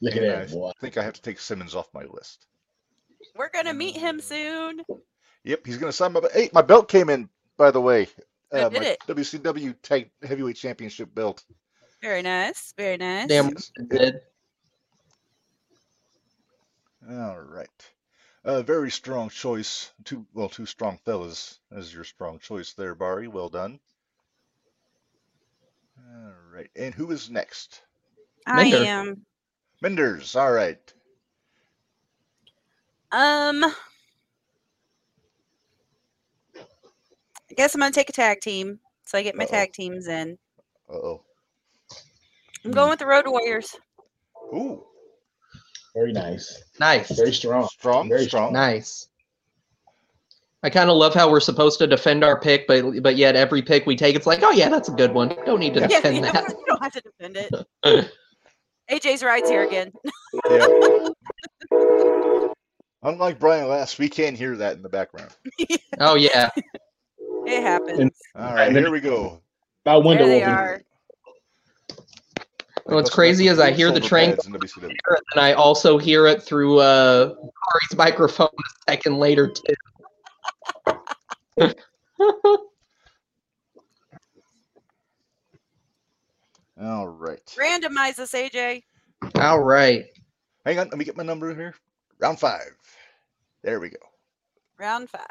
Speaker 4: Look at
Speaker 1: And I
Speaker 4: that boy.
Speaker 1: think I have to take Simmons off my list.
Speaker 2: We're gonna meet him soon.
Speaker 1: Yep, he's gonna sign my belt. Hey, my belt came in, by the way.
Speaker 2: I
Speaker 1: Uh,
Speaker 2: did
Speaker 1: my
Speaker 2: it.
Speaker 1: WCW Tag Heavyweight Championship belt.
Speaker 2: Very nice. Very nice.
Speaker 3: Damn
Speaker 1: Yes. it-
Speaker 3: right.
Speaker 1: All right. A very strong choice. Two, well, two strong fellas as your strong choice there, Barry. Well done. All right. And who is next?
Speaker 2: I
Speaker 3: Minder.
Speaker 2: am.
Speaker 1: Menders. All right.
Speaker 2: Um. I guess I'm gonna take a tag team, so I get my
Speaker 1: Uh-oh.
Speaker 2: tag teams in.
Speaker 1: Uh-oh.
Speaker 2: I'm
Speaker 4: Mm.
Speaker 2: going with the Road Warriors.
Speaker 1: Ooh,
Speaker 4: Very nice.
Speaker 3: Nice.
Speaker 4: Very strong.
Speaker 1: strong,
Speaker 4: Very
Speaker 1: strong.
Speaker 3: Nice. I kind of love how we're supposed to defend our pick, but but yet every pick we take, it's like, oh yeah, that's a good one. Don't need to
Speaker 2: Yeah, you,
Speaker 3: defend
Speaker 2: know,
Speaker 3: that.
Speaker 2: you don't have to defend it. AJ's rides here again.
Speaker 1: Yep. Unlike Brian last, we can't hear that in the background.
Speaker 3: Oh yeah,
Speaker 2: It happens.
Speaker 1: All
Speaker 4: Right,
Speaker 1: right,
Speaker 4: then-
Speaker 1: here we go.
Speaker 4: My window
Speaker 2: There they
Speaker 4: open.
Speaker 2: are.
Speaker 1: They
Speaker 3: What's
Speaker 1: must like
Speaker 3: crazy is I
Speaker 1: blue
Speaker 3: hear the
Speaker 1: shoulder
Speaker 3: train-
Speaker 1: pads in WCW.
Speaker 3: and I also hear it through uh, Kari's microphone a second later too.
Speaker 1: All right.
Speaker 2: Randomize this, AJ.
Speaker 3: All right.
Speaker 1: Hang on, let me get my number here. Round five. There we go.
Speaker 2: Round five.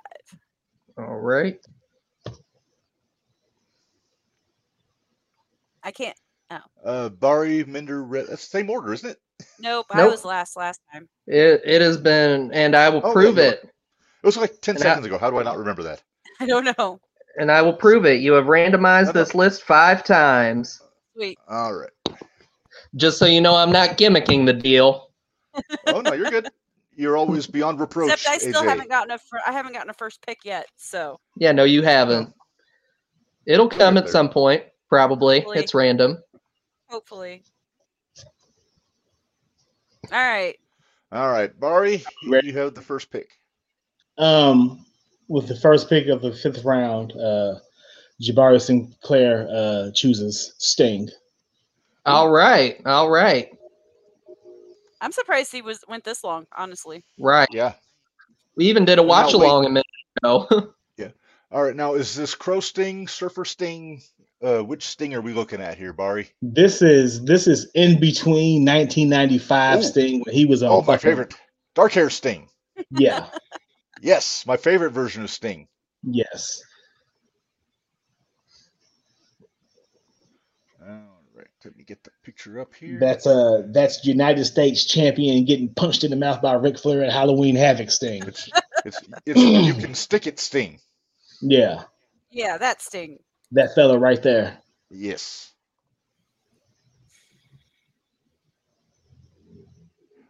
Speaker 3: All right.
Speaker 2: I can't.
Speaker 1: Uh, Barry, Mender, Red. That's the same order, isn't it?
Speaker 2: Nope. I
Speaker 3: Nope.
Speaker 2: was last last time.
Speaker 3: It it has been, and I will
Speaker 1: Oh, yeah,
Speaker 3: prove
Speaker 1: you are.
Speaker 3: it.
Speaker 1: It was like 10
Speaker 3: And I-
Speaker 1: seconds ago. How do I not remember that?
Speaker 2: I don't know.
Speaker 3: And I will prove it. You have randomized
Speaker 1: Okay.
Speaker 3: this list five times.
Speaker 2: Sweet.
Speaker 1: All right.
Speaker 3: Just so you know, I'm not gimmicking the deal.
Speaker 1: Oh, no, you're good. You're always beyond reproach.
Speaker 2: Except I still
Speaker 1: AJ.
Speaker 2: haven't gotten a. Fir- I haven't gotten a first pick yet. So
Speaker 3: Yeah, no, you haven't. It'll come at
Speaker 1: there.
Speaker 3: some point, probably.
Speaker 2: Hopefully.
Speaker 3: It's random.
Speaker 2: hopefully. All right.
Speaker 1: All right, Barry,
Speaker 4: Ready.
Speaker 1: you have the first pick.
Speaker 4: Um, with the first pick of the fifth round, uh, Jabari Sinclair uh, chooses Sting.
Speaker 3: All right. All right.
Speaker 2: I'm surprised he was went this long. Honestly.
Speaker 3: Right.
Speaker 1: Yeah.
Speaker 3: We even did a
Speaker 1: No, wait.
Speaker 3: watch along a minute ago.
Speaker 1: All right, now is this Crow Sting, Surfer Sting? Uh, which Sting are we looking at here, Barry?
Speaker 4: This is this is in between 1995
Speaker 1: Ooh.
Speaker 4: Sting when he was on.
Speaker 1: Oh, my
Speaker 4: fucking-
Speaker 1: favorite. Dark hair Sting.
Speaker 4: Yeah.
Speaker 1: Yes, my favorite version of Sting.
Speaker 4: yes.
Speaker 1: All right, let me get the picture up here.
Speaker 4: That's uh that's United States champion getting punched in the mouth by Ric Flair at Halloween Havoc Sting.
Speaker 1: It's it's it's you can stick it, Sting.
Speaker 4: Yeah,
Speaker 2: Yeah, that sting.
Speaker 4: that fella right there.
Speaker 1: Yes.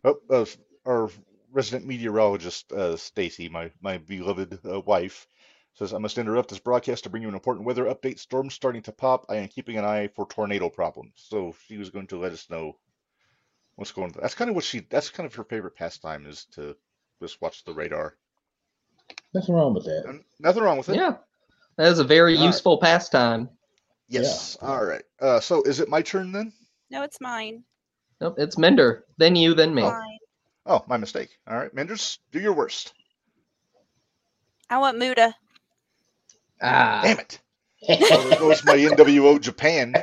Speaker 1: Oh, uh, our resident meteorologist, uh, Stacy, my my beloved uh, wife, says I must interrupt this broadcast to bring you an important weather update. Storms starting to pop. I am keeping an eye for tornado problems. So she was going to let us know what's going on. That's kind of what she. That's kind of her favorite pastime is to just watch the radar.
Speaker 4: Nothing wrong with that.
Speaker 1: And nothing wrong with it.
Speaker 3: yeah. That is a very
Speaker 1: All right.
Speaker 3: useful pastime.
Speaker 4: yeah.
Speaker 1: Yes. All right. Uh, so is it my turn then?
Speaker 2: No, it's mine.
Speaker 3: Nope, it's Mender. Then you, then me.
Speaker 2: Mine.
Speaker 1: Oh, my mistake. All right, Menders, do your worst.
Speaker 2: I want Muda.
Speaker 3: Ah.
Speaker 1: Damn it. Oh, there goes my NWO Japan.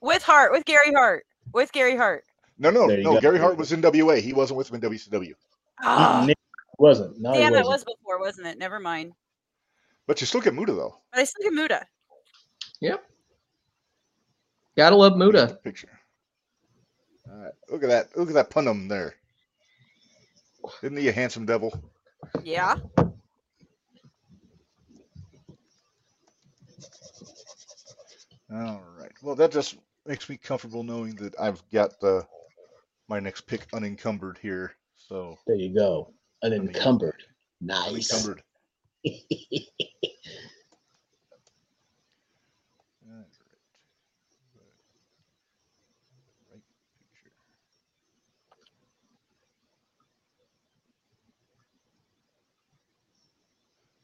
Speaker 2: with Hart, with Gary Hart, with Gary Hart.
Speaker 1: No, no,
Speaker 4: There you
Speaker 1: no.
Speaker 4: go.
Speaker 1: Gary Hart was in WA. He wasn't with him in WCW.
Speaker 2: Ah,
Speaker 4: Nick wasn't. No, he
Speaker 2: damn, it
Speaker 4: wasn't.
Speaker 2: was before, wasn't it? Never mind.
Speaker 1: But you still get Muda though.
Speaker 2: But I still get Muda.
Speaker 3: Gotta love
Speaker 1: Look at
Speaker 3: Muda.
Speaker 1: the picture. All right, look at that. Look at that punum there. Isn't he a handsome devil?
Speaker 2: Yeah.
Speaker 1: All right. Well, that just makes me comfortable knowing that I've got the my next pick unencumbered here. So
Speaker 4: There you go.
Speaker 1: mean-
Speaker 4: Unencumbered. Nice.
Speaker 1: unencumbered. All right. Right picture.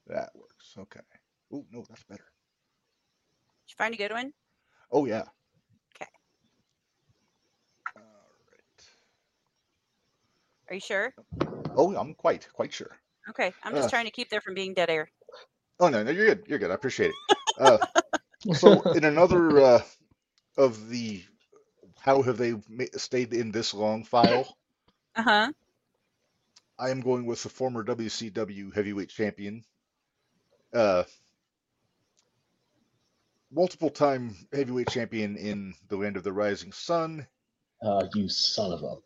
Speaker 1: That works. Okay. Oh no, that's better.
Speaker 2: Did you find a good one?
Speaker 1: Oh yeah.
Speaker 2: Okay.
Speaker 1: All right.
Speaker 2: Are you sure?
Speaker 1: Oh, I'm quite quite sure.
Speaker 2: Okay. I'm just
Speaker 1: Uh.
Speaker 2: trying to keep there from being dead air.
Speaker 1: Oh no, no, you're good. You're good. I appreciate it. Uh, so in another uh, of the how have they ma- stayed in this long file?
Speaker 2: Uh huh.
Speaker 1: I am going with the former WCW heavyweight champion, uh, multiple time heavyweight champion in the land of the rising sun,
Speaker 4: Uh, you son of a.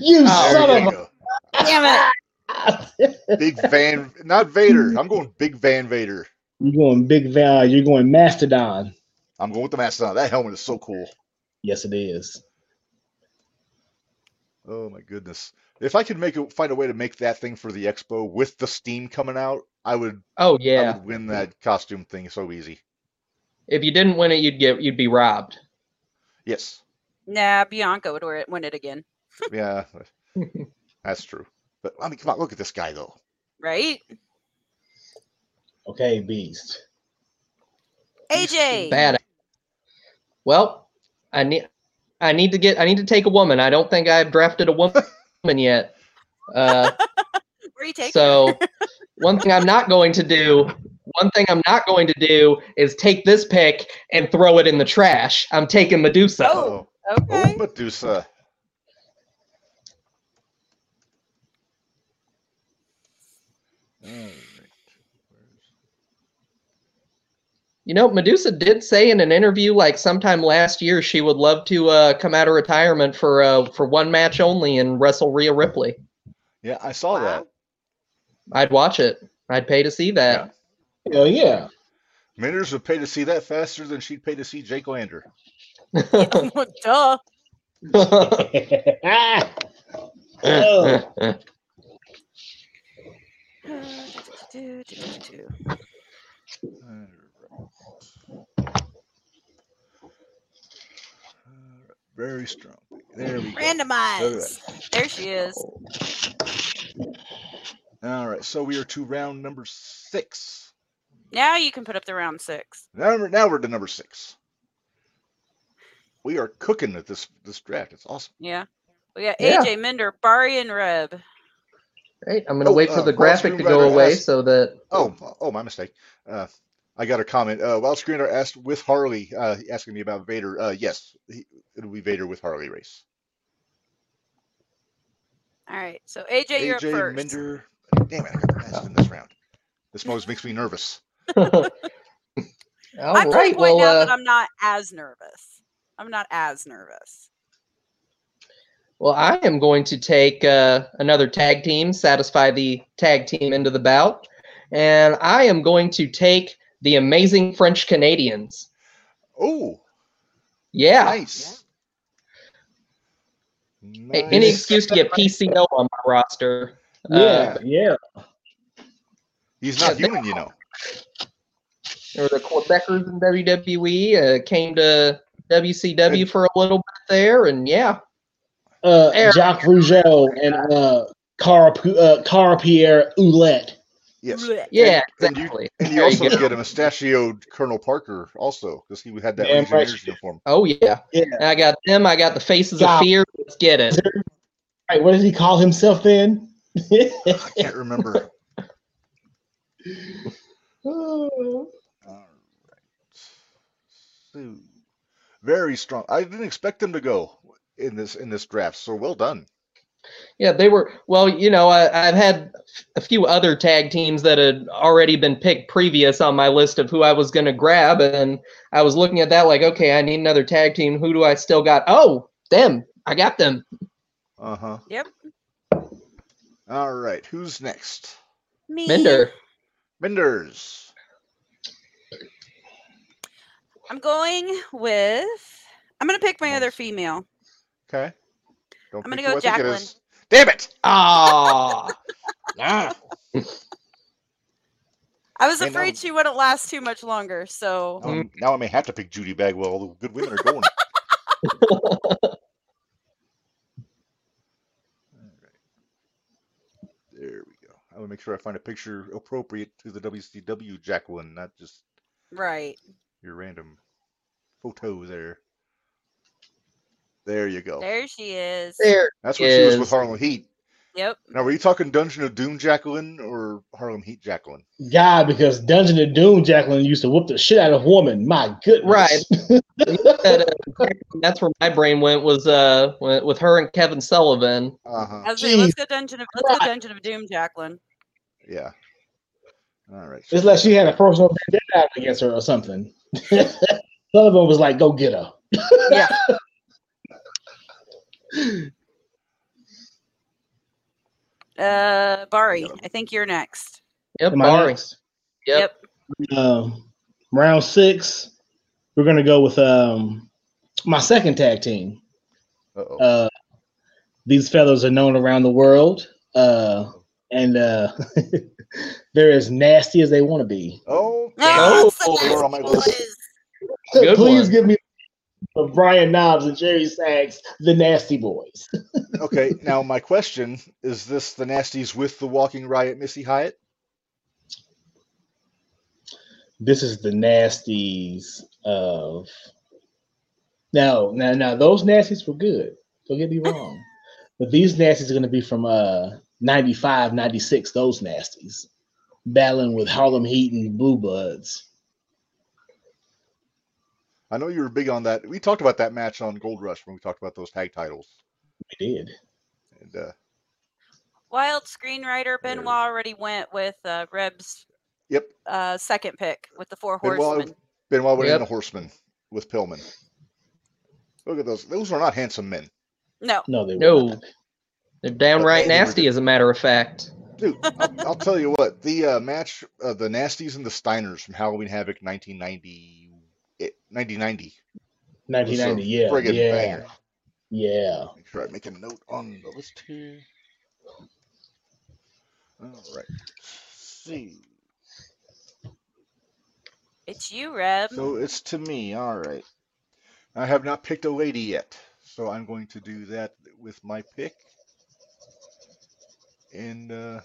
Speaker 4: you
Speaker 3: Oh,
Speaker 4: son
Speaker 1: There
Speaker 4: of
Speaker 1: you
Speaker 4: a.
Speaker 1: go.
Speaker 2: Damn
Speaker 1: Big Van, not Vader. I'm going Big Van Vader.
Speaker 4: You're going Big Val. You're going Mastodon.
Speaker 1: I'm going with the Mastodon. That helmet is so cool.
Speaker 4: Yes, it is.
Speaker 1: Oh my goodness. If I could make a, find a way to make that thing for the expo with the steam coming out, I would
Speaker 3: Oh
Speaker 1: I
Speaker 3: yeah.
Speaker 1: would win that costume thing so easy.
Speaker 3: If you didn't win it, you'd get you'd be robbed.
Speaker 1: Yes.
Speaker 2: Nah, Bianca would wear it, win it again.
Speaker 1: Yeah, that's true. But I mean, come on, look at this guy though.
Speaker 2: Right?
Speaker 4: Okay, Beast.
Speaker 2: AJ.
Speaker 3: Bad. Well, I need I need to get I need to take a woman. I don't think I've drafted a woman yet. Uh,
Speaker 2: Where are you taking her?
Speaker 3: so one thing I'm not going to do one thing I'm not going to do is take this pick and throw it in the trash. I'm taking Medusa.
Speaker 2: Oh, Okay.
Speaker 1: Oh, Medusa. All right. Where's...
Speaker 3: You know, Medusa did say in an interview like sometime last year she would love to uh, come out of retirement for uh, for one match only and wrestle Rhea Ripley.
Speaker 1: Yeah, I saw that.
Speaker 3: I'd watch it. I'd pay to see that.
Speaker 4: Hell yeah.
Speaker 1: Miners would pay to see that faster than she'd pay to see Jake Lander.
Speaker 2: Yeah, well, duh.
Speaker 4: oh,
Speaker 1: All right. All right, Very strong. There we go.
Speaker 2: Randomize. There she is.
Speaker 1: All right, so we are to round number six.
Speaker 2: Now you can put up the round six.
Speaker 1: Now we're, now we're to number six. We are cooking at this this draft. It's awesome.
Speaker 2: Yeah. We got
Speaker 3: Yeah.
Speaker 2: AJ Minder, Bari, and Reb.
Speaker 3: Great. I'm gonna
Speaker 1: Oh,
Speaker 3: wait for
Speaker 1: uh,
Speaker 3: the
Speaker 1: Paul
Speaker 3: graphic to go
Speaker 1: Screenwriter
Speaker 3: away
Speaker 1: asked-
Speaker 3: so that
Speaker 1: Oh, m- oh, my mistake. Uh, I got a comment. Uh, Wild Screener asked with Harley, uh, asking me about Vader. Uh, yes, he, it'll be Vader with Harley race.
Speaker 2: All right. So AJ, you're up
Speaker 1: AJ
Speaker 2: first.
Speaker 1: Minder. Damn it, I got the last in this round. This always makes me nervous.
Speaker 3: All
Speaker 2: I'm to
Speaker 3: right.
Speaker 2: the point
Speaker 3: Well,
Speaker 2: now
Speaker 3: uh,
Speaker 2: that I'm not as nervous. I'm not as nervous.
Speaker 3: well, I am going to take uh, another tag team, satisfy the tag team into the bout, and I am going to take the amazing French Canadians.
Speaker 1: Oh,
Speaker 3: Yeah.
Speaker 1: nice.
Speaker 3: Hey, Any
Speaker 1: Nice.
Speaker 3: excuse to get PCO on my roster.
Speaker 4: yeah,
Speaker 3: Uh,
Speaker 4: yeah.
Speaker 1: He's
Speaker 3: Yeah,
Speaker 1: not
Speaker 3: they-
Speaker 1: human, you know.
Speaker 3: there were the Quebecers in WWE. Uh, came to WCW for a little bit there, and yeah,
Speaker 4: Uh,
Speaker 3: Eric.
Speaker 4: Jacques Rougeau and uh, Cara, Pu- uh, Cara Pierre Oulette.
Speaker 1: Yes.
Speaker 2: Blech.
Speaker 3: yeah,
Speaker 1: and you-
Speaker 3: exactly.
Speaker 1: And you
Speaker 3: There you
Speaker 1: also
Speaker 3: go.
Speaker 1: get a mustachioed Colonel Parker also, because he had that
Speaker 4: Damn right
Speaker 1: Legionnaires
Speaker 4: you did.
Speaker 1: uniform.
Speaker 3: Oh yeah,
Speaker 4: Yeah.
Speaker 3: And I got them. I got the faces
Speaker 4: Yeah.
Speaker 3: of fear. Let's get it.
Speaker 4: Right, what did he call himself then?
Speaker 1: I can't remember.
Speaker 4: oh, Hmm.
Speaker 1: All right. two. Very strong. I didn't expect them to go in this in this draft. So well done.
Speaker 3: Yeah, they were. Well, you know, I, I've had a few other tag teams that had already been picked previous on my list of who I was going to grab, and I was looking at that like, okay, I need another tag team. Who do I still got? Oh, them. I got them.
Speaker 1: Uh huh.
Speaker 2: Yep.
Speaker 1: All right. Who's next?
Speaker 2: Me.
Speaker 3: Minder.
Speaker 1: Menders.
Speaker 2: I'm going with. I'm gonna pick my other female.
Speaker 1: Okay. Don't
Speaker 2: I'm
Speaker 1: think who I
Speaker 2: gonna go
Speaker 1: think it
Speaker 2: Jacqueline.
Speaker 1: is. Damn it!
Speaker 3: Ah,
Speaker 1: Ah,
Speaker 2: I
Speaker 1: Man,
Speaker 2: was
Speaker 1: that
Speaker 2: afraid
Speaker 1: was-
Speaker 2: she wouldn't last too much longer, so
Speaker 1: now, I'm- Um, now I may have to pick Judy Bagwell. All the good women are going. There we go. I will make sure I find a picture appropriate to the WCW Jacqueline, not just
Speaker 2: right.
Speaker 1: your random photo there. There you go.
Speaker 2: There she is.
Speaker 3: there.
Speaker 1: That's when she was with
Speaker 3: is.
Speaker 1: Harlem Heat.
Speaker 2: Yep.
Speaker 1: Now, were you talking Dungeon of Doom Jacqueline or Harlem Heat Jacqueline?
Speaker 4: God, because Dungeon of Doom, Jacqueline used to whoop the shit out of woman. My goodness.
Speaker 3: Right. That, uh, that's where my brain went was uh with with her and Kevin Sullivan.
Speaker 1: Uh huh.
Speaker 2: I was like, let's go Dungeon of let's go
Speaker 4: Christ.
Speaker 2: Dungeon of Doom, Jacqueline.
Speaker 1: Yeah. All right.
Speaker 4: It's like she had a personal vendetta against her or something. Sullivan was like, go get her.
Speaker 2: Yeah. Uh, Bari, I think you're next.
Speaker 3: Yep,
Speaker 4: Am I
Speaker 3: Bari.
Speaker 4: next?
Speaker 3: Yep.
Speaker 4: Um, round six, we're going to go with um, my second tag team.
Speaker 1: Uh-oh.
Speaker 4: Uh, these fellows are known around the world. Uh, and uh, they're as nasty as they want to be.
Speaker 1: Oh.
Speaker 2: Ah, it's the
Speaker 3: Oh,
Speaker 1: we're on
Speaker 2: last
Speaker 1: my list.
Speaker 2: boys.
Speaker 3: Good
Speaker 4: Please
Speaker 3: one.
Speaker 4: give me of Brian Knobs and Jerry Sachs, the Nasty Boys.
Speaker 1: Okay. Now, my question is: This the Nasties with the Walking Riot, Missy Hyatt?
Speaker 4: This is the nasties of. No, no, no. Those nasties were good. Don't get me wrong, but these nasties are going to be from uh 95, 96, Those nasties battling with Harlem Heat and Blue Bloods.
Speaker 1: I know you were big on that. We talked about that match on Gold Rush when we talked about those tag titles.
Speaker 4: We did.
Speaker 1: And uh,
Speaker 2: Wild screenwriter Benoit already went with uh, Reb's
Speaker 1: yep,
Speaker 2: uh, second pick with the four
Speaker 1: Benoit-
Speaker 2: horsemen.
Speaker 1: Benoit went in
Speaker 3: Yep.
Speaker 1: the Horseman with Pillman. Look at those; those are not handsome men,
Speaker 2: No,
Speaker 4: No, they were
Speaker 3: No,
Speaker 4: not.
Speaker 3: they're downright
Speaker 1: But they were
Speaker 3: nasty.
Speaker 1: good.
Speaker 3: As a matter of fact.
Speaker 1: dude. I'll, I'll tell you what: the uh, match, uh, the Nasties and the Steiners from Halloween Havoc 1990, eh, 1990 was a
Speaker 4: 1990. Yeah,
Speaker 1: friggin'
Speaker 4: yeah,
Speaker 1: banger.
Speaker 4: yeah.
Speaker 1: Make sure I make a note on the list here. All right. See.
Speaker 2: it's you, Reb.
Speaker 1: So it's to me. All right. I have not picked a lady yet, so I'm going to do that with my pick. And uh,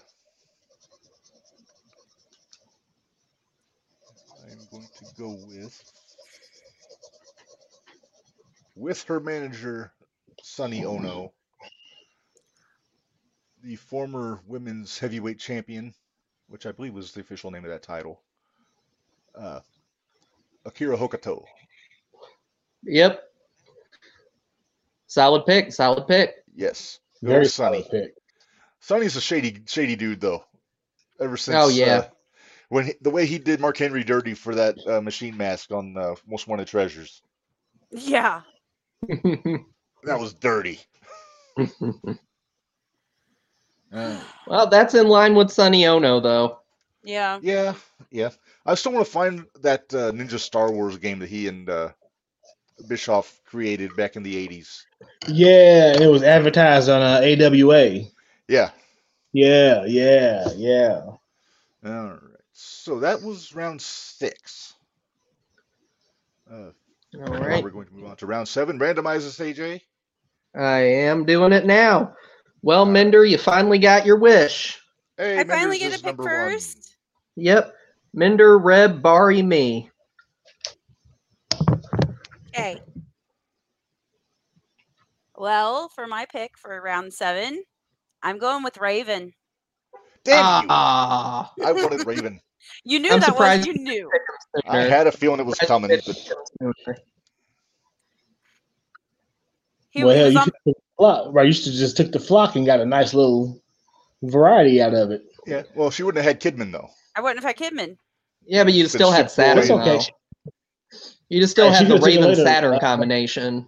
Speaker 1: I'm going to go with with her manager, Sonny Ono, the former women's heavyweight champion, which I believe was the official name of that title. Uh, Akira Hokuto.
Speaker 3: Yep. Solid pick. Solid pick.
Speaker 1: Yes. Good old
Speaker 4: Very
Speaker 1: Sonny.
Speaker 4: solid pick.
Speaker 1: Sonny's a shady, shady dude though. Ever since,
Speaker 3: yeah.
Speaker 1: uh, when he, the way he did Mark Henry dirty for that uh, machine mask on uh, Most Wanted Treasures,
Speaker 2: Yeah.
Speaker 1: that was dirty.
Speaker 3: well, that's in line with Sonny Ono, though.
Speaker 2: Yeah.
Speaker 1: Yeah, yeah. I still want to find that uh, Ninja Star Wars game that he and uh, Bischoff created back in the '80s.
Speaker 4: Yeah, and it was advertised on uh, AWA.
Speaker 1: Yeah.
Speaker 4: Yeah, yeah, yeah.
Speaker 1: All right. So that was round six. Uh,
Speaker 3: All
Speaker 1: now
Speaker 3: right.
Speaker 1: We're going to move on to round seven. Randomizes AJ.
Speaker 3: I am doing it now. Well,
Speaker 1: All right.
Speaker 3: Minder, you finally got your wish.
Speaker 1: Hey,
Speaker 2: I
Speaker 1: Menders
Speaker 2: finally get
Speaker 1: is
Speaker 2: to pick
Speaker 1: number one.
Speaker 2: first.
Speaker 3: Yep. Minder, Reb, Bari, me.
Speaker 2: Okay. Well, for my pick for round seven, I'm going with Raven.
Speaker 1: Damn you!
Speaker 3: Ah,
Speaker 1: I wanted Raven.
Speaker 2: You knew
Speaker 3: I'm
Speaker 2: that was
Speaker 3: surprised
Speaker 2: you knew.
Speaker 1: I had a feeling it was coming. but-
Speaker 2: He
Speaker 4: well, hell,
Speaker 2: was
Speaker 4: you
Speaker 2: on
Speaker 4: should took the flock, right? You should just took the flock and got a nice little variety out of it.
Speaker 1: yeah, well, she wouldn't have had Kidman though.
Speaker 2: I wouldn't have had Kidman.
Speaker 3: Yeah, but you
Speaker 1: It's
Speaker 3: still had
Speaker 1: Chick-fil-A.
Speaker 3: Saturn.
Speaker 1: That's
Speaker 4: okay.
Speaker 3: though. You just still
Speaker 4: Hey,
Speaker 3: had
Speaker 4: she
Speaker 3: the
Speaker 4: could've took it
Speaker 3: Raven
Speaker 4: later.
Speaker 3: Saturn combination. Uh,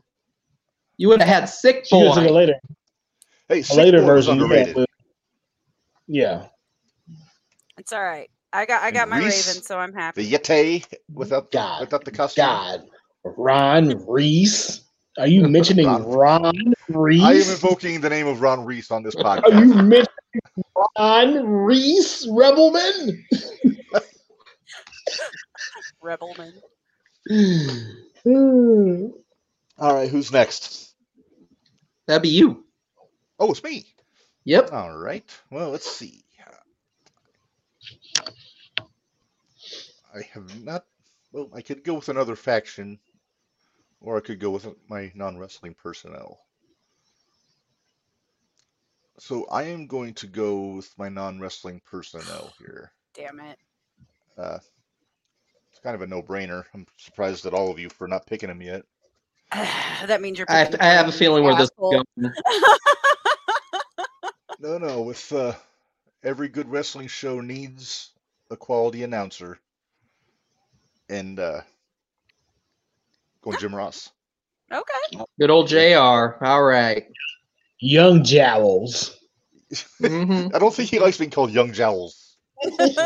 Speaker 3: You would have had Sick
Speaker 4: She could have took it
Speaker 3: Boy.
Speaker 4: later,
Speaker 1: Hey,
Speaker 4: a
Speaker 1: Sick
Speaker 4: later
Speaker 1: Boy was
Speaker 4: version. Yeah,
Speaker 1: underrated.
Speaker 4: but- yeah,
Speaker 2: It's all right. I got I
Speaker 1: And
Speaker 2: got my
Speaker 1: Reese,
Speaker 2: Raven, so I'm happy.
Speaker 1: The Yeti without
Speaker 4: God.
Speaker 1: without the costume.
Speaker 4: God, Ron Reese. Are you mentioning
Speaker 1: Ron-
Speaker 4: Ron
Speaker 1: I am
Speaker 4: Reese?
Speaker 1: invoking the name of Ron Reese on this podcast.
Speaker 4: Are you mentioning Ron Reese, Rebelman?
Speaker 2: Rebelman.
Speaker 4: Hmm.
Speaker 1: All right, who's next?
Speaker 3: That'd be you.
Speaker 1: Oh, it's me.
Speaker 3: Yep.
Speaker 1: All right. Well, let's see. I have not. Well, I could go with another faction, or I could go with my non wrestling personnel. So I am going to go with my non wrestling personnel here.
Speaker 2: Damn it.
Speaker 1: Uh, it's kind of a no brainer. I'm surprised at all of you for not picking him yet.
Speaker 2: that means you're.
Speaker 3: I,
Speaker 2: picking
Speaker 3: I have a
Speaker 2: Green,
Speaker 3: feeling
Speaker 2: you
Speaker 3: where this is
Speaker 2: asshole.
Speaker 3: going.
Speaker 1: No, no. With uh, every good wrestling show needs a quality announcer, and uh, going Jim Ross.
Speaker 2: Okay.
Speaker 3: Good old JR. All right.
Speaker 4: Young Jowls.
Speaker 3: Mhm.
Speaker 1: I don't think he likes being called Young Jowls.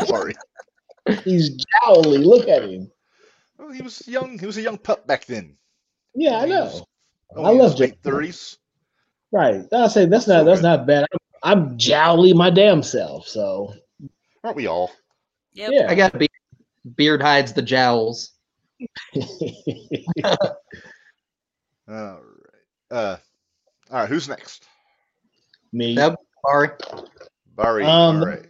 Speaker 1: Sorry.
Speaker 4: He's jowly. Look at him.
Speaker 1: Well, he was young. He was a young pup back then.
Speaker 4: Yeah, I
Speaker 1: He
Speaker 4: know.
Speaker 1: was only in
Speaker 4: love
Speaker 1: his
Speaker 4: Jim.
Speaker 1: late thirties.
Speaker 4: Right. I say that's not
Speaker 1: So
Speaker 4: that's
Speaker 1: good.
Speaker 4: not bad. I'm, I'm jowly my damn self. So
Speaker 1: Aren't we all?
Speaker 2: Yep.
Speaker 4: yeah.
Speaker 3: I got a beard. Beard hides the jowls.
Speaker 1: All right. Uh, all right. Who's next?
Speaker 4: Me.
Speaker 3: That- Sorry.
Speaker 1: Barry.
Speaker 4: Um,
Speaker 1: all right.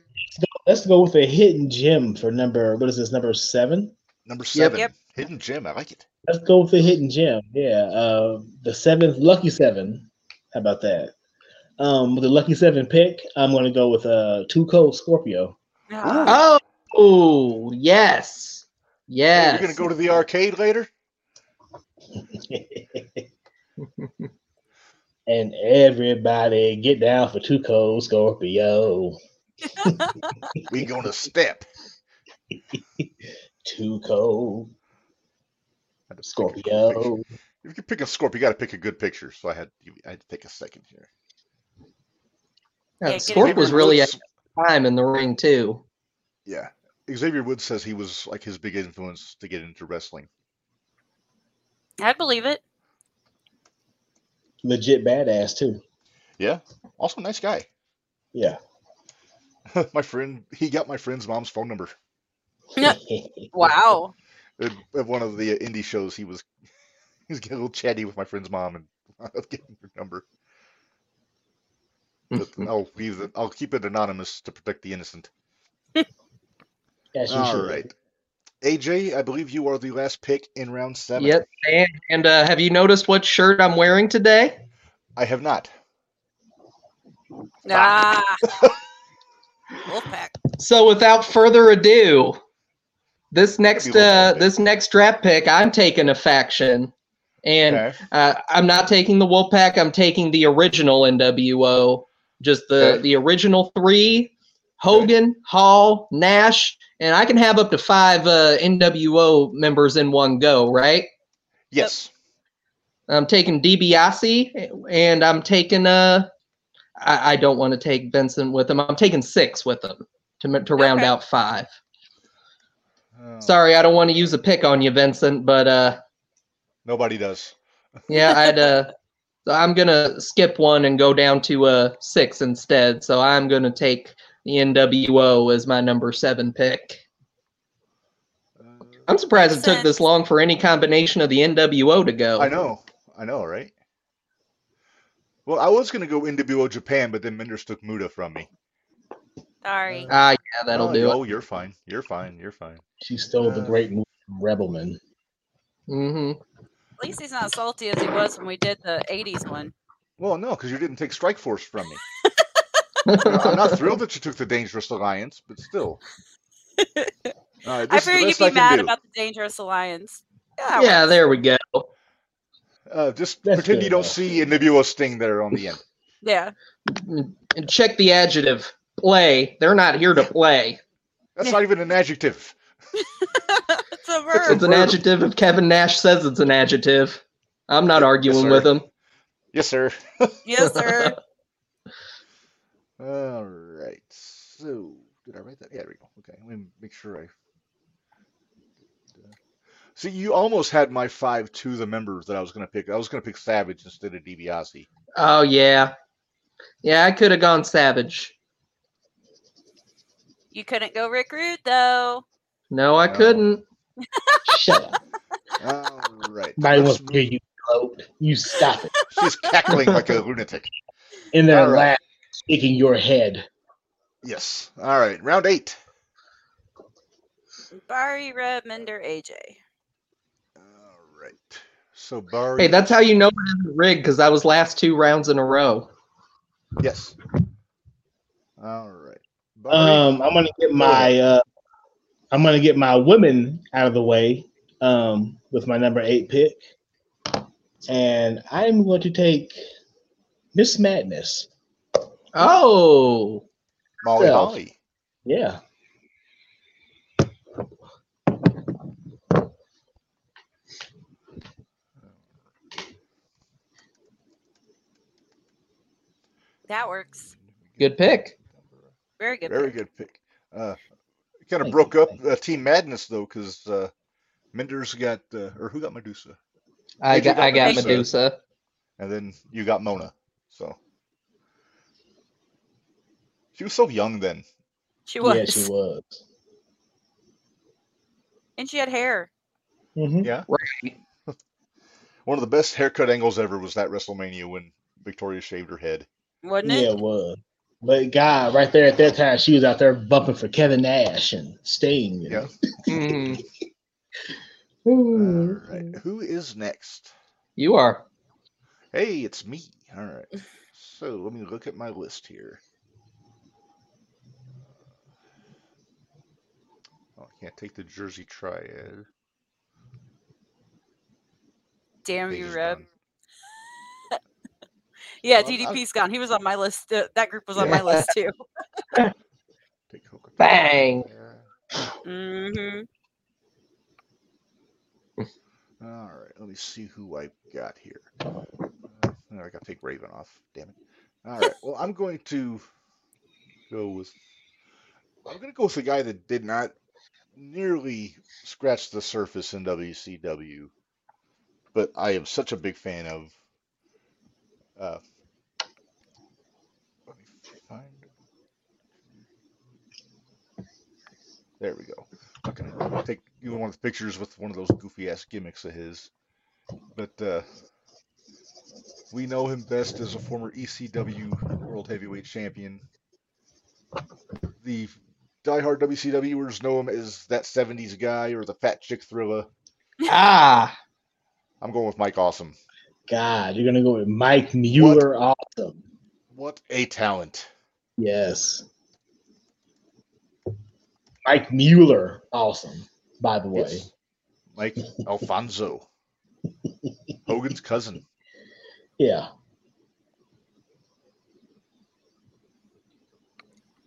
Speaker 4: Let's go with a hidden gem for number. What is this? Number seven.
Speaker 1: Number seven.
Speaker 2: Yep.
Speaker 1: Hidden Jim. I like it.
Speaker 4: Let's go with the hidden gem. Yeah. Uh, the seventh lucky seven. How about that? Um, with the lucky seven pick, I'm going to go with uh two cold Scorpio.
Speaker 2: Ah,
Speaker 3: Oh, ooh, Oh, yes.
Speaker 1: Hey,
Speaker 3: Yes.
Speaker 1: You're gonna go to the arcade later.
Speaker 4: and everybody get down for two cold Scorpio.
Speaker 1: We gonna step.
Speaker 4: Two cold
Speaker 1: I had to pick a good picture.
Speaker 4: Scorpio.
Speaker 1: If you pick a Scorpio, you gotta pick a good picture. So I had I had to take a second here.
Speaker 3: God,
Speaker 2: Yeah, get
Speaker 3: Scorp
Speaker 2: it
Speaker 3: was
Speaker 2: right.
Speaker 3: really at
Speaker 1: Woods-
Speaker 3: the time in the ring, too.
Speaker 1: yeah. Xavier Woods says he was like his big influence to get into wrestling.
Speaker 2: I'd believe it.
Speaker 4: Legit badass too.
Speaker 1: Yeah. Also, nice guy.
Speaker 4: Yeah.
Speaker 1: my friend, he got my friend's mom's phone number
Speaker 2: Wow.
Speaker 1: at, at one of the indie shows. He was he was getting a little chatty with my friend's mom and wound up getting her number. But I'll leave it. I'll keep it anonymous to protect the innocent.
Speaker 4: As you
Speaker 1: All
Speaker 4: should.
Speaker 1: right, AJ, I believe you are the last pick in round seven.
Speaker 3: Yep. And, and uh, have you noticed what shirt I'm wearing today?
Speaker 1: I have not.
Speaker 2: Ah. Wolfpack.
Speaker 3: So without further ado, this
Speaker 1: be
Speaker 3: next
Speaker 1: one more
Speaker 3: uh,
Speaker 1: pick.
Speaker 3: this next draft pick, I'm taking a faction, and
Speaker 1: Okay.
Speaker 3: uh, I'm not taking the Wolfpack. I'm taking the original NWO, just the
Speaker 1: Okay.
Speaker 3: the original three: Hogan, Hall, Nash, and I can have up to five uh, NWO members in one go, right?
Speaker 1: Yes.
Speaker 3: I'm taking DiBiase, and I'm taking uh, I, I don't want to take Vincent with him. I'm taking six with him to m- to round
Speaker 2: Okay.
Speaker 3: out five.
Speaker 1: Oh,
Speaker 3: Sorry, I don't want to use a pick on you, Vincent, but uh,
Speaker 1: Nobody does.
Speaker 3: yeah, I'd uh, so I'm gonna skip one and go down to uh six instead. So I'm gonna take the NWO as my number seven pick.
Speaker 1: Uh,
Speaker 3: I'm surprised
Speaker 2: Makes
Speaker 3: it took this
Speaker 2: sense.
Speaker 3: long for any combination of the NWO to go.
Speaker 1: I know. I know, right? Well, I was gonna go NWO Japan, but then Menders took Muda from me.
Speaker 2: Sorry.
Speaker 3: Ah, yeah, that'll
Speaker 1: oh,
Speaker 3: do it.
Speaker 1: Oh, you're fine. You're fine. You're fine.
Speaker 4: She stole the
Speaker 1: Uh,
Speaker 4: great move from Rebelman.
Speaker 3: hmm
Speaker 2: At least he's not salty as he was when we did the '80s one.
Speaker 1: Well, no, because you didn't take Strike Force from me. You know, I'm not thrilled that you took the Dangerous Alliance, but still. All right,
Speaker 2: I
Speaker 1: this is the
Speaker 2: figured you'd
Speaker 1: best
Speaker 2: be
Speaker 1: I can
Speaker 2: mad
Speaker 1: do.
Speaker 2: about the Dangerous Alliance. Yeah,
Speaker 3: Yeah, there we go.
Speaker 1: Uh, just
Speaker 4: That's
Speaker 1: pretend
Speaker 4: good
Speaker 1: you don't
Speaker 4: enough.
Speaker 1: see a Nebula sting there on the end.
Speaker 2: yeah.
Speaker 3: And check the adjective play. They're not here to play.
Speaker 1: That's not even an adjective.
Speaker 2: It's a
Speaker 3: It's
Speaker 2: verb.
Speaker 3: an adjective if Kevin Nash says it's an adjective. I'm not arguing
Speaker 1: sir.
Speaker 3: with him.
Speaker 1: Yes, sir.
Speaker 2: yes, sir.
Speaker 1: All right. So, did I write that? Yeah, there we go. Okay, let me make sure I. See, you almost had my five to the members that I was going to pick. I was going to pick Savage instead of DiBiase.
Speaker 3: Oh yeah, yeah. I could have gone Savage.
Speaker 2: You couldn't go Rick Rude though.
Speaker 3: No, I
Speaker 1: No.
Speaker 3: couldn't.
Speaker 4: Shut up.
Speaker 1: All right.
Speaker 4: Nobody wants
Speaker 1: let's
Speaker 4: to
Speaker 1: move-
Speaker 4: hear you gloat. You stop it.
Speaker 1: She's cackling like a lunatic.
Speaker 4: In there
Speaker 1: All right.
Speaker 4: laugh, shaking your head.
Speaker 1: Yes. All right. Round eight.
Speaker 2: Barry Redmender AJ.
Speaker 1: All right. So Barry.
Speaker 3: Hey, that's how you know it isn't rigged because I was last two rounds in a row.
Speaker 1: yes. All right. Barry.
Speaker 4: Um, I'm gonna get my uh, I'm gonna get my women out of the way um, with my number eight pick, and I'm going to take Miss Madness.
Speaker 3: Oh,
Speaker 1: Molly
Speaker 4: Self.
Speaker 1: Holly.
Speaker 4: Yeah,
Speaker 2: That works.
Speaker 3: good pick.
Speaker 2: Very good.
Speaker 1: Very
Speaker 2: pick.
Speaker 1: good pick. Uh, kind of
Speaker 4: Thank
Speaker 1: broke
Speaker 4: you,
Speaker 1: up
Speaker 4: thank
Speaker 1: uh, Team Madness though, because uh, Menders got uh, or who got Medusa,
Speaker 3: I
Speaker 1: Did you
Speaker 3: got,
Speaker 1: got
Speaker 3: I got
Speaker 1: Medusa?
Speaker 3: Medusa.
Speaker 1: and then you got Mona. So she was so young then.
Speaker 2: She was.
Speaker 4: yeah, she was.
Speaker 2: And she had hair.
Speaker 4: Mhm.
Speaker 1: Yeah.
Speaker 3: Right.
Speaker 1: One of the best haircut angles ever was that WrestleMania when Victoria shaved her head.
Speaker 2: Wasn't
Speaker 4: Yeah,
Speaker 2: it?
Speaker 4: it was. But God, right there at that time, she was out there bumping for Kevin Nash and Sting. and-
Speaker 1: Yeah.
Speaker 3: Mhm.
Speaker 1: All
Speaker 4: Ooh.
Speaker 1: right. Who is next?
Speaker 3: You are.
Speaker 1: Hey, it's me. All right. So let me look at my list here. Oh, I can't take the Jersey Triad.
Speaker 2: Damn
Speaker 1: Paige
Speaker 2: you,
Speaker 1: is
Speaker 2: Reb.
Speaker 1: gone.
Speaker 2: Yeah,
Speaker 1: Well, I-
Speaker 2: DDP's gone. He was on my list. Uh, that group was on
Speaker 1: Yeah.
Speaker 2: my list too.
Speaker 1: Take Coca-Cola.
Speaker 3: Bang.
Speaker 2: hmm
Speaker 1: All right, let me see who I got here. Uh, no, I got to take Raven off. Damn it. All right. Well, I'm going to go with. I'm going to go with the guy that did not nearly scratch the surface in WCW, but I am such a big fan of. Uh, let me find. There we go. Not gonna take you one of the pictures with one of those goofy ass gimmicks of his, but uh, we know him best as a former ECW World Heavyweight Champion. The diehard WCWers know him as that '70s guy or the Fat Chick Thriller.
Speaker 3: Ah,
Speaker 1: I'm going with Mike Awesome.
Speaker 4: God, you're gonna go with Mike Mueller. Awesome.
Speaker 1: What a talent!
Speaker 4: Yes. Mike Mueller. Awesome. By the way.
Speaker 1: Yes. Mike Alfonso, Hogan's cousin.
Speaker 4: Yeah.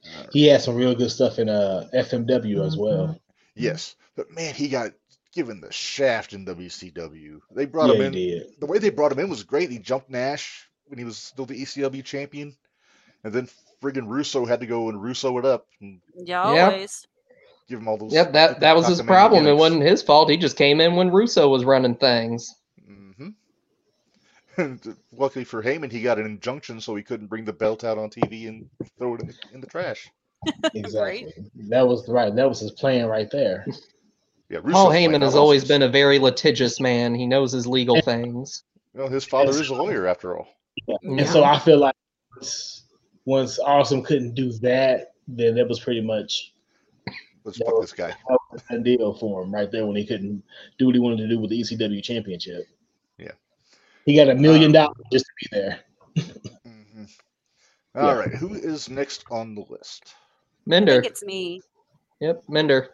Speaker 1: All right.
Speaker 4: He had some real good stuff in uh FMW as well.
Speaker 1: Yes, but man, he got given the shaft in WCW. They brought
Speaker 4: yeah,
Speaker 1: him
Speaker 4: he
Speaker 1: in.
Speaker 4: did.
Speaker 1: the way they brought him in was great. He jumped Nash when he was still the E ECW champion, and then friggin' Russo had to go and Russo it up and
Speaker 2: Yeah, always.
Speaker 1: give him all those.
Speaker 3: yep. That that was his problem. It wasn't his fault. He just came in when Russo was running things.
Speaker 1: Mm-hmm. And luckily for Heyman, he got an injunction, so he couldn't bring the belt out on TV and throw it in the, in the trash.
Speaker 4: Exactly. That was right. That was his plan right there.
Speaker 1: Yeah,
Speaker 3: Paul
Speaker 1: Russo's plan,
Speaker 3: Heyman
Speaker 1: not
Speaker 3: has always
Speaker 1: Austin's.
Speaker 3: been a very litigious man. He knows his legal things.
Speaker 1: Well, his father
Speaker 4: Yes.
Speaker 1: is a lawyer after all.
Speaker 4: And so I feel like once, once Awesome couldn't do that, then that was pretty much
Speaker 1: Let's
Speaker 4: No.
Speaker 1: fuck this guy.
Speaker 4: a deal for him right there when he couldn't do what he wanted to do with the ECW championship.
Speaker 1: Yeah.
Speaker 4: He got a million
Speaker 1: Um,
Speaker 4: dollars just to be there.
Speaker 1: Mhm.
Speaker 4: Yeah.
Speaker 1: All right, who is next on the list?
Speaker 2: I think
Speaker 3: Mender.
Speaker 2: it's me.
Speaker 3: Yep, Mender.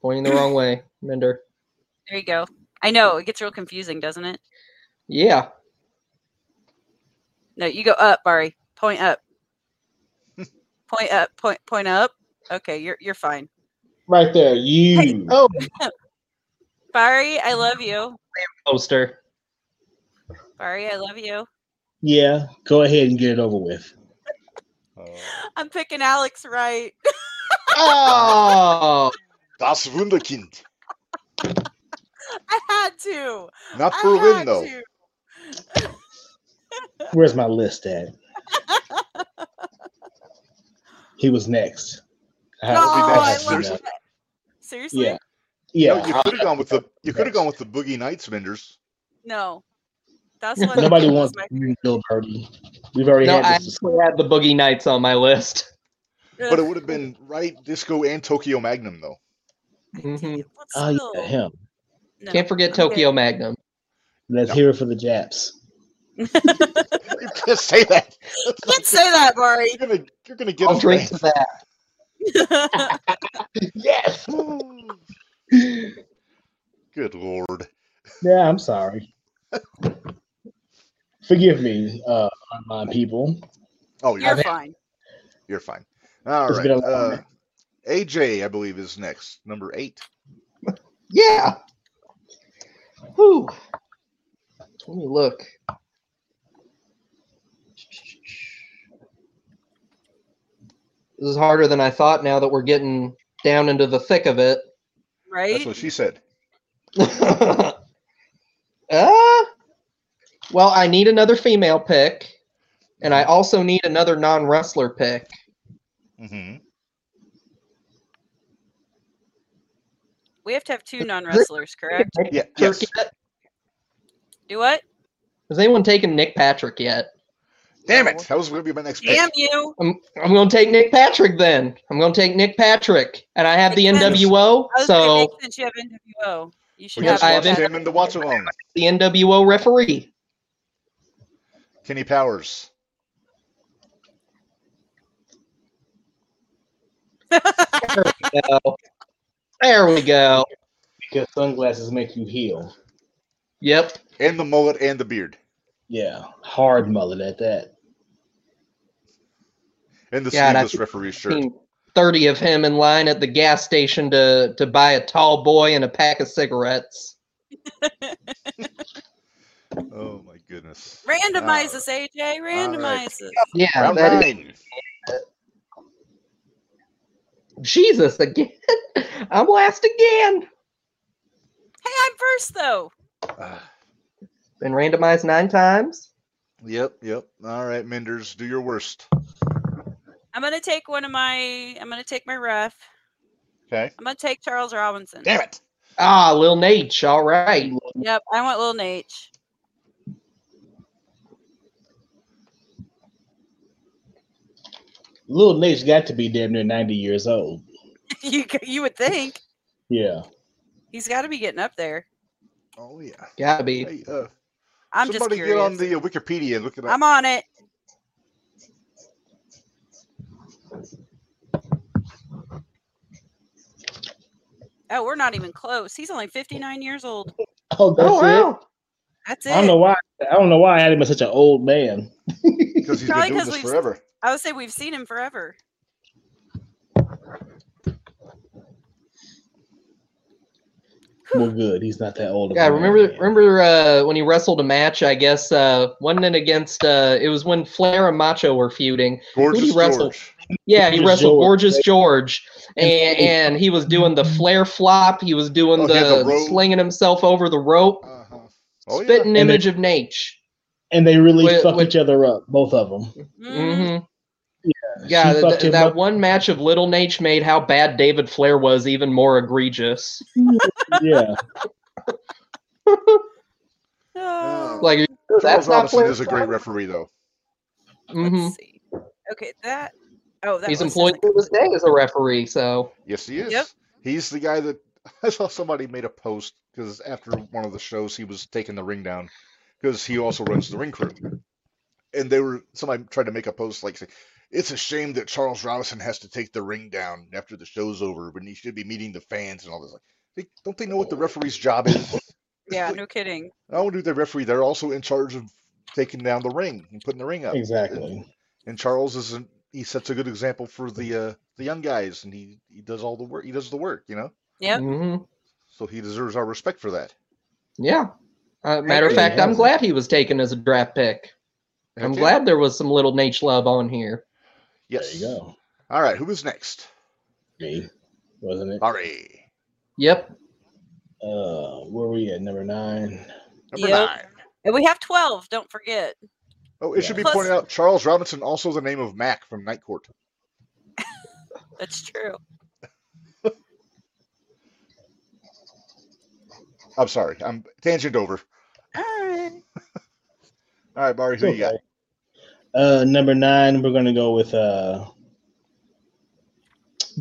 Speaker 3: Pointing the wrong way, Minder.
Speaker 2: There you go. I know it gets real confusing, doesn't it?
Speaker 3: Yeah.
Speaker 2: No, you go up, Bari. Point up. point up. Point point up. Okay, you're you're fine.
Speaker 4: Right there. You.
Speaker 3: Oh,
Speaker 2: Bari, I love you.
Speaker 3: poster.
Speaker 2: Bari, I love you.
Speaker 4: Yeah. Go ahead and get it over with.
Speaker 1: Uh,
Speaker 2: I'm picking Alex right.
Speaker 3: Oh,
Speaker 1: das Wunderkind.
Speaker 2: I had to.
Speaker 1: Not
Speaker 2: I
Speaker 1: Berlin
Speaker 2: had
Speaker 1: though.
Speaker 2: to.
Speaker 4: Where's my list at? he was next.
Speaker 2: No,
Speaker 4: I
Speaker 1: be
Speaker 2: Oh,
Speaker 1: nice.
Speaker 2: I love
Speaker 1: Seriously?
Speaker 2: that. Seriously?
Speaker 4: Yeah.
Speaker 1: No,
Speaker 4: Yeah.
Speaker 1: you could have gone with the you could have gone with the Boogie Nights vendors.
Speaker 2: No. That's what
Speaker 4: Nobody
Speaker 2: that was
Speaker 4: wants
Speaker 2: my-
Speaker 4: Bill Birdie. We've already
Speaker 3: no,
Speaker 4: had
Speaker 3: I
Speaker 4: this
Speaker 3: actually had the Boogie Nights on my list.
Speaker 1: But it would have been right disco and Tokyo Magnum though.
Speaker 3: Mhm.
Speaker 2: But
Speaker 4: Oh,
Speaker 2: still,
Speaker 4: yeah, him.
Speaker 2: no.
Speaker 3: Can't forget
Speaker 2: I'm good.
Speaker 3: Tokyo Magnum.
Speaker 4: Let's
Speaker 1: No.
Speaker 4: hear it for the Japs.
Speaker 1: You can't say that. That's
Speaker 2: Can't
Speaker 1: like-
Speaker 2: say that, Bari.
Speaker 1: you're gonna you're gonna get
Speaker 3: I'll
Speaker 1: us
Speaker 3: drink to
Speaker 1: banned.
Speaker 3: that.
Speaker 4: Yes.
Speaker 1: Good lord.
Speaker 4: Yeah, I'm sorry. Forgive me, uh, online people.
Speaker 1: Oh, you're
Speaker 2: You're
Speaker 1: fine.
Speaker 2: fine.
Speaker 1: You're fine. All
Speaker 4: It's
Speaker 1: right.
Speaker 4: been a long
Speaker 1: Uh,
Speaker 4: night.
Speaker 1: AJ, I believe, is next. Number eight.
Speaker 3: Yeah. Whew. Let me look. This is harder than I thought now that we're getting down into the thick of it.
Speaker 2: Right?
Speaker 1: That's what she said.
Speaker 3: uh, well, I need another female pick, and I also need another non wrestler pick.
Speaker 1: hmm
Speaker 2: we have to have two non wrestlers, correct?
Speaker 1: Yeah.
Speaker 3: Patrick
Speaker 1: Yes.
Speaker 3: yet?
Speaker 2: Do what?
Speaker 3: Has anyone taken Nick Patrick yet?
Speaker 1: Damn it! That was gonna be my next pick.
Speaker 2: Damn you.
Speaker 3: I'm, I'm going to take Nick Patrick then. I'm going to take Nick Patrick, and I have the
Speaker 2: Makes sense.
Speaker 3: NWO,
Speaker 2: I was gonna
Speaker 3: so
Speaker 2: make sense you have NWO. You should
Speaker 1: We
Speaker 3: Yeah,
Speaker 2: have
Speaker 1: just
Speaker 3: I
Speaker 2: both
Speaker 1: watched
Speaker 3: have
Speaker 2: had
Speaker 1: him in the watch along.
Speaker 3: the NWO referee.
Speaker 1: Kenny Powers.
Speaker 3: So, there we go.
Speaker 4: Because sunglasses make you heal.
Speaker 3: Yep.
Speaker 1: And the mullet and the beard.
Speaker 4: Yeah, hard mullet at that.
Speaker 1: And the
Speaker 3: Yeah, and I
Speaker 1: sleeveless
Speaker 3: think-
Speaker 1: referee shirt.
Speaker 3: Seen 30 of him in line at the gas station to, to buy a tall boy and a pack of cigarettes.
Speaker 1: Oh my goodness.
Speaker 2: randomize this, AJ. Randomize this.
Speaker 3: Yeah,
Speaker 1: Round
Speaker 3: that is-
Speaker 1: nine.
Speaker 3: Jesus again. I'm last again.
Speaker 2: Hey, I'm first though.
Speaker 1: Ah,
Speaker 3: Been randomized nine times.
Speaker 1: yep, yep. All right, Menders, do your worst.
Speaker 2: I'm gonna take one of my I'm gonna take my ref.
Speaker 1: Okay.
Speaker 2: I'm gonna take Charles Robinson.
Speaker 1: Damn it.
Speaker 3: Ah, Lil Nate. All right.
Speaker 2: Yep, I want Lil Nate.
Speaker 4: Little Nate's got to be damn near 90 years old.
Speaker 2: you c- you would think
Speaker 4: Yeah.
Speaker 2: he's got to be getting up there.
Speaker 1: Oh yeah.
Speaker 3: Gotta be.
Speaker 1: Hey, uh,
Speaker 2: I'm
Speaker 1: somebody
Speaker 2: just
Speaker 1: get
Speaker 2: curious.
Speaker 1: on the uh, Wikipedia and look it up.
Speaker 2: I'm on it. Oh, we're not even close. He's only 59 years old.
Speaker 4: Oh, that's
Speaker 3: Oh, wow.
Speaker 2: That's
Speaker 4: it.
Speaker 2: it.
Speaker 4: I don't know why. I don't know why I had him as such an old man.
Speaker 1: Because he's been
Speaker 2: Probably
Speaker 1: doing
Speaker 2: 'cause
Speaker 1: this
Speaker 2: we've-
Speaker 1: forever.
Speaker 2: I would say we've seen him forever.
Speaker 4: Well, good. He's not that old. of
Speaker 3: Yeah,
Speaker 4: a
Speaker 3: remember
Speaker 4: man.
Speaker 3: remember uh, when he wrestled a match, I guess, uh, wasn't it against, uh, it was when Flair and Macho were feuding.
Speaker 1: Gorgeous
Speaker 3: wrestle?
Speaker 1: George.
Speaker 3: Yeah, he
Speaker 4: Gorgeous
Speaker 3: wrestled
Speaker 4: George,
Speaker 3: Gorgeous
Speaker 4: right?
Speaker 3: George,
Speaker 4: And-
Speaker 3: and, and he was doing the Flair flop. He was doing
Speaker 1: Oh, he had
Speaker 3: the,
Speaker 1: the rope.
Speaker 3: slinging himself over the rope.
Speaker 1: Uh-huh. Oh yeah.
Speaker 3: spitting
Speaker 4: And
Speaker 3: image of Nate.
Speaker 4: And they really
Speaker 3: With-
Speaker 4: fuck
Speaker 3: with-
Speaker 4: each other up, both of them.
Speaker 2: Mm,
Speaker 3: hmm Yeah,
Speaker 4: she
Speaker 3: th-
Speaker 4: fucked him
Speaker 3: that
Speaker 4: up.
Speaker 3: one match of Little Nate made how bad David Flair was even more egregious.
Speaker 4: yeah.
Speaker 2: oh,
Speaker 3: Like
Speaker 1: Charles
Speaker 3: that's not
Speaker 1: Robinson
Speaker 3: Flair.
Speaker 1: is a great referee though.
Speaker 2: let's
Speaker 3: Mhm.
Speaker 2: see. Okay, that. Oh, that
Speaker 3: He's
Speaker 2: list
Speaker 3: employed
Speaker 2: isn't
Speaker 3: to this
Speaker 2: complete.
Speaker 3: day as a referee. So
Speaker 1: Yes, he is.
Speaker 2: Yep.
Speaker 1: He's the guy that I saw somebody made a post because after one of the shows he was taking the ring down because he also runs the ring crew. And they were somebody tried to make a post like say, It's a shame that Charles Robinson has to take the ring down after the show's over when he should be meeting the fans and all this. Like, they, don't they know what the referee's job is?
Speaker 2: Yeah, no kidding.
Speaker 1: Not only do the referee, they're also in charge of taking down the ring and putting the ring up.
Speaker 4: Exactly.
Speaker 1: And Charles isn't. He sets a good example for the uh, the young guys, and he, he does all the work. He does the work, you know.
Speaker 2: Yep.
Speaker 3: Mhm.
Speaker 1: So he deserves our respect for that.
Speaker 3: Yeah. Uh, matter of fact, I'm glad he was taken as a draft pick. I'm
Speaker 1: Heck yeah.
Speaker 3: glad there was some little Nate love on here.
Speaker 1: Yes.
Speaker 4: There you go.
Speaker 1: All right. Who is next?
Speaker 4: Me, wasn't it?
Speaker 1: Ari.
Speaker 3: Yep.
Speaker 4: Uh, where were we at? Number nine.
Speaker 1: Number
Speaker 2: Yep.
Speaker 1: nine.
Speaker 2: And we have 12, don't forget.
Speaker 1: Oh, it should be
Speaker 2: Plus-
Speaker 1: pointed out Charles Robinson, also the name of Mac from Night Court.
Speaker 2: That's true.
Speaker 1: I'm sorry. I'm tangent over. All right, Barry, who you got?
Speaker 4: Okay. Uh, number nine, we're gonna go with uh,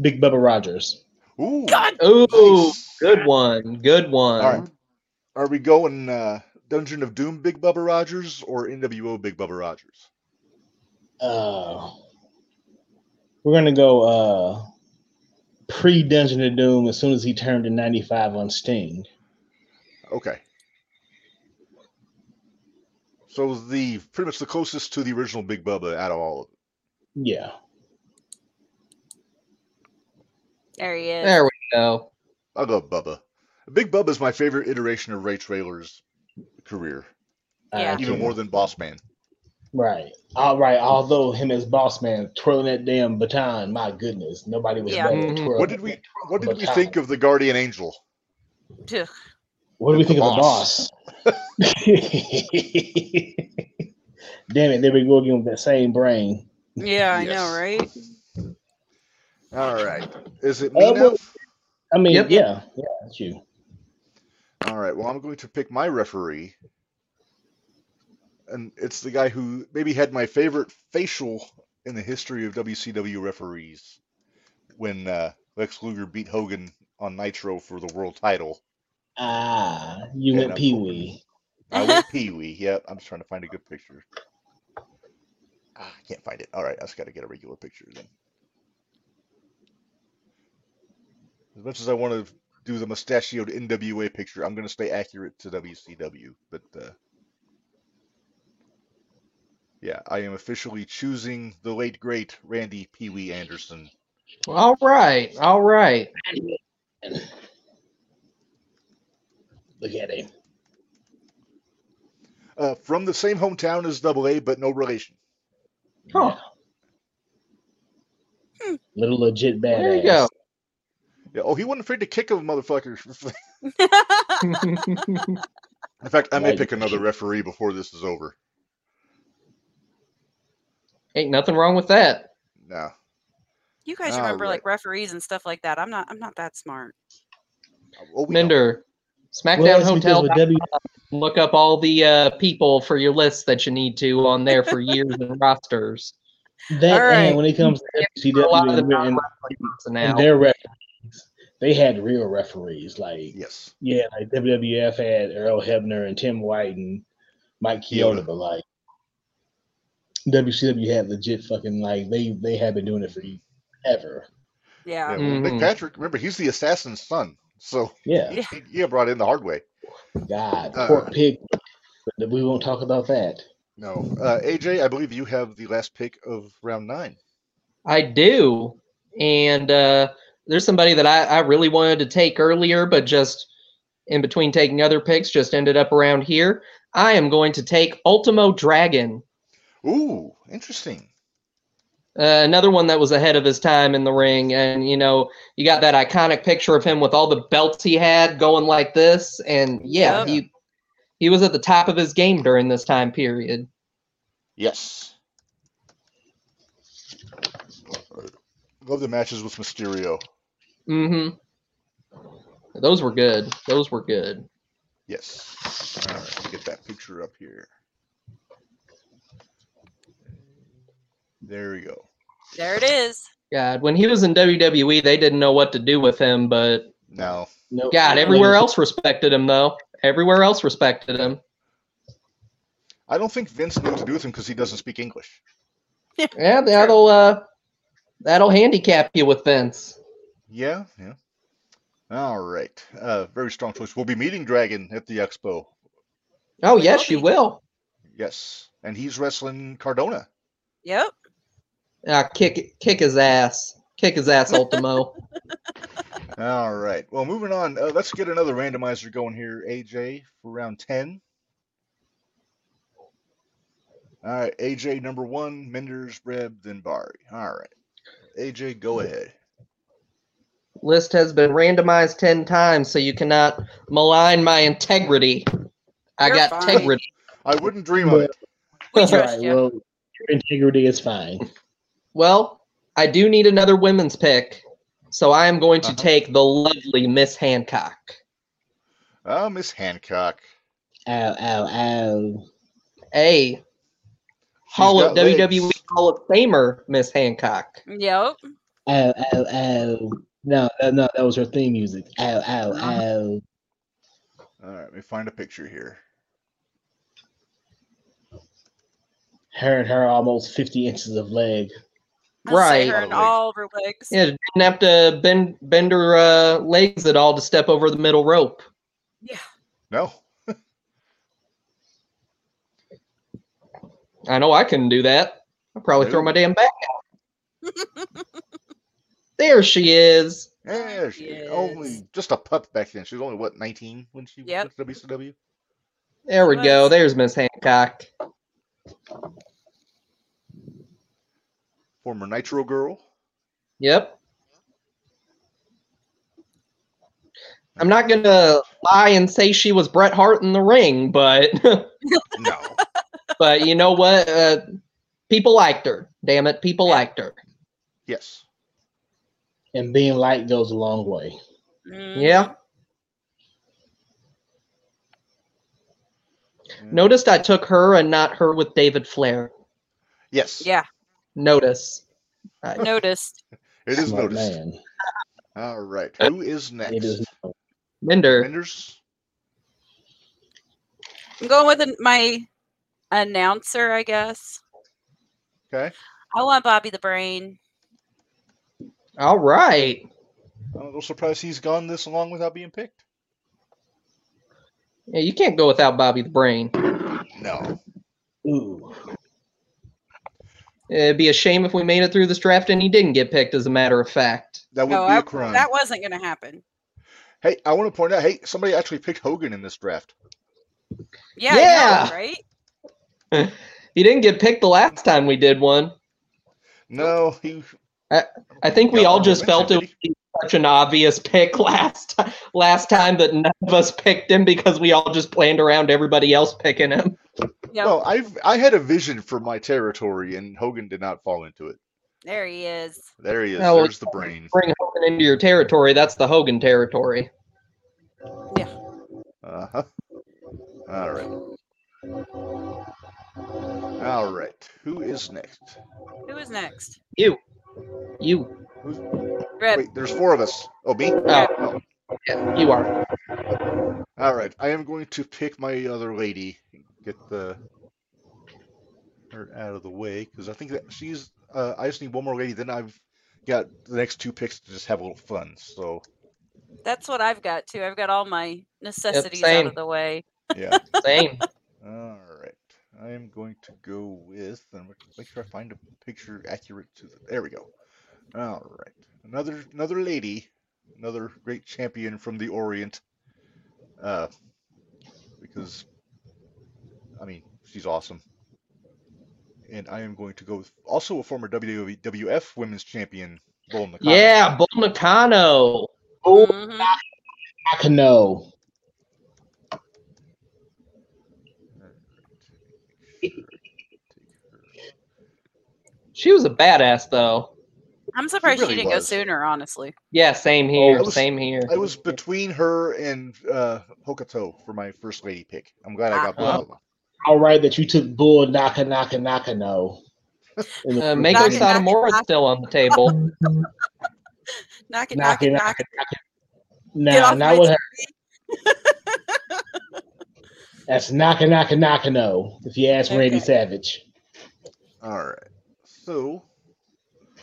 Speaker 4: Big Bubba Rogers.
Speaker 1: Ooh.
Speaker 2: God,
Speaker 3: Ooh,
Speaker 1: nice.
Speaker 3: good one. Good one.
Speaker 1: All right. Are we going uh, Dungeon of Doom Big Bubba Rogers or NWO Big Bubba Rogers?
Speaker 4: Uh, we're gonna go uh, pre Dungeon of Doom as soon as he turned to ninety five on Sting.
Speaker 1: Okay. So the pretty much the closest to the original Big Bubba out of all of them.
Speaker 4: Yeah,
Speaker 2: there he is.
Speaker 3: There we go.
Speaker 1: I'll go Bubba. Big Bubba is my favorite iteration of Ray Trailer's career,
Speaker 2: Yeah.
Speaker 4: I
Speaker 1: even
Speaker 4: can-
Speaker 1: more than Boss Man.
Speaker 4: Right. All right. Although him as boss man twirling that damn baton, my goodness, nobody was
Speaker 2: Yeah.
Speaker 4: better
Speaker 3: Mhm.
Speaker 4: than twirling.
Speaker 1: Mm-hmm. What did we What did we
Speaker 4: Baton.
Speaker 1: think of the Guardian Angel?
Speaker 2: Ugh.
Speaker 4: What do we
Speaker 1: The
Speaker 4: think of the boss? Damn it! There we go again with that same brain.
Speaker 2: Yeah, I
Speaker 1: Yes.
Speaker 2: know, right?
Speaker 1: All right, is it me
Speaker 4: Uh,
Speaker 1: now?
Speaker 4: well- I mean,
Speaker 3: Yep.
Speaker 4: yeah, yeah, that's you.
Speaker 1: All right. Well, I'm going to pick my referee, and it's the guy who maybe had my favorite facial in the history of WCW referees when uh, Lex Luger beat Hogan on Nitro for the world title.
Speaker 4: Ah, you
Speaker 1: Yeah,
Speaker 4: went
Speaker 1: no,
Speaker 4: Pee Wee.
Speaker 1: I went Pee Wee. Yep. I'm just trying to find a good picture. Ah, I can't find it. All right. I just got to get a regular picture then. As much as I want to do the mustachioed NWA picture, I'm going to stay accurate to WCW. But uh, yeah, I am officially choosing the late great Randy Pee Wee Anderson.
Speaker 3: All right. All right.
Speaker 4: Look at him.
Speaker 1: Uh, from the same hometown as Double A, but no relation.
Speaker 3: Huh.
Speaker 4: Little legit badass.
Speaker 3: There you go.
Speaker 1: Yeah, oh, he wasn't afraid to kick a motherfucker. In fact, I may
Speaker 4: Right.
Speaker 1: pick another referee before this is over.
Speaker 3: Ain't nothing wrong with that.
Speaker 1: Nah.
Speaker 2: you guys
Speaker 3: Oh,
Speaker 1: All
Speaker 2: remember
Speaker 1: right.
Speaker 2: like referees and stuff like that. I'm not I'm not that smart.
Speaker 1: Oh, we know.
Speaker 3: Ninder, SmackDown
Speaker 4: Well, that's because
Speaker 3: Hotel.
Speaker 4: with W-
Speaker 3: Look up all the uh, people for your list that you need to on there for years and rosters.
Speaker 4: that
Speaker 2: All right.
Speaker 4: and when it comes to
Speaker 3: A lot of
Speaker 4: WCW
Speaker 3: the
Speaker 4: and, and,
Speaker 3: non-wrestling
Speaker 4: and
Speaker 3: personnel.
Speaker 4: their referees, they had real referees. Like
Speaker 1: Yes.
Speaker 4: yeah, like WWF had Earl Hebner and Tim White and Mike
Speaker 1: Yoda.
Speaker 4: Chioda, but like WCW had legit fucking like they they have been doing it for ever.
Speaker 1: Yeah,
Speaker 2: Yeah.
Speaker 1: well, Nick
Speaker 3: Mhm.
Speaker 1: Patrick, remember, he's the assassin's son. So
Speaker 4: Yeah,
Speaker 2: Yeah.
Speaker 1: he, he got brought in the hard way.
Speaker 4: God,
Speaker 1: Uh.
Speaker 4: pork pig. But we won't talk about that.
Speaker 1: No. Uh, AJ, I believe you have the last pick of round nine.
Speaker 3: I do. And uh, there's somebody that I, I really wanted to take earlier, but just in between taking other picks, just ended up around here. I am going to take Ultimo Dragon,
Speaker 1: Ooh, interesting.
Speaker 3: uh, another one that was ahead of his time in the ring. And, you know, you got that iconic picture of him with all the belts he had going like this. And yeah,
Speaker 2: Yep.
Speaker 3: he, he was at the top of his game during this time period.
Speaker 1: Yes. Love the matches with Mysterio.
Speaker 3: Mm hmm. Those were good. Those were good.
Speaker 1: Yes. All right, get that picture up here. There we go.
Speaker 2: There it is.
Speaker 3: God, when he was in WWE, they didn't know what to do with him, but
Speaker 1: Now,
Speaker 4: No,
Speaker 3: God, everywhere else respected him though. Everywhere else respected him.
Speaker 1: I don't think Vince knew what to do with him because he doesn't speak English.
Speaker 3: Yeah, that'll uh, that'll handicap you with Vince.
Speaker 1: Yeah, yeah. All right. Uh, very strong choice. We'll be meeting Dragon at the expo.
Speaker 3: Oh yes, you will.
Speaker 1: Yes, and he's wrestling Cardona.
Speaker 2: Yep.
Speaker 3: Uh, kick kick his ass. Kick his ass, Ultimo.
Speaker 1: All right. Well, moving on. Uh, let's get another randomizer going here, AJ, for round 10. All right. AJ, number one, Menders, Reb, then Bari. All right. AJ, go ahead.
Speaker 3: List has been randomized ten times, so you cannot malign my integrity. I
Speaker 2: You're
Speaker 3: got
Speaker 2: fine.
Speaker 3: integrity.
Speaker 1: I wouldn't dream of it.
Speaker 2: We
Speaker 4: All
Speaker 2: trust
Speaker 4: right,
Speaker 2: you.
Speaker 4: well, your integrity is fine.
Speaker 3: Well, I do need another women's pick, so I am going to
Speaker 1: Uh-huh.
Speaker 3: take the lovely Miss Hancock.
Speaker 1: Oh, Miss Hancock.
Speaker 4: Ow, ow, ow.
Speaker 3: A Hall of E.
Speaker 1: got legs.
Speaker 3: WWE Hall of Famer, Miss Hancock.
Speaker 2: Yep.
Speaker 4: Ow, ow, ow. No, no, no, that was her theme music. Ow, ow, ow.
Speaker 1: All right. Let me find a picture here.
Speaker 4: Her and her almost 50 inches of leg.
Speaker 2: I'll say
Speaker 3: Right.
Speaker 2: Her in
Speaker 1: Probably.
Speaker 2: all of her legs.
Speaker 3: Yeah, didn't have to bend bend her uh, legs at all to step over the middle rope.
Speaker 2: Yeah.
Speaker 1: No.
Speaker 3: I know I couldn't do that. I'll probably throw my
Speaker 1: No.
Speaker 3: damn back out. there she is.
Speaker 1: Yeah, she only
Speaker 2: Yes.
Speaker 1: just a pup back then. She was only what 19 when she
Speaker 2: Yep.
Speaker 1: went to WCW.
Speaker 3: There we
Speaker 2: She
Speaker 3: go.
Speaker 2: was.
Speaker 3: There's Miss Hancock.
Speaker 1: Former Nitro girl.
Speaker 3: Yep. I'm not gonna lie and say she was Bret Hart in the ring, but
Speaker 1: No.
Speaker 3: but you know what? Uh, people liked her. Damn it, people liked her.
Speaker 1: yes.
Speaker 4: And being light goes a long way.
Speaker 2: Mhm.
Speaker 3: Yeah. Noticed I took her and not her with David Flair.
Speaker 1: Yes.
Speaker 2: Yeah.
Speaker 3: Notice.
Speaker 2: Noticed.
Speaker 1: It is
Speaker 4: Smart
Speaker 1: noticed.
Speaker 4: Man.
Speaker 1: All right. Who is next?
Speaker 4: It is not.
Speaker 3: Minder.
Speaker 1: Menders?
Speaker 2: I'm going with an- my announcer, I guess.
Speaker 1: Okay.
Speaker 2: I want Bobby the Brain.
Speaker 3: All right.
Speaker 1: I'm a little surprised he's gone this long without being picked.
Speaker 3: Yeah, you can't go without Bobby the Brain.
Speaker 1: No.
Speaker 4: Ooh.
Speaker 3: It'd be a shame if we made it through this draft and he didn't get picked, as a matter of fact.
Speaker 1: That would
Speaker 2: No,
Speaker 1: be a
Speaker 2: Oh, I,
Speaker 1: crime.
Speaker 2: that wasn't going to happen.
Speaker 1: Hey, I want to point out, hey, somebody actually picked Hogan in this draft.
Speaker 2: Yeah. I know,
Speaker 3: Yeah.
Speaker 2: right?
Speaker 3: He didn't get picked the last time we did one.
Speaker 1: No, he
Speaker 3: I think we
Speaker 1: Yeah,
Speaker 3: all
Speaker 1: Arnold
Speaker 3: just
Speaker 1: Winston,
Speaker 3: felt it
Speaker 1: did
Speaker 3: was such an obvious pick last ti- last time that none of us picked him because we all just planned around everybody else picking him.
Speaker 2: Yep.
Speaker 1: No, I've I had a vision for my territory and Hogan did not fall into it.
Speaker 2: There he is.
Speaker 1: There he is.
Speaker 3: No,
Speaker 1: There's the brain.
Speaker 3: Bring Hogan into your territory. That's the Hogan territory.
Speaker 1: Uh-huh. All right. All right. Who is next?
Speaker 2: Who is next?
Speaker 3: You, you,
Speaker 2: Rip.
Speaker 1: Wait, there's four of us. Oh, me?
Speaker 3: oh,
Speaker 1: Oh.
Speaker 3: yeah, you are.
Speaker 1: All right. I am going to pick my other lady. Get the her out of the way because I think that she's. Uh, I just need one more lady. Then I've got the next two picks to just have a little fun. So
Speaker 2: That's what I've got too. I've got all my necessities out
Speaker 3: same.
Speaker 2: of the way.
Speaker 1: yeah.
Speaker 3: Same.
Speaker 1: All right. I am going to go with, and make- make sure I find a picture accurate to the, there we go. All right. Another another lady, another great champion from the Orient. Uh, because I mean, she's awesome. And I am going to go with also a former WWF Women's Champion, Bull Nakano.
Speaker 3: Yeah, Bull Nakano.
Speaker 4: Ooh,
Speaker 2: Mhm.
Speaker 4: I can know.
Speaker 1: All right, Make sure I take her.
Speaker 3: She was a badass though.
Speaker 2: I'm surprised she,
Speaker 1: really
Speaker 2: didn't
Speaker 1: was.
Speaker 2: go sooner, honestly.
Speaker 3: Yeah, same
Speaker 1: I
Speaker 3: here.
Speaker 1: Oh, was-
Speaker 3: same here.
Speaker 1: I was between her and uh, Hokuto for my first lady pick. I'm glad I got both
Speaker 3: Uh-huh.
Speaker 1: of them.
Speaker 4: All right, that you took Bull Naka Naka Naka No.
Speaker 3: Uh,
Speaker 2: Knock
Speaker 3: Mako
Speaker 2: it, knock it,
Speaker 3: Satomura's
Speaker 2: knock
Speaker 3: still on the table.
Speaker 2: Knock it, knock,
Speaker 4: Knock it,
Speaker 2: it,
Speaker 4: knock
Speaker 2: knock
Speaker 4: it,
Speaker 2: it.
Speaker 4: knock it.
Speaker 2: Get
Speaker 4: Nah,
Speaker 2: off
Speaker 4: not
Speaker 2: my
Speaker 4: with her. That's Naka Naka Naka No, if you ask Randy
Speaker 2: Okay.
Speaker 4: Savage.
Speaker 1: All right. So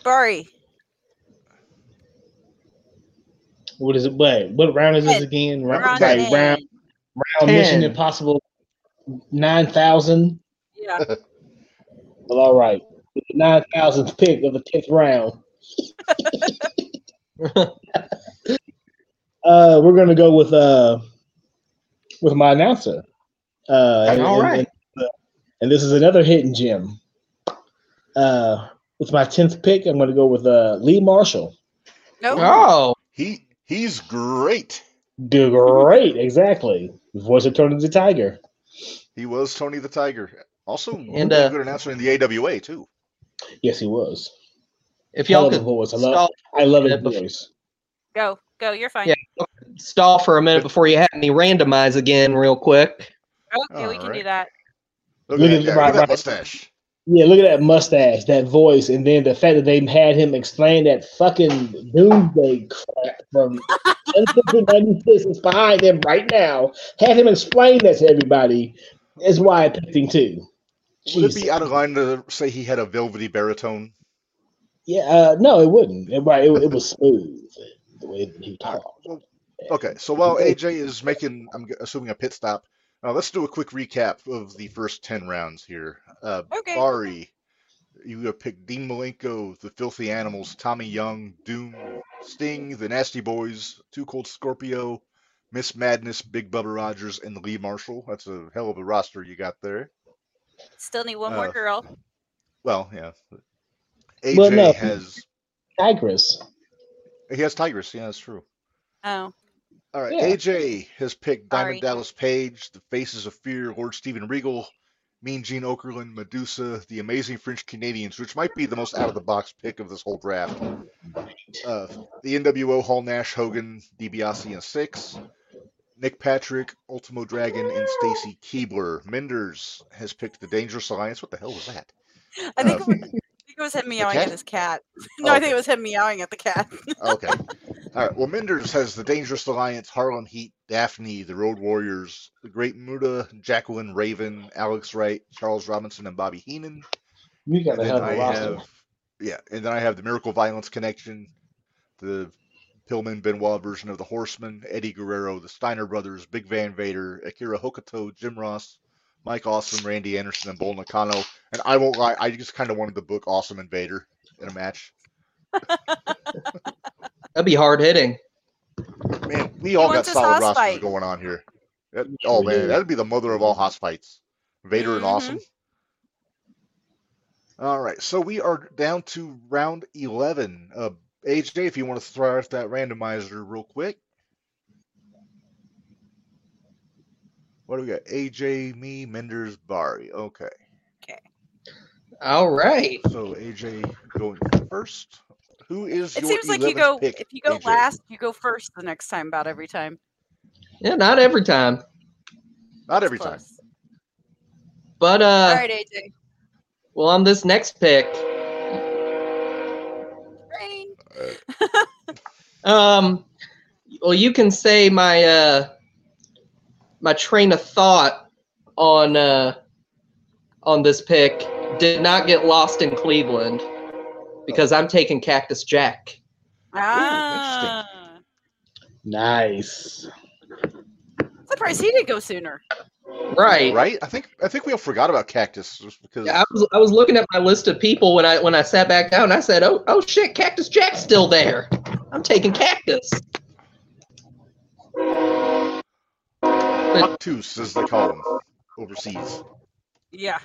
Speaker 2: Sorry.
Speaker 4: What is it? Wait, what round is this again? Round,
Speaker 2: Round
Speaker 4: like
Speaker 2: ten.
Speaker 4: round, round
Speaker 3: Ten.
Speaker 4: Mission Impossible, nine thousand.
Speaker 2: Yeah.
Speaker 4: Well, all right, nine thousandth pick of the tenth round. uh, we're gonna go with uh, with my announcer. Uh, and,
Speaker 3: All right.
Speaker 4: and- and this is another hidden gem. Uh, with my tenth pick, I'm gonna go with uh Lee Marshall.
Speaker 2: Nope.
Speaker 3: Oh,
Speaker 1: he he's great.
Speaker 4: Do great, exactly. Voice of Tony the Tiger.
Speaker 1: He was Tony the Tiger. Also,
Speaker 3: And,
Speaker 1: really
Speaker 3: uh,
Speaker 1: good announcer in the AWA too.
Speaker 4: Yes, he was.
Speaker 3: if
Speaker 4: I
Speaker 3: y'all
Speaker 4: love his
Speaker 3: could
Speaker 4: voice. I love,
Speaker 3: stall,
Speaker 4: I love his
Speaker 3: Yeah, but-
Speaker 4: voice.
Speaker 2: Go. Go. You're fine.
Speaker 3: Yeah. stall for a minute before you have me randomize again, real quick.
Speaker 2: Okay, we
Speaker 1: All
Speaker 2: can do
Speaker 1: right.
Speaker 2: that.
Speaker 1: Look,
Speaker 4: Look
Speaker 1: at
Speaker 4: at
Speaker 1: that, guy,
Speaker 4: the-
Speaker 1: look at that
Speaker 4: right-
Speaker 1: mustache.
Speaker 4: Yeah, look at that mustache, that voice, and then the fact that they had him explain that fucking doomsday crap from 1996 is behind him right now. Had him explain that to everybody is why I picked him too.
Speaker 1: Would it
Speaker 4: Jesus.
Speaker 1: be out of line to say he had a velvety baritone?
Speaker 4: Yeah, uh, no, it wouldn't. It, right, it, it was smooth the way that he talked.
Speaker 1: Well, okay, so while AJ is making, I'm g- assuming a pit stop, uh, let's do a quick recap of the first 10 rounds here. Uh,
Speaker 2: Okay.
Speaker 1: Bari, you have picked Dean Malenko, The Filthy Animals, Tommy Young, Doom, Sting, The Nasty Boys, Two Cold Scorpio, Miss Madness, Big Bubba Rogers, and Lee Marshall. That's a hell of a roster you got there.
Speaker 2: Still need one more
Speaker 1: Uh,
Speaker 2: girl.
Speaker 1: Well, yeah. AJ
Speaker 4: Well, no.
Speaker 1: has
Speaker 4: Tigress.
Speaker 1: he has Tigers. Yeah, that's true.
Speaker 2: Oh.
Speaker 1: All right,
Speaker 4: Yeah.
Speaker 1: AJ has picked Diamond
Speaker 2: Sorry.
Speaker 1: Dallas Page, The Faces of Fear, Lord Steven Regal, Mean Gene Okerlund, Medusa, The Amazing French Canadians, which might be the most out of the box pick of this whole draft. Uh, the NWO Hall Nash, Hogan, DiBiase, and Six. Nick Patrick, Ultimo Dragon, and Stacy Keebler. Menders has picked the Dangerous Alliance. What the hell was that?
Speaker 2: I think,
Speaker 1: Um,
Speaker 2: it, was, I think it was him meowing
Speaker 1: cat? Oh,
Speaker 2: at his cat. No, I
Speaker 1: okay.
Speaker 2: think it was him meowing at the cat.
Speaker 1: Okay. All right. Well, Menders has the Dangerous Alliance, Harlem Heat, Daphne, the Road Warriors, the Great Muda, Jacqueline Raven, Alex Wright, Charles Robinson, and Bobby Heenan.
Speaker 4: You got
Speaker 1: And
Speaker 4: a
Speaker 1: then
Speaker 4: hell of
Speaker 1: I
Speaker 4: a roster.
Speaker 1: have, yeah, and then I have the Miracle Violence Connection, the Pillman Benoit version of the Horsemen, Eddie Guerrero, the Steiner Brothers, Big Van Vader, Akira Hokuto, Jim Ross, Mike Awesome, Randy Anderson, and Bull Nakano. And I won't lie, I just kind of wanted to book Awesome and Vader in a match.
Speaker 3: That'd be hard hitting.
Speaker 1: Man, we all got
Speaker 2: wants his
Speaker 1: solid
Speaker 2: house
Speaker 1: rosters
Speaker 2: fight.
Speaker 1: going on here. That-
Speaker 4: Sure
Speaker 1: oh
Speaker 4: we
Speaker 1: man,
Speaker 4: do.
Speaker 1: that'd be the mother of all house fights. Vader and
Speaker 2: Mhm.
Speaker 1: Awesome. All right, so we are down to round eleven. Uh, AJ, if you want to throw out that randomizer real quick. What do we got? AJ, me, Menders, Bari. Okay,
Speaker 3: All right.
Speaker 1: so AJ going first. Who is
Speaker 2: It
Speaker 1: your
Speaker 2: seems like you
Speaker 1: 11th
Speaker 2: go
Speaker 1: pick,
Speaker 2: if you go
Speaker 1: AJ?
Speaker 2: last, you go first the next time. About every time.
Speaker 3: Yeah, not every time,
Speaker 1: Not
Speaker 2: It's
Speaker 1: every time.
Speaker 2: close.
Speaker 3: but uh,
Speaker 2: All right, AJ.
Speaker 3: well, on this next pick,
Speaker 2: Ring.
Speaker 3: um, well, you can say my uh, my train of thought on uh, on this pick did not get lost in Cleveland because I'm taking Cactus Jack.
Speaker 2: Ah.
Speaker 4: Nice.
Speaker 2: Surprised he didn't go sooner.
Speaker 3: Right.
Speaker 1: Right? I think I think we all forgot about Cactus just because.
Speaker 3: Yeah, I was I was looking at my list of people when I when I sat back down. I said, "Oh oh shit, Cactus Jack's still there. I'm taking Cactus."
Speaker 1: Octus, as they call him overseas.
Speaker 2: Yeah.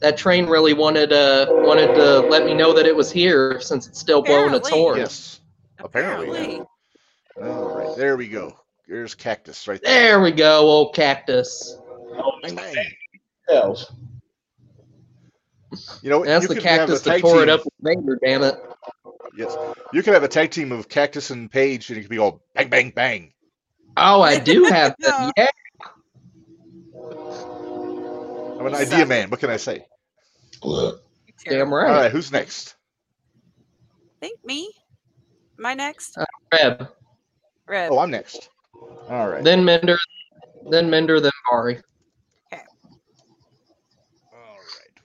Speaker 3: That train really wanted uh wanted to let me know that it was here since it's still blowing its
Speaker 2: Apparently.
Speaker 3: horn.
Speaker 1: Yes. Apparently. All right, there we go. There's Cactus right there.
Speaker 3: There we go, old Cactus.
Speaker 1: Bang, bang.
Speaker 4: Hell,
Speaker 1: You know, what?
Speaker 3: That's
Speaker 1: you
Speaker 3: the
Speaker 1: could have a
Speaker 3: Cactus that
Speaker 1: tag
Speaker 3: tore
Speaker 1: team.
Speaker 3: it up with Vader. Damn it!
Speaker 1: Yes, you could have a tag team of Cactus and Page, and it could be all bang, bang, bang.
Speaker 3: Oh, I do have
Speaker 2: Aw.
Speaker 3: that. Yeah,
Speaker 1: I'm an
Speaker 2: You
Speaker 1: idea
Speaker 2: suck.
Speaker 1: man. What can I say?
Speaker 2: You're terrible.
Speaker 3: damn right.
Speaker 1: All right, who's next?
Speaker 2: Think me. My next
Speaker 3: Reb,
Speaker 2: red.
Speaker 1: Oh, I'm next. Oh, All right.
Speaker 3: then Mender, then Mender, then Ari.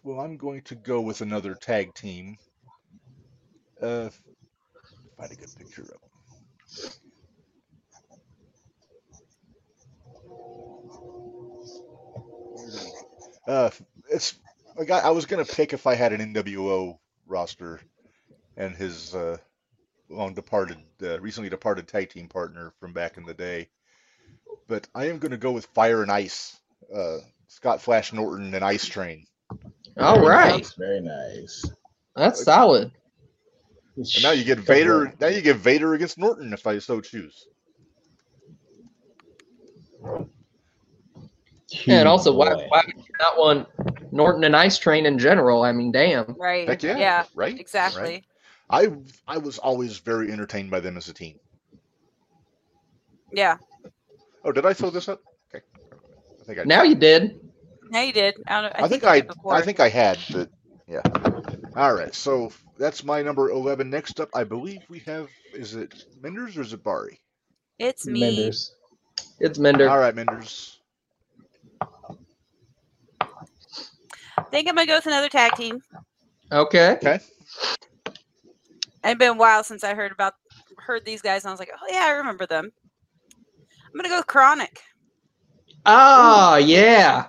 Speaker 1: Well, I'm going to go with another tag team. Uh, find a good picture of 'em. Where do I- Uh, it's I got. I was gonna pick if I had an NWO roster, and his uh, long departed, uh, recently departed tag team partner from back in the day, but I am gonna go with Fire and Ice, uh, Scott Flash Norton and Ice Train.
Speaker 3: All
Speaker 4: Very
Speaker 3: right,
Speaker 4: nice, Very nice.
Speaker 3: that's solid.
Speaker 1: And now you get Vader. Now you get Vader against Norton if I so choose.
Speaker 3: and also, why,
Speaker 4: Boy.
Speaker 3: why would you not want Norton and Ice Train in general? I mean, damn.
Speaker 2: Right.
Speaker 1: Heck yeah,
Speaker 2: yeah.
Speaker 1: right? right?
Speaker 2: Exactly.
Speaker 1: I I was always very entertained by them as a team.
Speaker 2: Yeah.
Speaker 1: Oh, did I throw this up? Okay, I think I.
Speaker 3: Now you did.
Speaker 2: Yeah, you did. I, don't, I,
Speaker 1: I think
Speaker 2: you
Speaker 1: I.
Speaker 2: did before.
Speaker 1: I think I had, but yeah. All right, so that's my number eleven. Next up, I believe we have. Is it Menders or is it Bari?
Speaker 2: it's me.
Speaker 4: Menders.
Speaker 3: It's Mender.
Speaker 1: All right, Menders.
Speaker 2: I think I'm gonna go with another tag team.
Speaker 3: Okay.
Speaker 1: Okay.
Speaker 2: It's been a while since I heard about heard these guys, and I was like, oh yeah, I remember them. I'm gonna go with Chronic.
Speaker 3: Oh yeah.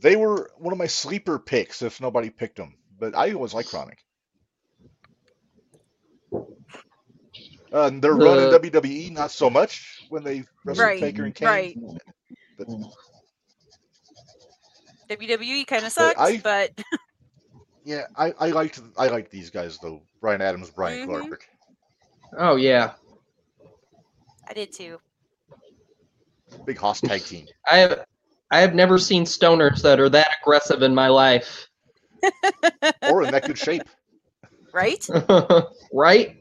Speaker 1: They were one of my sleeper picks if nobody picked them, but I always like Chronic. Uh, their run in
Speaker 3: The-
Speaker 1: WWE, not so much when they wrestled
Speaker 2: Right,
Speaker 1: Taker and Kane.
Speaker 2: Right.
Speaker 1: But
Speaker 2: WWE kind of
Speaker 1: Mm. But
Speaker 2: E sucks,
Speaker 1: I-
Speaker 2: but
Speaker 1: yeah, I, I liked I liked these guys though. Brian Adams, Brian
Speaker 2: Mhm.
Speaker 1: Clark.
Speaker 3: Oh yeah.
Speaker 2: I did too.
Speaker 1: Big Hoss tag team.
Speaker 3: I have I have never seen stoners that are that aggressive in my life.
Speaker 1: Or in that good shape.
Speaker 2: Right?
Speaker 3: right?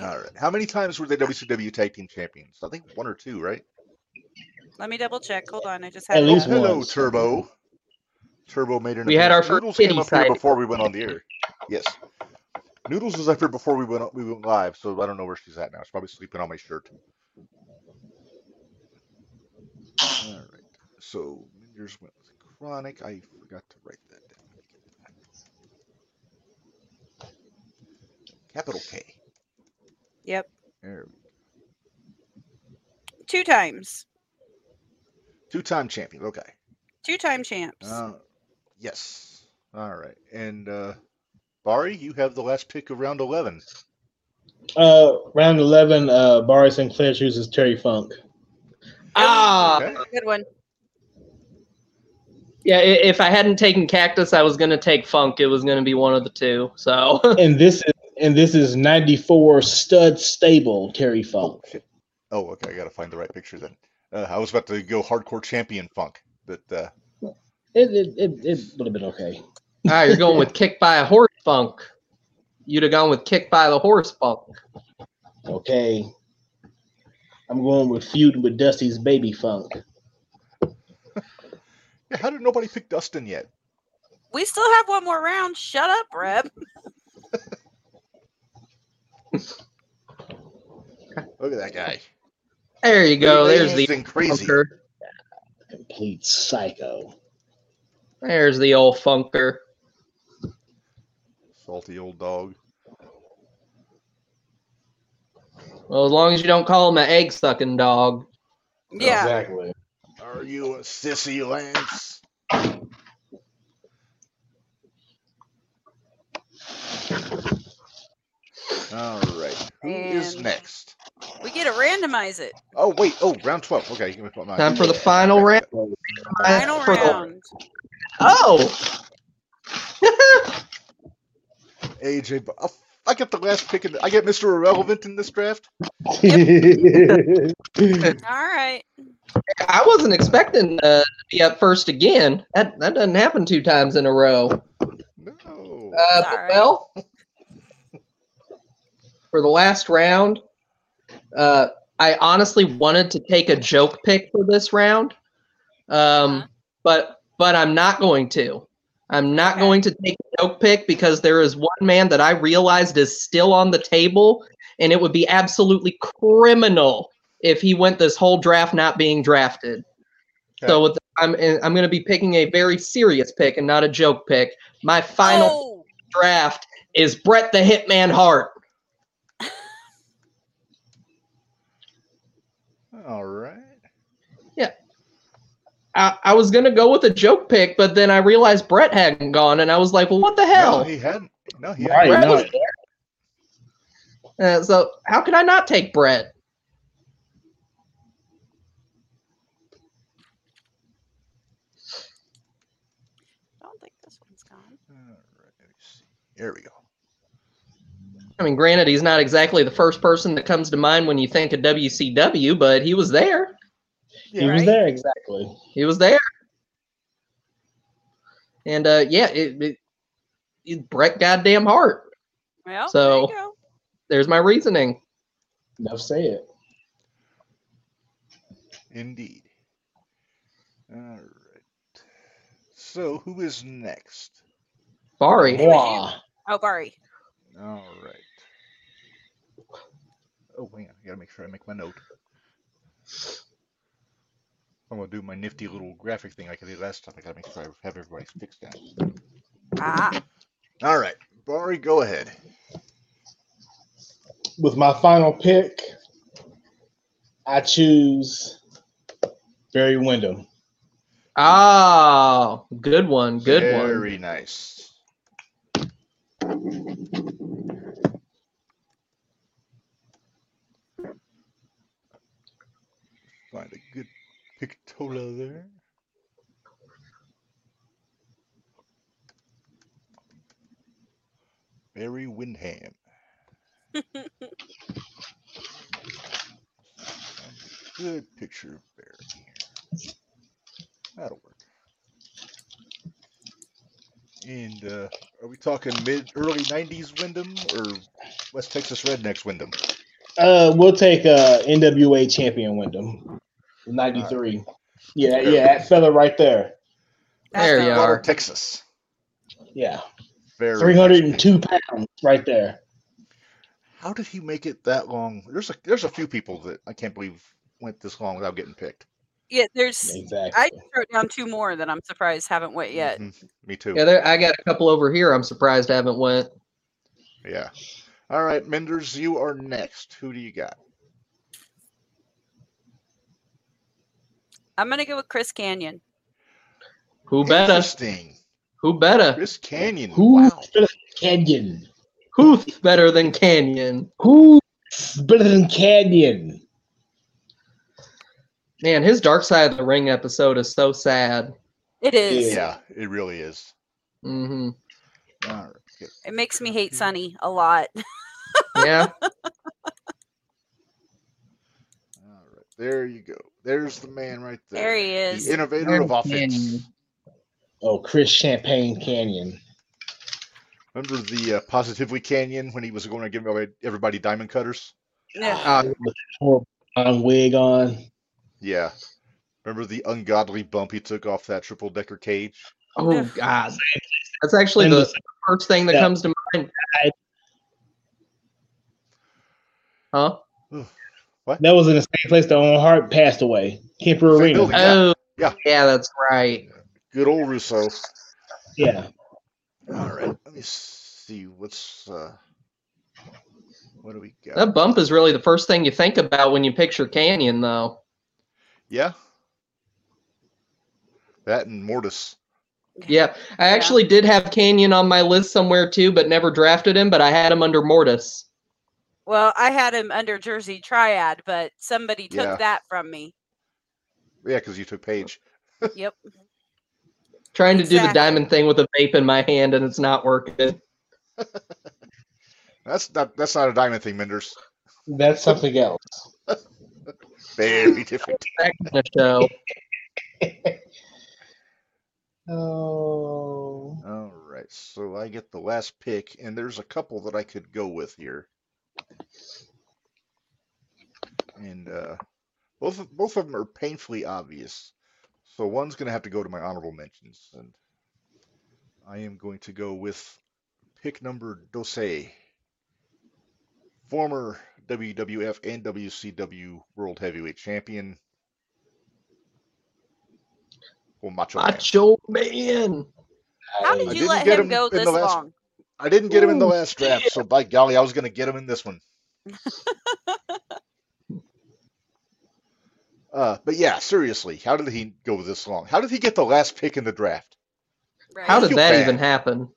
Speaker 1: All right. How many times were they WCW tag team champions? I think one or two, right?
Speaker 2: Let me double check. Hold on, I just
Speaker 4: At
Speaker 2: had it
Speaker 4: least
Speaker 2: up.
Speaker 4: one.
Speaker 1: Oh, Hello,
Speaker 4: once.
Speaker 1: Turbo. Turbo made an
Speaker 3: We had
Speaker 1: appearance.
Speaker 3: our first
Speaker 1: Noodles came
Speaker 3: kitty
Speaker 1: up here
Speaker 3: sighting.
Speaker 1: before we went on the air. Yes. Noodles was up here before we went we went live, so I don't know where she's at now. She's probably sleeping on my shirt. All right. So Menders went with chronic. I forgot to write that down. Let me get that. Capital K.
Speaker 2: Yep,
Speaker 1: There we
Speaker 2: two times,
Speaker 1: Two-time champion. Okay.
Speaker 2: two time champs.
Speaker 1: Uh, yes. All right. And uh, Bari, you have the last pick of round eleven.
Speaker 4: Uh, round 11, uh, Barry Sinclair chooses Terry Funk.
Speaker 3: Ah,
Speaker 1: Okay.
Speaker 2: Good one.
Speaker 3: yeah. i- If I hadn't taken cactus, I was gonna take funk. It was gonna be one of the two. So
Speaker 4: And this is and this is 94 stud stable Terry
Speaker 1: Oh
Speaker 4: Funk.
Speaker 1: shit. Oh, okay. I gotta find the right picture then. Uh, I was about to go hardcore champion funk, but uh,
Speaker 4: It it, it, it would have been okay.
Speaker 3: ah, you're going with kick by a horse funk. You'd have gone with kick by the horse funk.
Speaker 4: Okay. I'm going with feud with Dusty's baby funk.
Speaker 1: yeah, how did nobody pick Dustin yet?
Speaker 2: We still have one more round. Shut up, Reb.
Speaker 1: Look at that guy.
Speaker 3: There you go. There's the
Speaker 1: Amazing crazy.
Speaker 3: funker.
Speaker 4: Complete psycho.
Speaker 3: There's the old funker.
Speaker 1: Salty old dog.
Speaker 3: Well, as long as you don't call him an egg sucking dog.
Speaker 2: Yeah.
Speaker 4: Exactly.
Speaker 1: Are you a sissy, Lance? All right. Who is
Speaker 2: And-
Speaker 1: next?
Speaker 2: We get to randomize it.
Speaker 1: Oh wait. Oh, round twelve. Okay. you can put mine.
Speaker 3: Time for the final
Speaker 1: Okay.
Speaker 3: round.
Speaker 2: Final
Speaker 3: For the-
Speaker 2: round.
Speaker 3: Oh.
Speaker 1: AJ, Bar- oh, I get the last pick. In the, I get Mr. Irrelevant in this draft.
Speaker 2: All right.
Speaker 3: I wasn't expecting uh, to be up first again. That that doesn't happen two times in a row. Uh,
Speaker 1: No.
Speaker 3: but
Speaker 2: Sorry.
Speaker 3: well, for the last round, uh, I honestly wanted to take a joke pick for this round, um,
Speaker 2: Uh-huh.
Speaker 3: but but I'm not going to. I'm not
Speaker 2: Okay.
Speaker 3: going to take a joke pick because there is one man that I realized is still on the table, and it would be absolutely criminal if he went this whole draft not being drafted. So with, I'm and I'm going to be picking a very serious pick and not a joke pick. My final
Speaker 2: Oh,
Speaker 3: draft is Brett the Hitman Hart.
Speaker 4: Uh,
Speaker 1: All right.
Speaker 3: I, I was going to go with a joke pick, but then I realized Brett hadn't gone, and I was like, well, what the hell?
Speaker 1: No, he hadn't. No, he
Speaker 4: Right.
Speaker 1: hadn't.
Speaker 3: Brett
Speaker 4: no.
Speaker 3: was there. Uh, so how could I not take Brett?
Speaker 2: I don't think this one's gone.
Speaker 1: All right. Let me see. There we go.
Speaker 3: I mean, granted, he's not exactly the first person that comes to mind when you think of WCW, but he was there.
Speaker 4: he was
Speaker 2: right?
Speaker 4: there exactly.
Speaker 3: He was there. And uh, yeah, it, it, it- Brett goddamn Hart.
Speaker 2: Well,
Speaker 3: So-
Speaker 2: there you go.
Speaker 3: There's my reasoning.
Speaker 4: Enough said.
Speaker 1: Indeed. All right. So who is next?
Speaker 3: Sorry.
Speaker 4: Mwah.
Speaker 2: Oh, Bari.
Speaker 1: All right. Oh, hang on. I gotta make sure I make my note. I'm gonna do my nifty little graphic thing like I did last time. I gotta make sure I have everybody fixed down.
Speaker 2: Ah,
Speaker 1: All right, Bari, go ahead.
Speaker 4: With my final pick, I choose Barry Windham.
Speaker 3: Ah, good one. Good one.
Speaker 1: Very nice. Find a good pictola there. Barry Windham. Find a Good picture of Barry here. That'll work. And uh, are we talking mid early '90s Wyndham or West Texas Rednecks Wyndham?
Speaker 4: Uh, we'll take uh, NWA champion Wyndham, '93. Yeah, yeah, that fella right there.
Speaker 2: that's
Speaker 3: There
Speaker 2: the-
Speaker 3: you are.
Speaker 1: Water, Texas.
Speaker 4: Yeah,
Speaker 1: Very.
Speaker 4: 302 pounds right there.
Speaker 1: How did he make it that long? There's a there's a few people that I can't believe went this long without getting picked.
Speaker 2: Yeah, there's.
Speaker 4: Exactly.
Speaker 2: I just wrote down two more that I'm surprised haven't went yet.
Speaker 1: Mhm. Me too.
Speaker 3: Yeah,
Speaker 1: Yeah.
Speaker 3: there, I got a couple over here. I'm surprised I haven't went.
Speaker 1: All right, Menders, you are next. Who do you got?
Speaker 2: I'm gonna go with Chris Canyon.
Speaker 3: Who better?
Speaker 1: Interesting.
Speaker 3: Who better?
Speaker 1: Chris Canyon.
Speaker 4: Who's
Speaker 1: Wow.
Speaker 4: better than Canyon?
Speaker 3: Who's better than Canyon?
Speaker 4: Who's better than Canyon?
Speaker 3: Man, his Dark Side of the Ring episode is so sad.
Speaker 2: It is.
Speaker 1: Yeah, it really is.
Speaker 3: hmm
Speaker 1: All right. good.
Speaker 2: It makes me
Speaker 1: Mm-hmm.
Speaker 2: hate Sunny a lot.
Speaker 3: Yeah.
Speaker 1: All right. There you go. There's the man right
Speaker 2: There
Speaker 1: there.
Speaker 2: he is.
Speaker 1: The innovator
Speaker 3: Barry
Speaker 1: of offense.
Speaker 3: Canyon.
Speaker 4: Oh, Chris Champagne Canyon.
Speaker 1: Remember the uh, Positively Canyon when he was going to give everybody, everybody diamond cutters?
Speaker 2: Yeah.
Speaker 1: Uh,
Speaker 3: Ah,
Speaker 4: Poor brown wig on.
Speaker 1: Yeah. Remember the ungodly bump he took off that triple decker cage?
Speaker 3: oh, God. That's actually
Speaker 4: And
Speaker 3: the
Speaker 4: the-
Speaker 3: first thing that
Speaker 4: Yeah.
Speaker 3: comes to mind.
Speaker 4: I-
Speaker 3: Huh?
Speaker 4: That was in the same place that Owen Hart passed away. Kemper
Speaker 1: Same
Speaker 4: Arena.
Speaker 1: building. Yeah.
Speaker 3: Oh,
Speaker 1: Yeah.
Speaker 3: yeah, that's right.
Speaker 1: Good old Russo.
Speaker 4: Yeah.
Speaker 1: All right. Let me see. What's uh what do we got?
Speaker 3: That bump is really the first thing you think about when you picture Canyon, though.
Speaker 1: Yeah. That and Mortis.
Speaker 3: Yeah. I
Speaker 2: Yeah.
Speaker 3: actually did have Canyon on my list somewhere, too, but never drafted him, but I had him under Mortis.
Speaker 2: Well, I had him under Jersey Triad, but somebody took
Speaker 1: Yeah.
Speaker 2: that from me.
Speaker 1: Yeah, because you took Paige.
Speaker 2: Yep.
Speaker 3: Trying to do the
Speaker 2: Exactly.
Speaker 3: diamond thing with a vape in my hand, and it's not working.
Speaker 1: That's not that's not a diamond thing, Menders.
Speaker 4: That's something else.
Speaker 1: Very different.
Speaker 3: That kind of show.
Speaker 4: Oh.
Speaker 1: All right. So I get the last pick, and there's a couple that I could go with here. And uh both of, both of them are painfully obvious. So one's going to have to go to my honorable mentions, and I am going to go with pick number Dose, former WWF and WCW World Heavyweight Champion, Well, Macho, Man.
Speaker 3: Macho Man.
Speaker 2: How
Speaker 1: I
Speaker 2: did you
Speaker 1: didn't
Speaker 2: let
Speaker 1: get
Speaker 2: him
Speaker 1: him
Speaker 2: go
Speaker 1: in the
Speaker 2: this
Speaker 1: last-
Speaker 2: long?
Speaker 1: I didn't get him in the
Speaker 3: Ooh,
Speaker 1: last draft, so by golly, I was going to get him in this one. uh, but yeah, seriously, how did he go this long? How did he get the last pick in the draft?
Speaker 2: Right?
Speaker 3: How did
Speaker 1: feel
Speaker 3: that
Speaker 1: bad.
Speaker 3: even happen?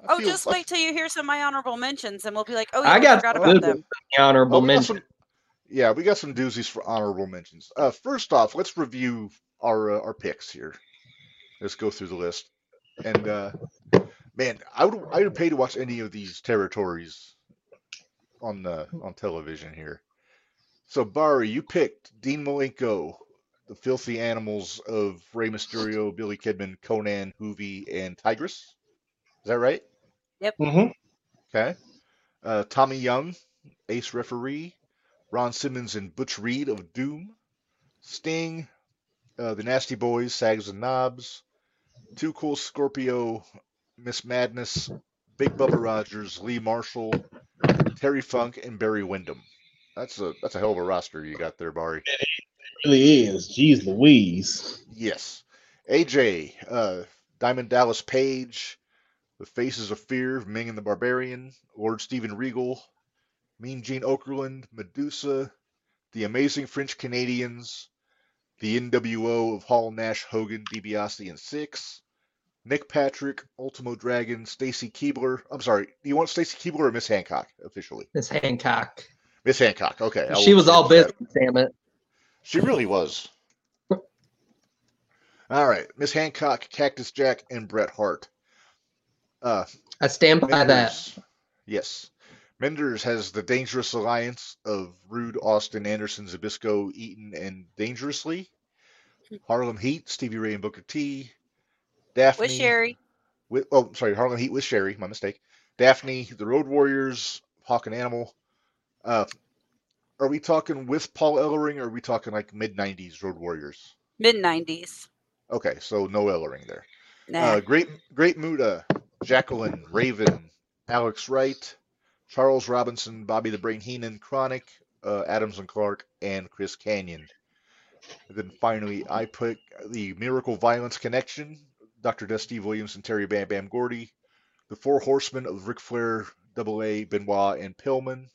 Speaker 1: I
Speaker 2: Oh,
Speaker 1: feel-
Speaker 2: just
Speaker 1: I-
Speaker 2: wait till you hear some of my honorable mentions, and we'll be like, oh, yeah,
Speaker 3: I
Speaker 2: we
Speaker 3: got
Speaker 2: forgot
Speaker 3: some
Speaker 2: about
Speaker 3: good
Speaker 2: them.
Speaker 3: ones. The honorable
Speaker 1: Oh, we got
Speaker 3: mention.
Speaker 1: some- yeah, we got some doozies for honorable mentions. Uh, first off, let's review our uh, our picks here. Let's go through the list. And uh, man, I would I would pay to watch any of these territories on the on television here. So Barry, you picked Dean Malenko, the Filthy Animals of Rey Mysterio, Billy Kidman, Conan, Hoovy, and Tigress. Is that right?
Speaker 4: hmm
Speaker 1: Okay. Uh, Tommy Young, ace referee. Ron Simmons and Butch Reed of Doom. Sting, uh, the Nasty Boys, Sags and Knobs. Two Cool Scorpio, Miss Madness, Big Bubba Rogers, Lee Marshall, Terry Funk, and Barry Windham. That's a that's a hell of a roster you got there, Barry.
Speaker 4: Really is. Jeez Louise.
Speaker 1: Yes. AJ, uh, Diamond Dallas Page, The Faces of Fear, Ming and the Barbarian, Lord Steven Regal, Mean Gene Okerlund, Medusa, The Amazing French Canadians, The NWO of Hall, Nash, Hogan, DiBiase, and Six, Nick Patrick, Ultimo Dragon, Stacy Keebler. I'm sorry, do you want Stacy Keebler or Miss Hancock officially?
Speaker 3: Miss Hancock.
Speaker 1: Miss Hancock, okay. I
Speaker 3: She
Speaker 1: will
Speaker 3: was all
Speaker 1: change that.
Speaker 3: business, damn it.
Speaker 1: She really was. All right, Miss Hancock, Cactus Jack, and Bret Hart. Uh,
Speaker 3: I stand by that.
Speaker 1: Menders- Yes. Menders has the dangerous alliance of Rude, Austin, Anderson, Zabisco, Eaton, and Dangerously. Harlem Heat, Stevie Ray and Booker T. Daphne.
Speaker 2: With Sherry,
Speaker 1: with oh sorry Harlem Heat with Sherry, my mistake. Daphne, the Road Warriors, Hawk and Animal. Uh, are we talking with Paul Ellering or are we talking like mid '90s Road Warriors?
Speaker 2: mid 90s.
Speaker 1: Okay, so no Ellering there.
Speaker 2: Nah.
Speaker 1: Uh, Great Great Muda, Jacqueline, Raven, Alex Wright, Charles Robinson, Bobby the Brain Heenan, Chronic, uh, Adams and Clark, and Chris Canyon. And then finally, I put the Miracle Violence Connection, Dr. Death, Steve Williams, and Terry Bam Bam Gordy, the Four Horsemen of Ric Flair, Double A, Benoit, and Pillman,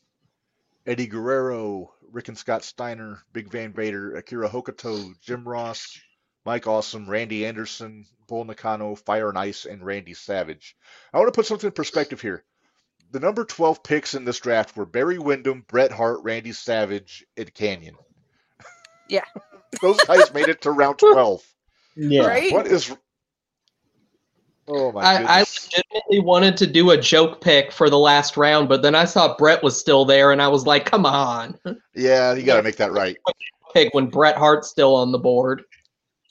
Speaker 1: Eddie Guerrero, Rick and Scott Steiner, Big Van Vader, Akira Hokuto, Jim Ross, Mike Awesome, Randy Anderson, Bull Nakano, Fire and Ice, and Randy Savage. I want to put something in perspective here. The number 12 picks in this draft were Barry Windham, Bret Hart, Randy Savage, and Canyon.
Speaker 2: Yeah.
Speaker 1: Those guys made it to round 12.
Speaker 4: Yeah.
Speaker 2: Right?
Speaker 1: What is. Oh, my
Speaker 3: I, I
Speaker 1: goodness.
Speaker 3: legitimately wanted to do a joke pick for the last round, but then I saw Brett was still there, and I was like, come on.
Speaker 1: yeah, you got to
Speaker 2: Yeah.
Speaker 1: make that right.
Speaker 3: Pick when Bret Hart's still on the board.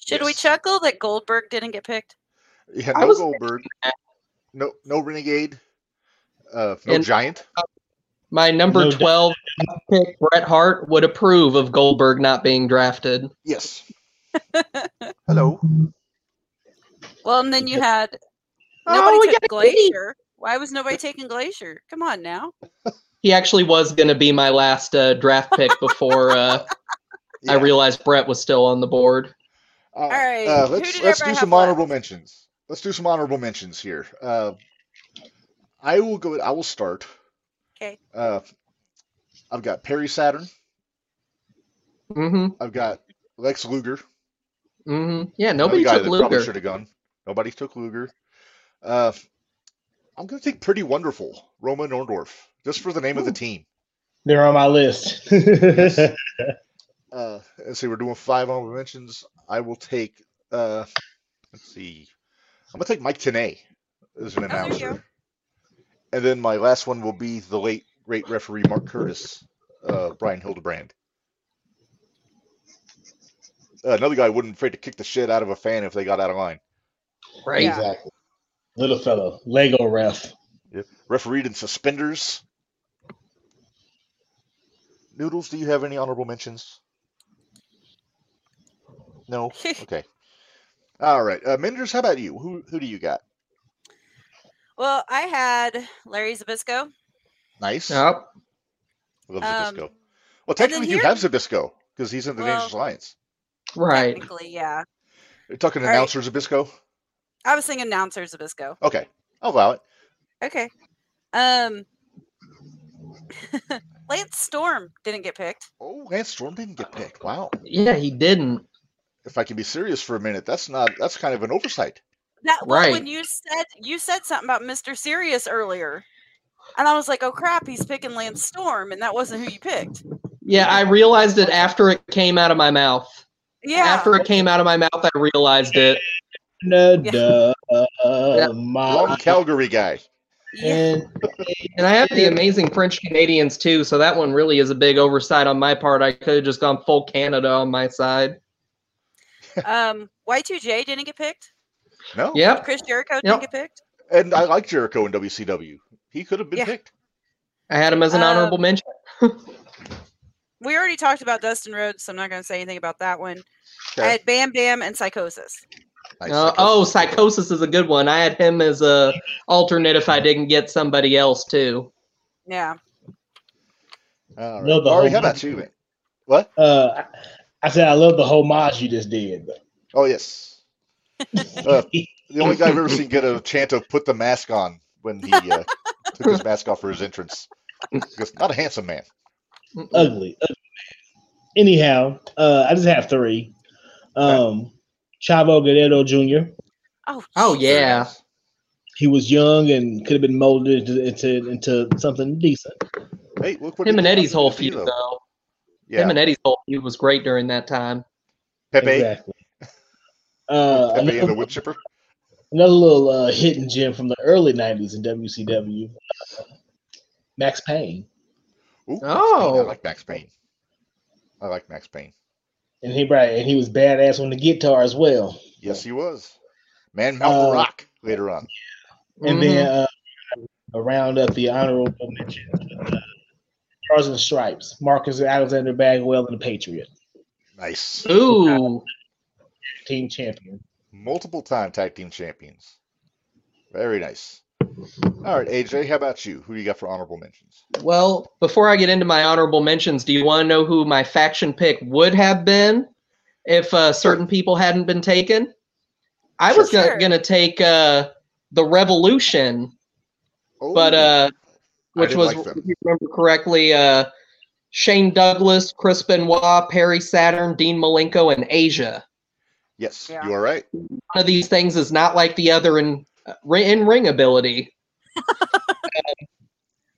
Speaker 2: Should we
Speaker 1: yes.
Speaker 2: chuckle that Goldberg didn't get picked?
Speaker 1: Yeah,
Speaker 3: I
Speaker 1: no
Speaker 3: was
Speaker 1: Goldberg, no no Renegade, uh, no
Speaker 3: And-
Speaker 1: Giant.
Speaker 3: My number
Speaker 4: No doubt.
Speaker 3: 12 pick, Bret Hart, would approve of Goldberg not being drafted.
Speaker 1: Yes. Hello.
Speaker 2: Well, and then you had
Speaker 3: Oh,
Speaker 2: nobody
Speaker 3: we
Speaker 2: took
Speaker 3: got Eddie.
Speaker 2: Glacier. Why was nobody taking Glacier? Come on now.
Speaker 3: He actually was going to be my last uh, draft pick before uh, I
Speaker 1: Yeah.
Speaker 3: realized Brett was still on the board.
Speaker 1: Uh, All
Speaker 2: right,
Speaker 1: Uh,
Speaker 2: who
Speaker 1: let's
Speaker 2: did
Speaker 1: let's do
Speaker 2: everybody
Speaker 1: some
Speaker 2: have
Speaker 1: honorable
Speaker 2: left?
Speaker 1: mentions. Let's do some honorable mentions here. Uh, I will go. I will start.
Speaker 2: Okay.
Speaker 1: Uh, I've got Perry Saturn.
Speaker 3: hmm
Speaker 1: I've got Lex Luger.
Speaker 3: hmm Yeah,
Speaker 1: Another
Speaker 3: nobody
Speaker 1: guy
Speaker 3: took
Speaker 1: that probably
Speaker 3: Luger.
Speaker 1: should have gone. Nobody took Luger. Uh, I'm gonna take Pretty Wonderful Roman Orndorff just for the name of the
Speaker 3: Ooh.
Speaker 1: team.
Speaker 4: They're on my list.
Speaker 1: Uh, let's see. We're doing five honorable mentions. I will take. Uh, let's see. I'm gonna take Mike Tenay as an
Speaker 2: Oh, there you
Speaker 1: announcer.
Speaker 2: go.
Speaker 1: And then my last one will be the late great referee Mark Curtis, uh, Brian Hildebrand. Uh, another guy wouldn't be afraid to kick the shit out of a fan if they got out of line.
Speaker 3: Right.
Speaker 2: Yeah.
Speaker 4: Exactly. Little fellow, Lego ref.
Speaker 1: Refereed in suspenders. Noodles, do you have any honorable mentions? No. Okay. All right. Uh, Menders, how about you? Who who do you got?
Speaker 2: Well, I had Larry Zabisco.
Speaker 1: Nice.
Speaker 3: Yep.
Speaker 1: Love
Speaker 2: um,
Speaker 1: Zabisco. well, technically you
Speaker 2: here-
Speaker 1: have Zabisco because he's in the
Speaker 2: Well-
Speaker 1: Dangerous Alliance.
Speaker 3: Right.
Speaker 2: Technically, yeah.
Speaker 1: You're talking
Speaker 2: All right.
Speaker 1: announcers of Bisco?
Speaker 2: I was thinking announcers of Bisco.
Speaker 1: Okay. I'll allow it.
Speaker 2: Okay. Um Lance Storm didn't get picked.
Speaker 1: Oh, Lance Storm didn't get picked. Wow.
Speaker 3: Yeah, he didn't.
Speaker 1: If I can be serious for a minute, that's not that's kind of an oversight.
Speaker 2: That well, when
Speaker 3: Right.
Speaker 2: you said you said something about Mr. Sirius earlier. And I was like, oh crap, he's picking Lance Storm, and that wasn't who you picked.
Speaker 3: Yeah, I realized it after it came out of my mouth.
Speaker 2: Yeah.
Speaker 3: After it came out of my mouth, I realized it.
Speaker 4: Canada,
Speaker 1: Long
Speaker 4: my
Speaker 1: Calgary guy.
Speaker 2: yeah.
Speaker 4: and
Speaker 3: And I have the amazing French Canadians too, so that one really is a big oversight on my part. I could have just gone full Canada on my side.
Speaker 2: Um Y2J didn't get picked. Oh.
Speaker 1: No.
Speaker 3: Yep.
Speaker 2: Chris Jericho
Speaker 3: Yep.
Speaker 2: didn't get picked.
Speaker 1: And I like Jericho in WCW. He could have been
Speaker 2: Yeah.
Speaker 1: picked.
Speaker 3: I had him as an
Speaker 2: Um,
Speaker 3: honorable mention.
Speaker 2: We already talked about Dustin Rhodes, so I'm not gonna say anything about that one. I
Speaker 1: Okay.
Speaker 2: had Bam Bam and Psychosis.
Speaker 1: Nice.
Speaker 3: Uh, oh, psychosis is a good one. I had him as a alternate if I didn't get somebody else too.
Speaker 2: Yeah.
Speaker 1: All right.
Speaker 4: No, the
Speaker 1: Ari,
Speaker 4: whole-
Speaker 1: how about you, man? What?
Speaker 4: uh, I said I love the homage you just did.
Speaker 1: Oh yes. Uh, the only guy I've ever seen get a chant of "Put the mask on" when he uh, took his mask off for his entrance. Because not a handsome man.
Speaker 4: Ugly, ugly man. Anyhow, uh, I just have three. Um, Chavo Guerrero Jr.
Speaker 2: Oh.
Speaker 3: Oh
Speaker 2: jeez.
Speaker 3: yeah.
Speaker 4: He was young and could have been molded into into, into something decent.
Speaker 1: Hey, look what
Speaker 3: Him
Speaker 1: he
Speaker 3: and
Speaker 1: did
Speaker 3: Eddie's
Speaker 1: on
Speaker 3: whole
Speaker 1: WWE,
Speaker 3: feud
Speaker 1: though.
Speaker 3: though.
Speaker 1: Yeah,
Speaker 3: Him and Eddie's whole feud was great during that time.
Speaker 1: Pepe,
Speaker 4: Exactly. Uh,
Speaker 1: Pepe and the
Speaker 4: another,
Speaker 1: wood chipper.
Speaker 4: another little uh, hidden gem from the early '90s in WCW. uh, Max Payne,
Speaker 1: Ooh, Max Payne. I
Speaker 3: Oh.
Speaker 1: like Max Payne. I like Max Payne.
Speaker 4: and he right, and he was badass on the guitar as well.
Speaker 1: Yes, he was. Man, Mount
Speaker 4: Uh,
Speaker 1: Rock later on.
Speaker 4: And
Speaker 3: Mhm.
Speaker 4: then uh, I round up the honorable mentions with uh, Stars and Stripes, Marcus Alexander Bagwell, and the Patriot,
Speaker 1: Nice.
Speaker 3: Ooh.
Speaker 4: team champion.
Speaker 1: Multiple time tag team champions. Very nice. All right, AJ, how about you? Who do you got for honorable mentions?
Speaker 3: Well, before I get into my honorable mentions, do you want to know who my faction pick would have been if uh, certain people hadn't been taken? I was
Speaker 2: Sure,
Speaker 3: go-
Speaker 2: sure.
Speaker 3: gonna take uh, the Revolution,
Speaker 1: Oh,
Speaker 3: but uh,
Speaker 1: I
Speaker 3: which
Speaker 1: didn't
Speaker 3: was,
Speaker 1: like them.
Speaker 3: if you remember correctly, uh, Shane Douglas, Chris Benoit, Perry Saturn, Dean Malenko, and Asia.
Speaker 1: yes,
Speaker 2: Yeah.
Speaker 1: you are right.
Speaker 3: One of these things is not like the other in uh, in ring ability. Um,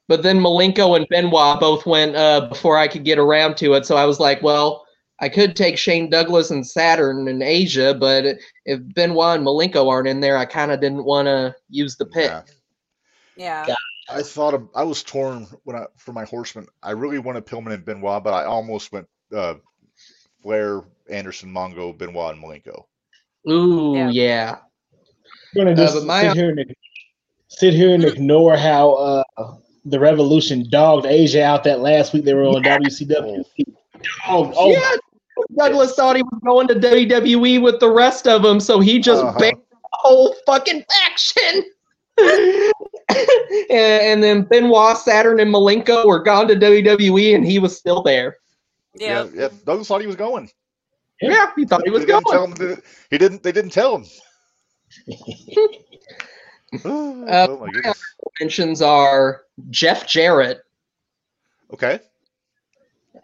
Speaker 3: but then Malenko and Benoit both went uh, before I could get around to it, so I was like, well, I could take Shane Douglas and Saturn and Asia, but if Benoit and Malenko aren't in there, I kind of didn't want to use the pick.
Speaker 1: Yeah.
Speaker 2: Yeah.
Speaker 4: Yeah.
Speaker 1: I thought of, I was torn when I for my horseman. I really wanted Pillman and Benoit, but I almost went uh, Flair, Anderson, Mongo, Benoit, and Malenko.
Speaker 3: Ooh,
Speaker 2: Yeah.
Speaker 3: yeah.
Speaker 4: We're gonna
Speaker 3: Uh,
Speaker 4: just
Speaker 3: but my-
Speaker 4: sit, here and, sit here and ignore how uh, the Revolution dogged Asia out that last week they were on WCW. Oh, oh,
Speaker 3: yeah. Douglas thought he was going to WWE with the rest of them, so he just
Speaker 1: Uh-huh.
Speaker 3: banned the whole fucking faction. and, and then Benoit, Saturn, and Malenko were gone to WWE, and he was still there.
Speaker 2: Yeah.
Speaker 1: yeah, yeah. Douglas thought he was going.
Speaker 4: Yeah.
Speaker 3: Yeah, he thought he was
Speaker 1: they
Speaker 3: going.
Speaker 1: didn't tell him. that- He didn't. They didn't tell him.
Speaker 3: Uh,
Speaker 1: oh my goodness.
Speaker 3: Mentions are Jeff Jarrett,
Speaker 1: Okay.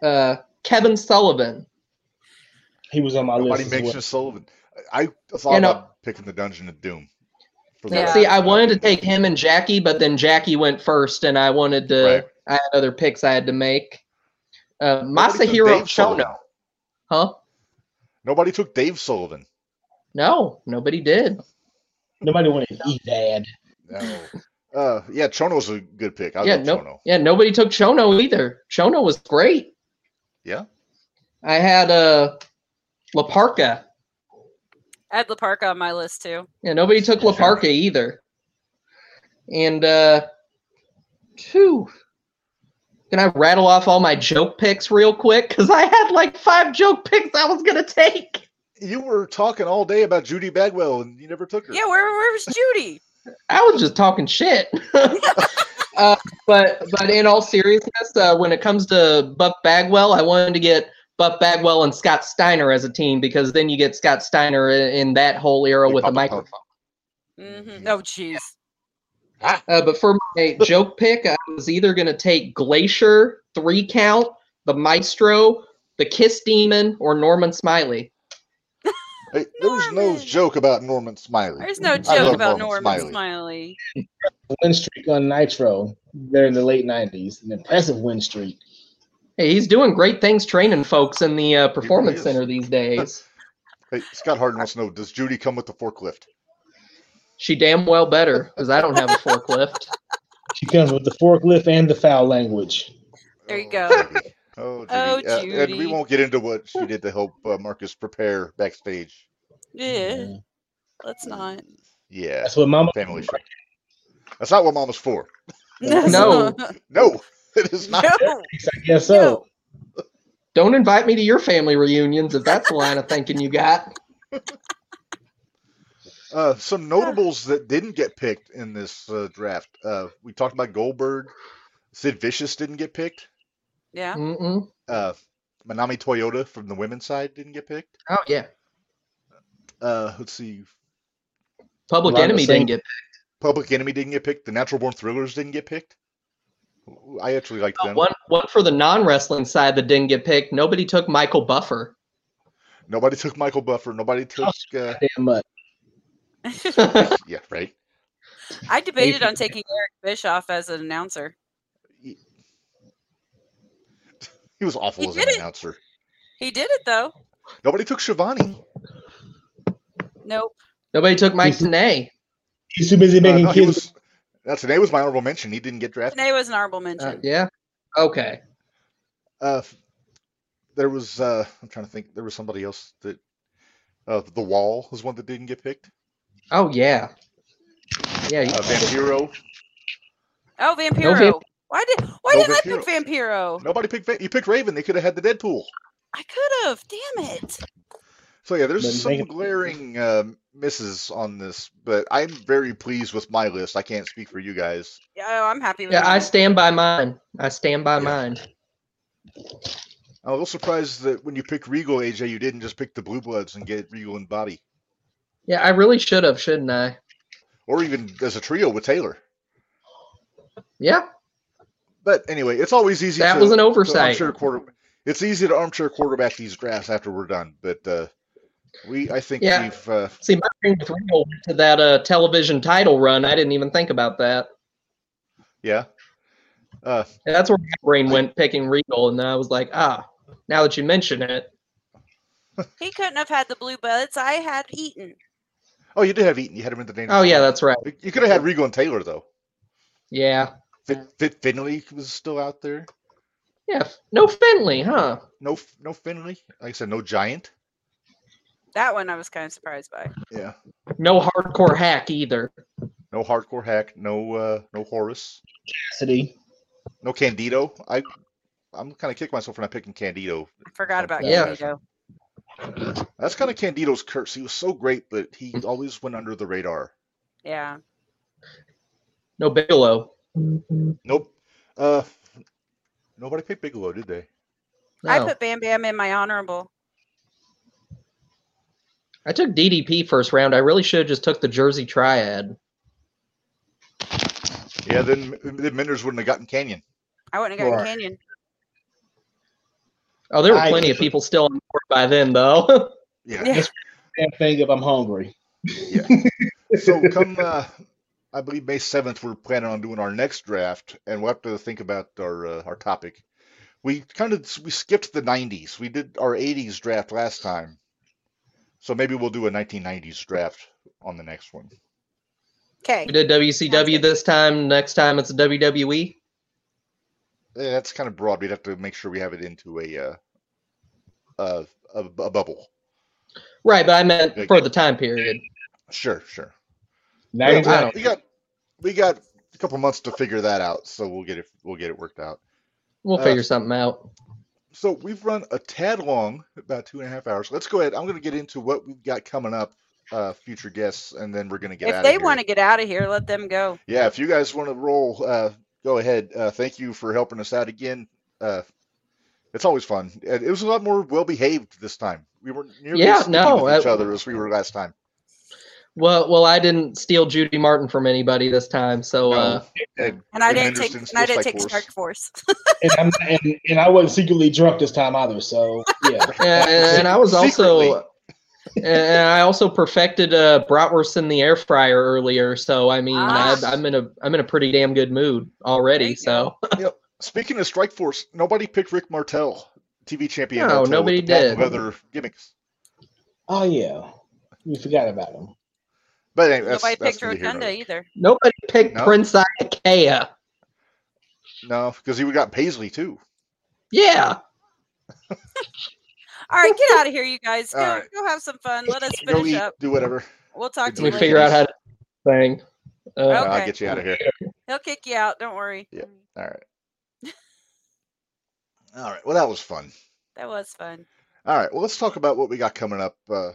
Speaker 3: uh, Kevin Sullivan.
Speaker 4: he was on my
Speaker 1: Nobody
Speaker 4: list. as well.
Speaker 1: mentioned Sullivan. I I thought
Speaker 3: You know-
Speaker 1: about picking the Dungeon of Doom. for the
Speaker 2: Yeah.
Speaker 1: last
Speaker 3: See, I wanted to
Speaker 1: one.
Speaker 3: take him and Jackie, but then Jackie went first, and I wanted to.
Speaker 1: Right.
Speaker 3: I had other picks I had to make. Uh,
Speaker 1: Nobody took
Speaker 3: Masahiro
Speaker 1: Dave Sullivan.
Speaker 3: Chono, huh?
Speaker 1: Nobody took Dave Sullivan.
Speaker 3: No, nobody did.
Speaker 4: Nobody wanted to eat dad.
Speaker 1: No. Uh, yeah, Chono's a good pick. I
Speaker 3: yeah,
Speaker 1: love
Speaker 3: no,
Speaker 1: Chono.
Speaker 3: yeah, nobody took Chono either. Chono was great.
Speaker 1: Yeah.
Speaker 3: I had uh Laparca.
Speaker 2: I had Laparca on my list too.
Speaker 3: Yeah, nobody took
Speaker 1: Yeah.
Speaker 3: Laparca either. And uh two. Can I rattle off all my joke picks real quick? Because I had like five joke picks I was gonna take.
Speaker 1: You were talking all day about Judy Bagwell, and you never took her.
Speaker 2: Yeah, where, where was Judy?
Speaker 3: I was just talking shit. uh, but but in all seriousness, uh, when it comes to Buff Bagwell, I wanted to get Buck Bagwell and Scott Steiner as a team because then you get Scott Steiner in, in that whole era
Speaker 1: Hey,
Speaker 3: with a
Speaker 1: Papa Pump.
Speaker 3: microphone.
Speaker 2: Mm-hmm. Oh, jeez.
Speaker 3: Uh, but for my joke pick, I was either going to take Glacier, Three Count, The Maestro, The Kiss Demon, or Norman Smiley.
Speaker 1: Hey, there was no
Speaker 2: Norman.
Speaker 1: joke about Norman Smiley.
Speaker 2: There's no
Speaker 1: love
Speaker 2: joke about
Speaker 1: Norman
Speaker 2: Norman,
Speaker 1: Smiley.
Speaker 2: Smiley.
Speaker 4: Win streak on Nitro there in the late '90s, an impressive win streak.
Speaker 3: Hey, he's doing great things training folks in the uh, Performance
Speaker 1: is.
Speaker 3: Center these days.
Speaker 1: Hey, Scott Harden wants to know: Does Judy come with the forklift?
Speaker 3: She damn well better because I don't have a forklift.
Speaker 4: She comes with the forklift and the foul language.
Speaker 2: There you
Speaker 1: Oh, Judy. Oh,
Speaker 2: go.
Speaker 1: Judy.
Speaker 2: Oh,
Speaker 1: Uh, and we
Speaker 2: Judy.
Speaker 1: won't get into what she did to help uh, Marcus prepare backstage.
Speaker 2: Yeah, let's not.
Speaker 1: Yeah,
Speaker 4: Uh, That's what Mama.
Speaker 1: family show. That's not what Mama's for.
Speaker 2: No.
Speaker 3: No.
Speaker 1: No, it is not.
Speaker 2: No.
Speaker 4: thinks, I guess so.
Speaker 3: Don't invite me to your family reunions if that's the line of thinking you got.
Speaker 1: Uh, some notables that didn't get picked in this uh, draft. Uh, we talked about Goldberg. Sid Vicious didn't get picked.
Speaker 2: Yeah.
Speaker 3: Mm-mm.
Speaker 1: Uh, Manami Toyota from the women's side didn't get picked.
Speaker 3: Oh, yeah.
Speaker 1: Uh, let's see.
Speaker 3: Public
Speaker 4: Lana
Speaker 3: Enemy
Speaker 4: Singh.
Speaker 3: didn't get
Speaker 1: Public Enemy didn't get picked. The Natural Born Thrillers didn't get picked. Ooh, I actually liked them.
Speaker 3: one, one for the non wrestling side that didn't get picked. Nobody took Michael Buffer.
Speaker 1: Nobody took Michael Buffer. Nobody took. Uh,
Speaker 4: Damn much.
Speaker 1: yeah, right.
Speaker 2: I debated on taking Eric Bischoff as an announcer.
Speaker 1: He was awful
Speaker 2: He
Speaker 1: as an
Speaker 2: did it.
Speaker 1: announcer.
Speaker 2: He did it though.
Speaker 1: Nobody took Shivani.
Speaker 2: Nope.
Speaker 3: Nobody took Mike Tanay.
Speaker 4: He's too busy
Speaker 1: Uh,
Speaker 4: making
Speaker 1: no, he
Speaker 4: kids.
Speaker 1: was. Now, today was my honorable mention. He didn't get drafted.
Speaker 2: Today was an honorable
Speaker 3: Uh,
Speaker 2: mention.
Speaker 3: yeah. Okay.
Speaker 1: Uh, f- there was. Uh, I'm trying to think. There was somebody else that. Uh, the Wall was one that didn't get picked.
Speaker 3: Oh yeah. Yeah. you-
Speaker 1: Uh, Vampiro.
Speaker 2: oh, Vampiro. why did why
Speaker 1: No
Speaker 2: didn't I pick Vampiro?
Speaker 1: Nobody picked. Va- you picked Raven. They could have had the Deadpool.
Speaker 2: I could have. Damn it.
Speaker 1: So yeah, there's
Speaker 4: But
Speaker 1: some
Speaker 4: make it-
Speaker 1: glaring uh, misses on this, but I'm very pleased with my list. I can't speak for you guys.
Speaker 2: Yeah, Oh, I'm happy with
Speaker 3: yeah. I
Speaker 2: mine.
Speaker 3: stand by mine. I stand by
Speaker 1: Yeah.
Speaker 3: mine.
Speaker 1: I'm a little surprised that when you picked Regal, AJ, you didn't just pick the Blue Bloods and get Regal and Body,
Speaker 3: Yeah. I really should have, shouldn't I?
Speaker 1: or even as a trio with Taylor.
Speaker 3: Yeah.
Speaker 1: But anyway, it's always easy.
Speaker 3: That
Speaker 1: to,
Speaker 3: was an
Speaker 1: to
Speaker 3: oversight.
Speaker 1: armchair quarter. It's easy to armchair quarterback these drafts after we're done, but uh, we, I think
Speaker 3: Yeah.
Speaker 1: we've. Uh,
Speaker 3: See, my dream was real to that uh, television title run. I didn't even think about that.
Speaker 1: yeah. Uh,
Speaker 3: And That's where my brain went picking Regal, and then I was like, ah. Now that you mention it,
Speaker 2: He couldn't have had the blue buds. I had eaten.
Speaker 1: oh, you did have Eaton. You had him in the name.
Speaker 3: oh yeah, that's right.
Speaker 1: You could have had Regal and Taylor though.
Speaker 3: Yeah.
Speaker 1: Fit, Fit Finley was still out there.
Speaker 3: Yeah. No Finley, huh?
Speaker 1: No, f- no Finley. Like I said, no Giant.
Speaker 2: That one I was kind of surprised by.
Speaker 1: Yeah.
Speaker 3: No hardcore hack either.
Speaker 1: No hardcore hack. No, uh, no Horus.
Speaker 4: Cassidy.
Speaker 1: No Candido. I, I'm kind of kicking myself for not picking Candido.
Speaker 2: I forgot about
Speaker 3: Yeah.
Speaker 2: Candido.
Speaker 1: That's kind of Candido's curse. He was so great, but he always went under the radar.
Speaker 2: Yeah.
Speaker 3: No Bigelow.
Speaker 1: Nope. Uh, nobody picked Bigelow, did they?
Speaker 2: I
Speaker 3: No.
Speaker 2: put Bam Bam in my honorable.
Speaker 3: I took DDP first round. I really should have just took the Jersey Triad.
Speaker 1: Yeah. Then, then Menders wouldn't have gotten Canyon.
Speaker 2: I wouldn't have gotten
Speaker 4: Right.
Speaker 2: Canyon.
Speaker 3: Oh, there were
Speaker 4: I-
Speaker 3: plenty of people still on board by then, though.
Speaker 1: Yeah.
Speaker 2: Yeah.
Speaker 4: Damn thing if I'm hungry.
Speaker 1: So come, uh, I believe May seventh, we're planning on doing our next draft, and we'll have to think about our uh, our topic. We kind of we skipped the '90s. We did our '80s draft last time, so maybe we'll do a 1990s draft on the next one.
Speaker 2: Okay.
Speaker 3: we did WCW this time. Next time it's E. WWE.
Speaker 1: Eh, That's kind of broad. We'd have to make sure we have it into a uh, a, a, a bubble.
Speaker 3: Right, but I meant
Speaker 1: Okay.
Speaker 3: for the time period.
Speaker 1: Sure, sure.
Speaker 4: Now
Speaker 1: Yeah,
Speaker 4: you got-
Speaker 1: we, we got we got a couple months to figure that out, so we'll get it we'll get it worked out.
Speaker 3: We'll
Speaker 1: Uh,
Speaker 3: figure something out.
Speaker 1: So we've run a tad long, about two and a half hours. Let's go ahead. I'm going to get into what we've got coming up, uh, future guests, and then we're going to get
Speaker 2: if
Speaker 1: out
Speaker 2: they
Speaker 1: of here.
Speaker 2: want to get out of here, let them go.
Speaker 1: Yeah, if you guys want to roll, uh, go ahead. Uh, thank you for helping us out again. Uh, It's always fun. It it was a lot more well behaved this time. We weren't nearly
Speaker 3: Yeah,
Speaker 1: as
Speaker 3: no,
Speaker 1: sticky with each
Speaker 3: I-
Speaker 1: other as we were last time.
Speaker 3: Well, well, I didn't steal Judy Martin from anybody this time, so uh,
Speaker 1: And-
Speaker 2: And I
Speaker 1: Jim
Speaker 2: didn't take
Speaker 1: Henderson's
Speaker 2: and I
Speaker 1: still
Speaker 2: didn't take
Speaker 1: Psych
Speaker 2: Stark Force.
Speaker 4: and, I'm, and, and I wasn't secretly drunk this time either. So yeah,
Speaker 3: and, and I was
Speaker 1: Secretly.
Speaker 3: also, and- and I also perfected uh, bratwurst in the air fryer earlier. So I mean,
Speaker 2: Ah.
Speaker 3: I, I'm in a I'm in a pretty damn good mood
Speaker 2: There
Speaker 3: already.
Speaker 2: you
Speaker 3: So
Speaker 1: Speaking of Strike Force, nobody picked Rick Martel, TV champion.
Speaker 3: No,
Speaker 1: Martel with
Speaker 3: nobody
Speaker 1: the patent
Speaker 3: did.
Speaker 1: Leather gimmicks.
Speaker 4: oh yeah, we forgot about him.
Speaker 1: But anyway, that's,
Speaker 2: Nobody
Speaker 1: that's
Speaker 2: picked
Speaker 1: neither here nor
Speaker 2: Rotunda
Speaker 1: there.
Speaker 2: either.
Speaker 3: nobody picked
Speaker 1: No.
Speaker 3: Prince Ikea.
Speaker 1: No, because he would got Paisley too.
Speaker 3: Yeah,
Speaker 2: All right, get out of here, you guys. Go,
Speaker 1: All right.
Speaker 2: go have some fun. Let us
Speaker 1: Go
Speaker 2: finish
Speaker 1: eat,
Speaker 2: up.
Speaker 1: do whatever.
Speaker 2: We'll talk
Speaker 1: Can
Speaker 2: to you
Speaker 3: Let me
Speaker 1: Delete
Speaker 2: later.
Speaker 3: figure out
Speaker 1: these.
Speaker 3: how to thing. Uh,
Speaker 2: Oh.
Speaker 1: I'll
Speaker 2: Okay.
Speaker 1: get you out of here.
Speaker 2: He'll kick you out. Don't worry.
Speaker 1: Yeah. All right. All right. Well, that was fun.
Speaker 2: That was fun.
Speaker 1: All right. Well, let's talk about what we got coming up, uh,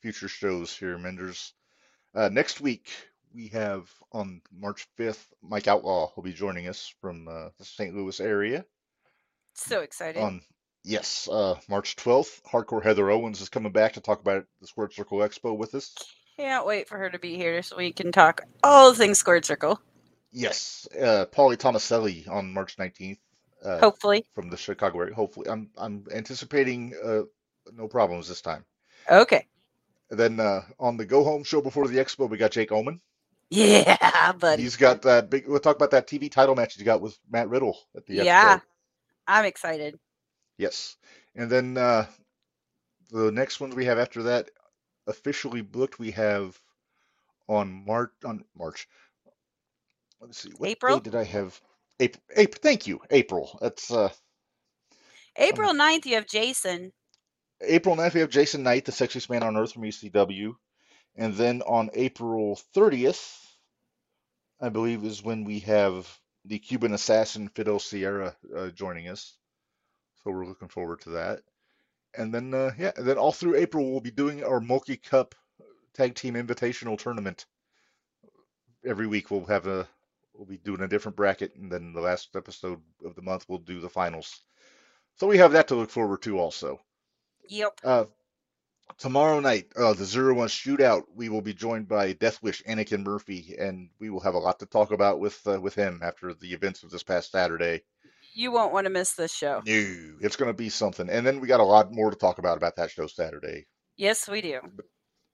Speaker 1: future shows here, Menders. Uh, next week, we have on March 5th, Mike Outlaw will be joining us from uh, the St. Louis area.
Speaker 2: So excited.
Speaker 1: On yes, uh, March 12th, Hardcore Heather Owens is coming back to talk about the Squared Circle Expo with us.
Speaker 2: Can't wait for her to be here so we can talk all things Squared Circle.
Speaker 1: Yes, uh, Paulie Tomaselli on March 19th. Uh,
Speaker 2: Hopefully.
Speaker 1: from the Chicago area. Hopefully, I'm I'm anticipating uh, no problems this time.
Speaker 2: Okay.
Speaker 1: And then uh, on the go home show before the expo, we got Jake Oman.
Speaker 2: Yeah, buddy.
Speaker 1: He's got that big. We'll talk about that TV title match he got with Matt Riddle at the
Speaker 2: Yeah.
Speaker 1: expo.
Speaker 2: I'm excited.
Speaker 1: Yes, and then uh, the next ones we have after that officially booked. We have on March on March. Let me see. What
Speaker 2: April?
Speaker 1: date did I have? April. April. Thank you. April. That's uh,
Speaker 2: April 9th, you have Jason.
Speaker 1: April 9th, we have Jason Knight, the sexiest man on earth from ECW. And then on April 30th, I believe, is when we have the Cuban assassin Fidel Sierra uh, joining us. So we're looking forward to that. And then, uh, yeah, and then all through April, we'll be doing our Mulkey Cup Tag Team Invitational Tournament. Every week, we'll have a, we'll be doing a different bracket. And then the last episode of the month, we'll do the finals. So we have that to look forward to also.
Speaker 2: Yep.
Speaker 1: Uh, tomorrow night, uh, the Zero One Shootout, we will be joined by Deathwish Anakin Murphy, and we will have a lot to talk about with uh, with him after the events of this past Saturday.
Speaker 2: You won't want to miss this show.
Speaker 1: No, it's going to be something, and then we got a lot more to talk about about that show Saturday.
Speaker 2: Yes, we do.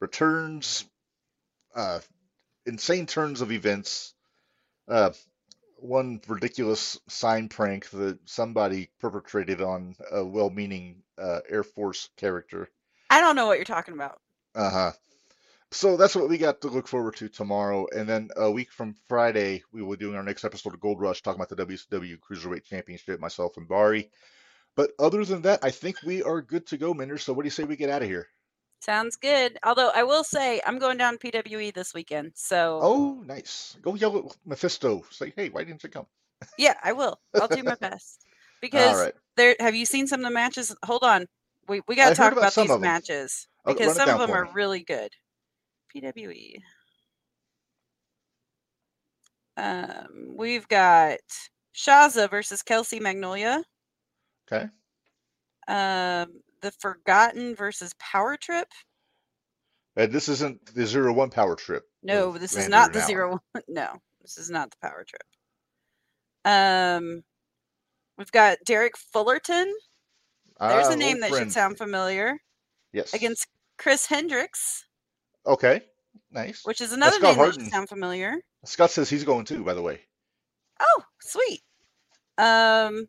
Speaker 1: Returns, uh, insane turns of events. Uh, one ridiculous sign prank that somebody perpetrated on a well-meaning uh, Air Force character.
Speaker 2: I don't know what you're talking about.
Speaker 1: Uh-huh. So that's what we got to look forward to tomorrow. And then a week from Friday, we will be doing our next episode of Gold Rush, talking about the WCW Cruiserweight Championship, myself and Bari. But other than that, I think we are good to go, Minder. So what do you say we get out of here?
Speaker 2: Sounds good. Although I will say I'm going down to PWE this weekend. So
Speaker 1: Oh, nice. Go yell at Mephisto. Say, hey, why didn't you come?
Speaker 2: yeah, I will. I'll do my best.
Speaker 1: All
Speaker 2: Because
Speaker 1: right.
Speaker 2: there have you seen some of the matches? Hold on. We
Speaker 1: I
Speaker 2: we gotta
Speaker 1: heard
Speaker 2: talk
Speaker 1: about
Speaker 2: about,
Speaker 1: some
Speaker 2: these
Speaker 1: of 'em.
Speaker 2: matches.
Speaker 1: Okay,
Speaker 2: Because
Speaker 1: Oh, run it
Speaker 2: some
Speaker 1: down
Speaker 2: of them
Speaker 1: for
Speaker 2: are
Speaker 1: me.
Speaker 2: really good. E. PWE. Um, we've got Shaza versus Kelsey Magnolia.
Speaker 1: Okay.
Speaker 2: Um, the Forgotten versus Power Trip.
Speaker 1: And this isn't the zero one power trip. of
Speaker 2: No, this is
Speaker 1: Randy
Speaker 2: not the
Speaker 1: Orton.
Speaker 2: zero one. No, this is not the power trip. Um, we've got Derek Fullerton. There's
Speaker 1: Ah,
Speaker 2: a name
Speaker 1: old
Speaker 2: that
Speaker 1: friend.
Speaker 2: should sound familiar
Speaker 1: Yes.
Speaker 2: against Chris Hendricks,
Speaker 1: Okay. Nice.
Speaker 2: which is another
Speaker 1: Scott
Speaker 2: name that
Speaker 1: Hardin.
Speaker 2: should sound familiar.
Speaker 1: Scott says he's going too, by the way.
Speaker 2: Oh, sweet. Um,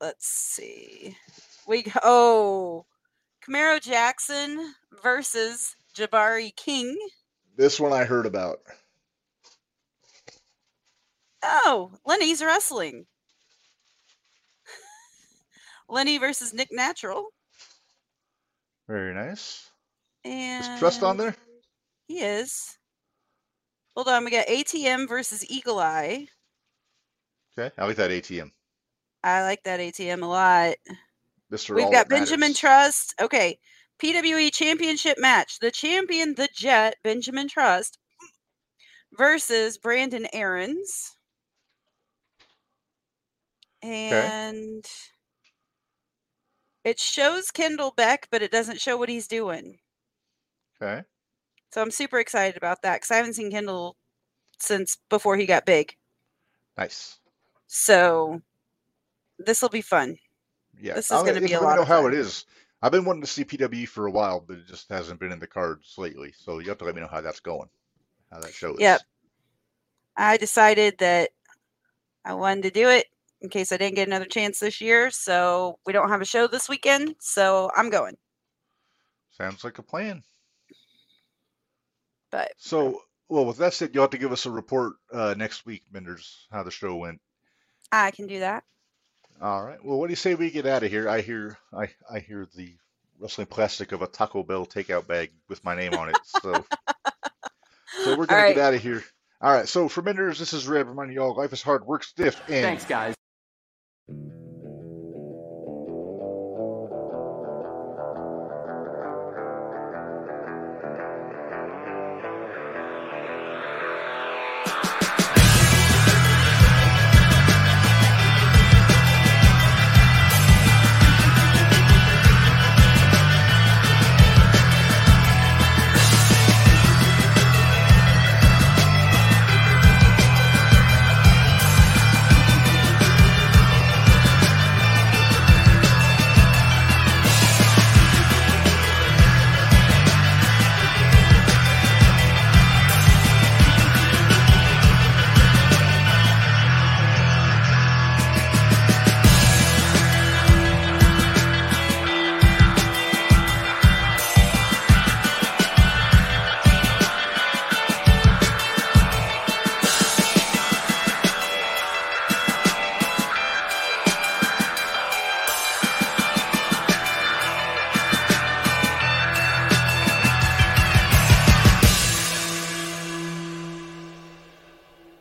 Speaker 2: let's see. We g- oh, Camaro Jackson versus Jabari King.
Speaker 1: This one I heard about.
Speaker 2: Oh, Lenny's wrestling. Lenny versus Nick Natural.
Speaker 1: Very nice.
Speaker 2: And
Speaker 1: Is Trust on there?
Speaker 2: He is. Hold on, we got ATM versus Eagle Eye.
Speaker 1: Okay, I like that ATM.
Speaker 2: I like that ATM a lot.
Speaker 1: This are
Speaker 2: We've
Speaker 1: all
Speaker 2: got
Speaker 1: that
Speaker 2: Benjamin
Speaker 1: matters.
Speaker 2: Trust. Okay. PWE Championship match. The champion, the Jet, Benjamin Trust versus Brandon Aarons. and it shows Kendall Beck, but it doesn't show what he's doing.
Speaker 1: Okay.
Speaker 2: So I'm super excited about that because I haven't seen Kendall since before he got big.
Speaker 1: Nice.
Speaker 2: So this will be fun.
Speaker 1: Yeah.
Speaker 2: This is
Speaker 1: I-
Speaker 2: gonna
Speaker 1: it's-
Speaker 2: be a
Speaker 1: I
Speaker 2: lot
Speaker 1: know
Speaker 2: of
Speaker 1: how
Speaker 2: fun.
Speaker 1: it is. I've been wanting to see PW for a while, but it just hasn't been in the cards lately. So you have to let me know how that's going, how that show is.
Speaker 2: Yep. I decided that I wanted to do it in case I didn't get another chance this year. So we don't have a show this weekend. So I'm going.
Speaker 1: Sounds like a plan.
Speaker 2: But
Speaker 1: So, well, with that said, you'll have to give us a report uh, next week, Menders, how the show went.
Speaker 2: I can do that.
Speaker 1: All right. Well, what do you say we get out of here? I hear, I, I hear the rustling plastic of a Taco Bell takeout bag with my name on it. So, so we're
Speaker 2: All
Speaker 1: gonna
Speaker 2: right.
Speaker 1: get out of here. All right. So, for Menders, this is Red. Reminding y'all, life is hard, work stiff, and
Speaker 5: Thanks, guys.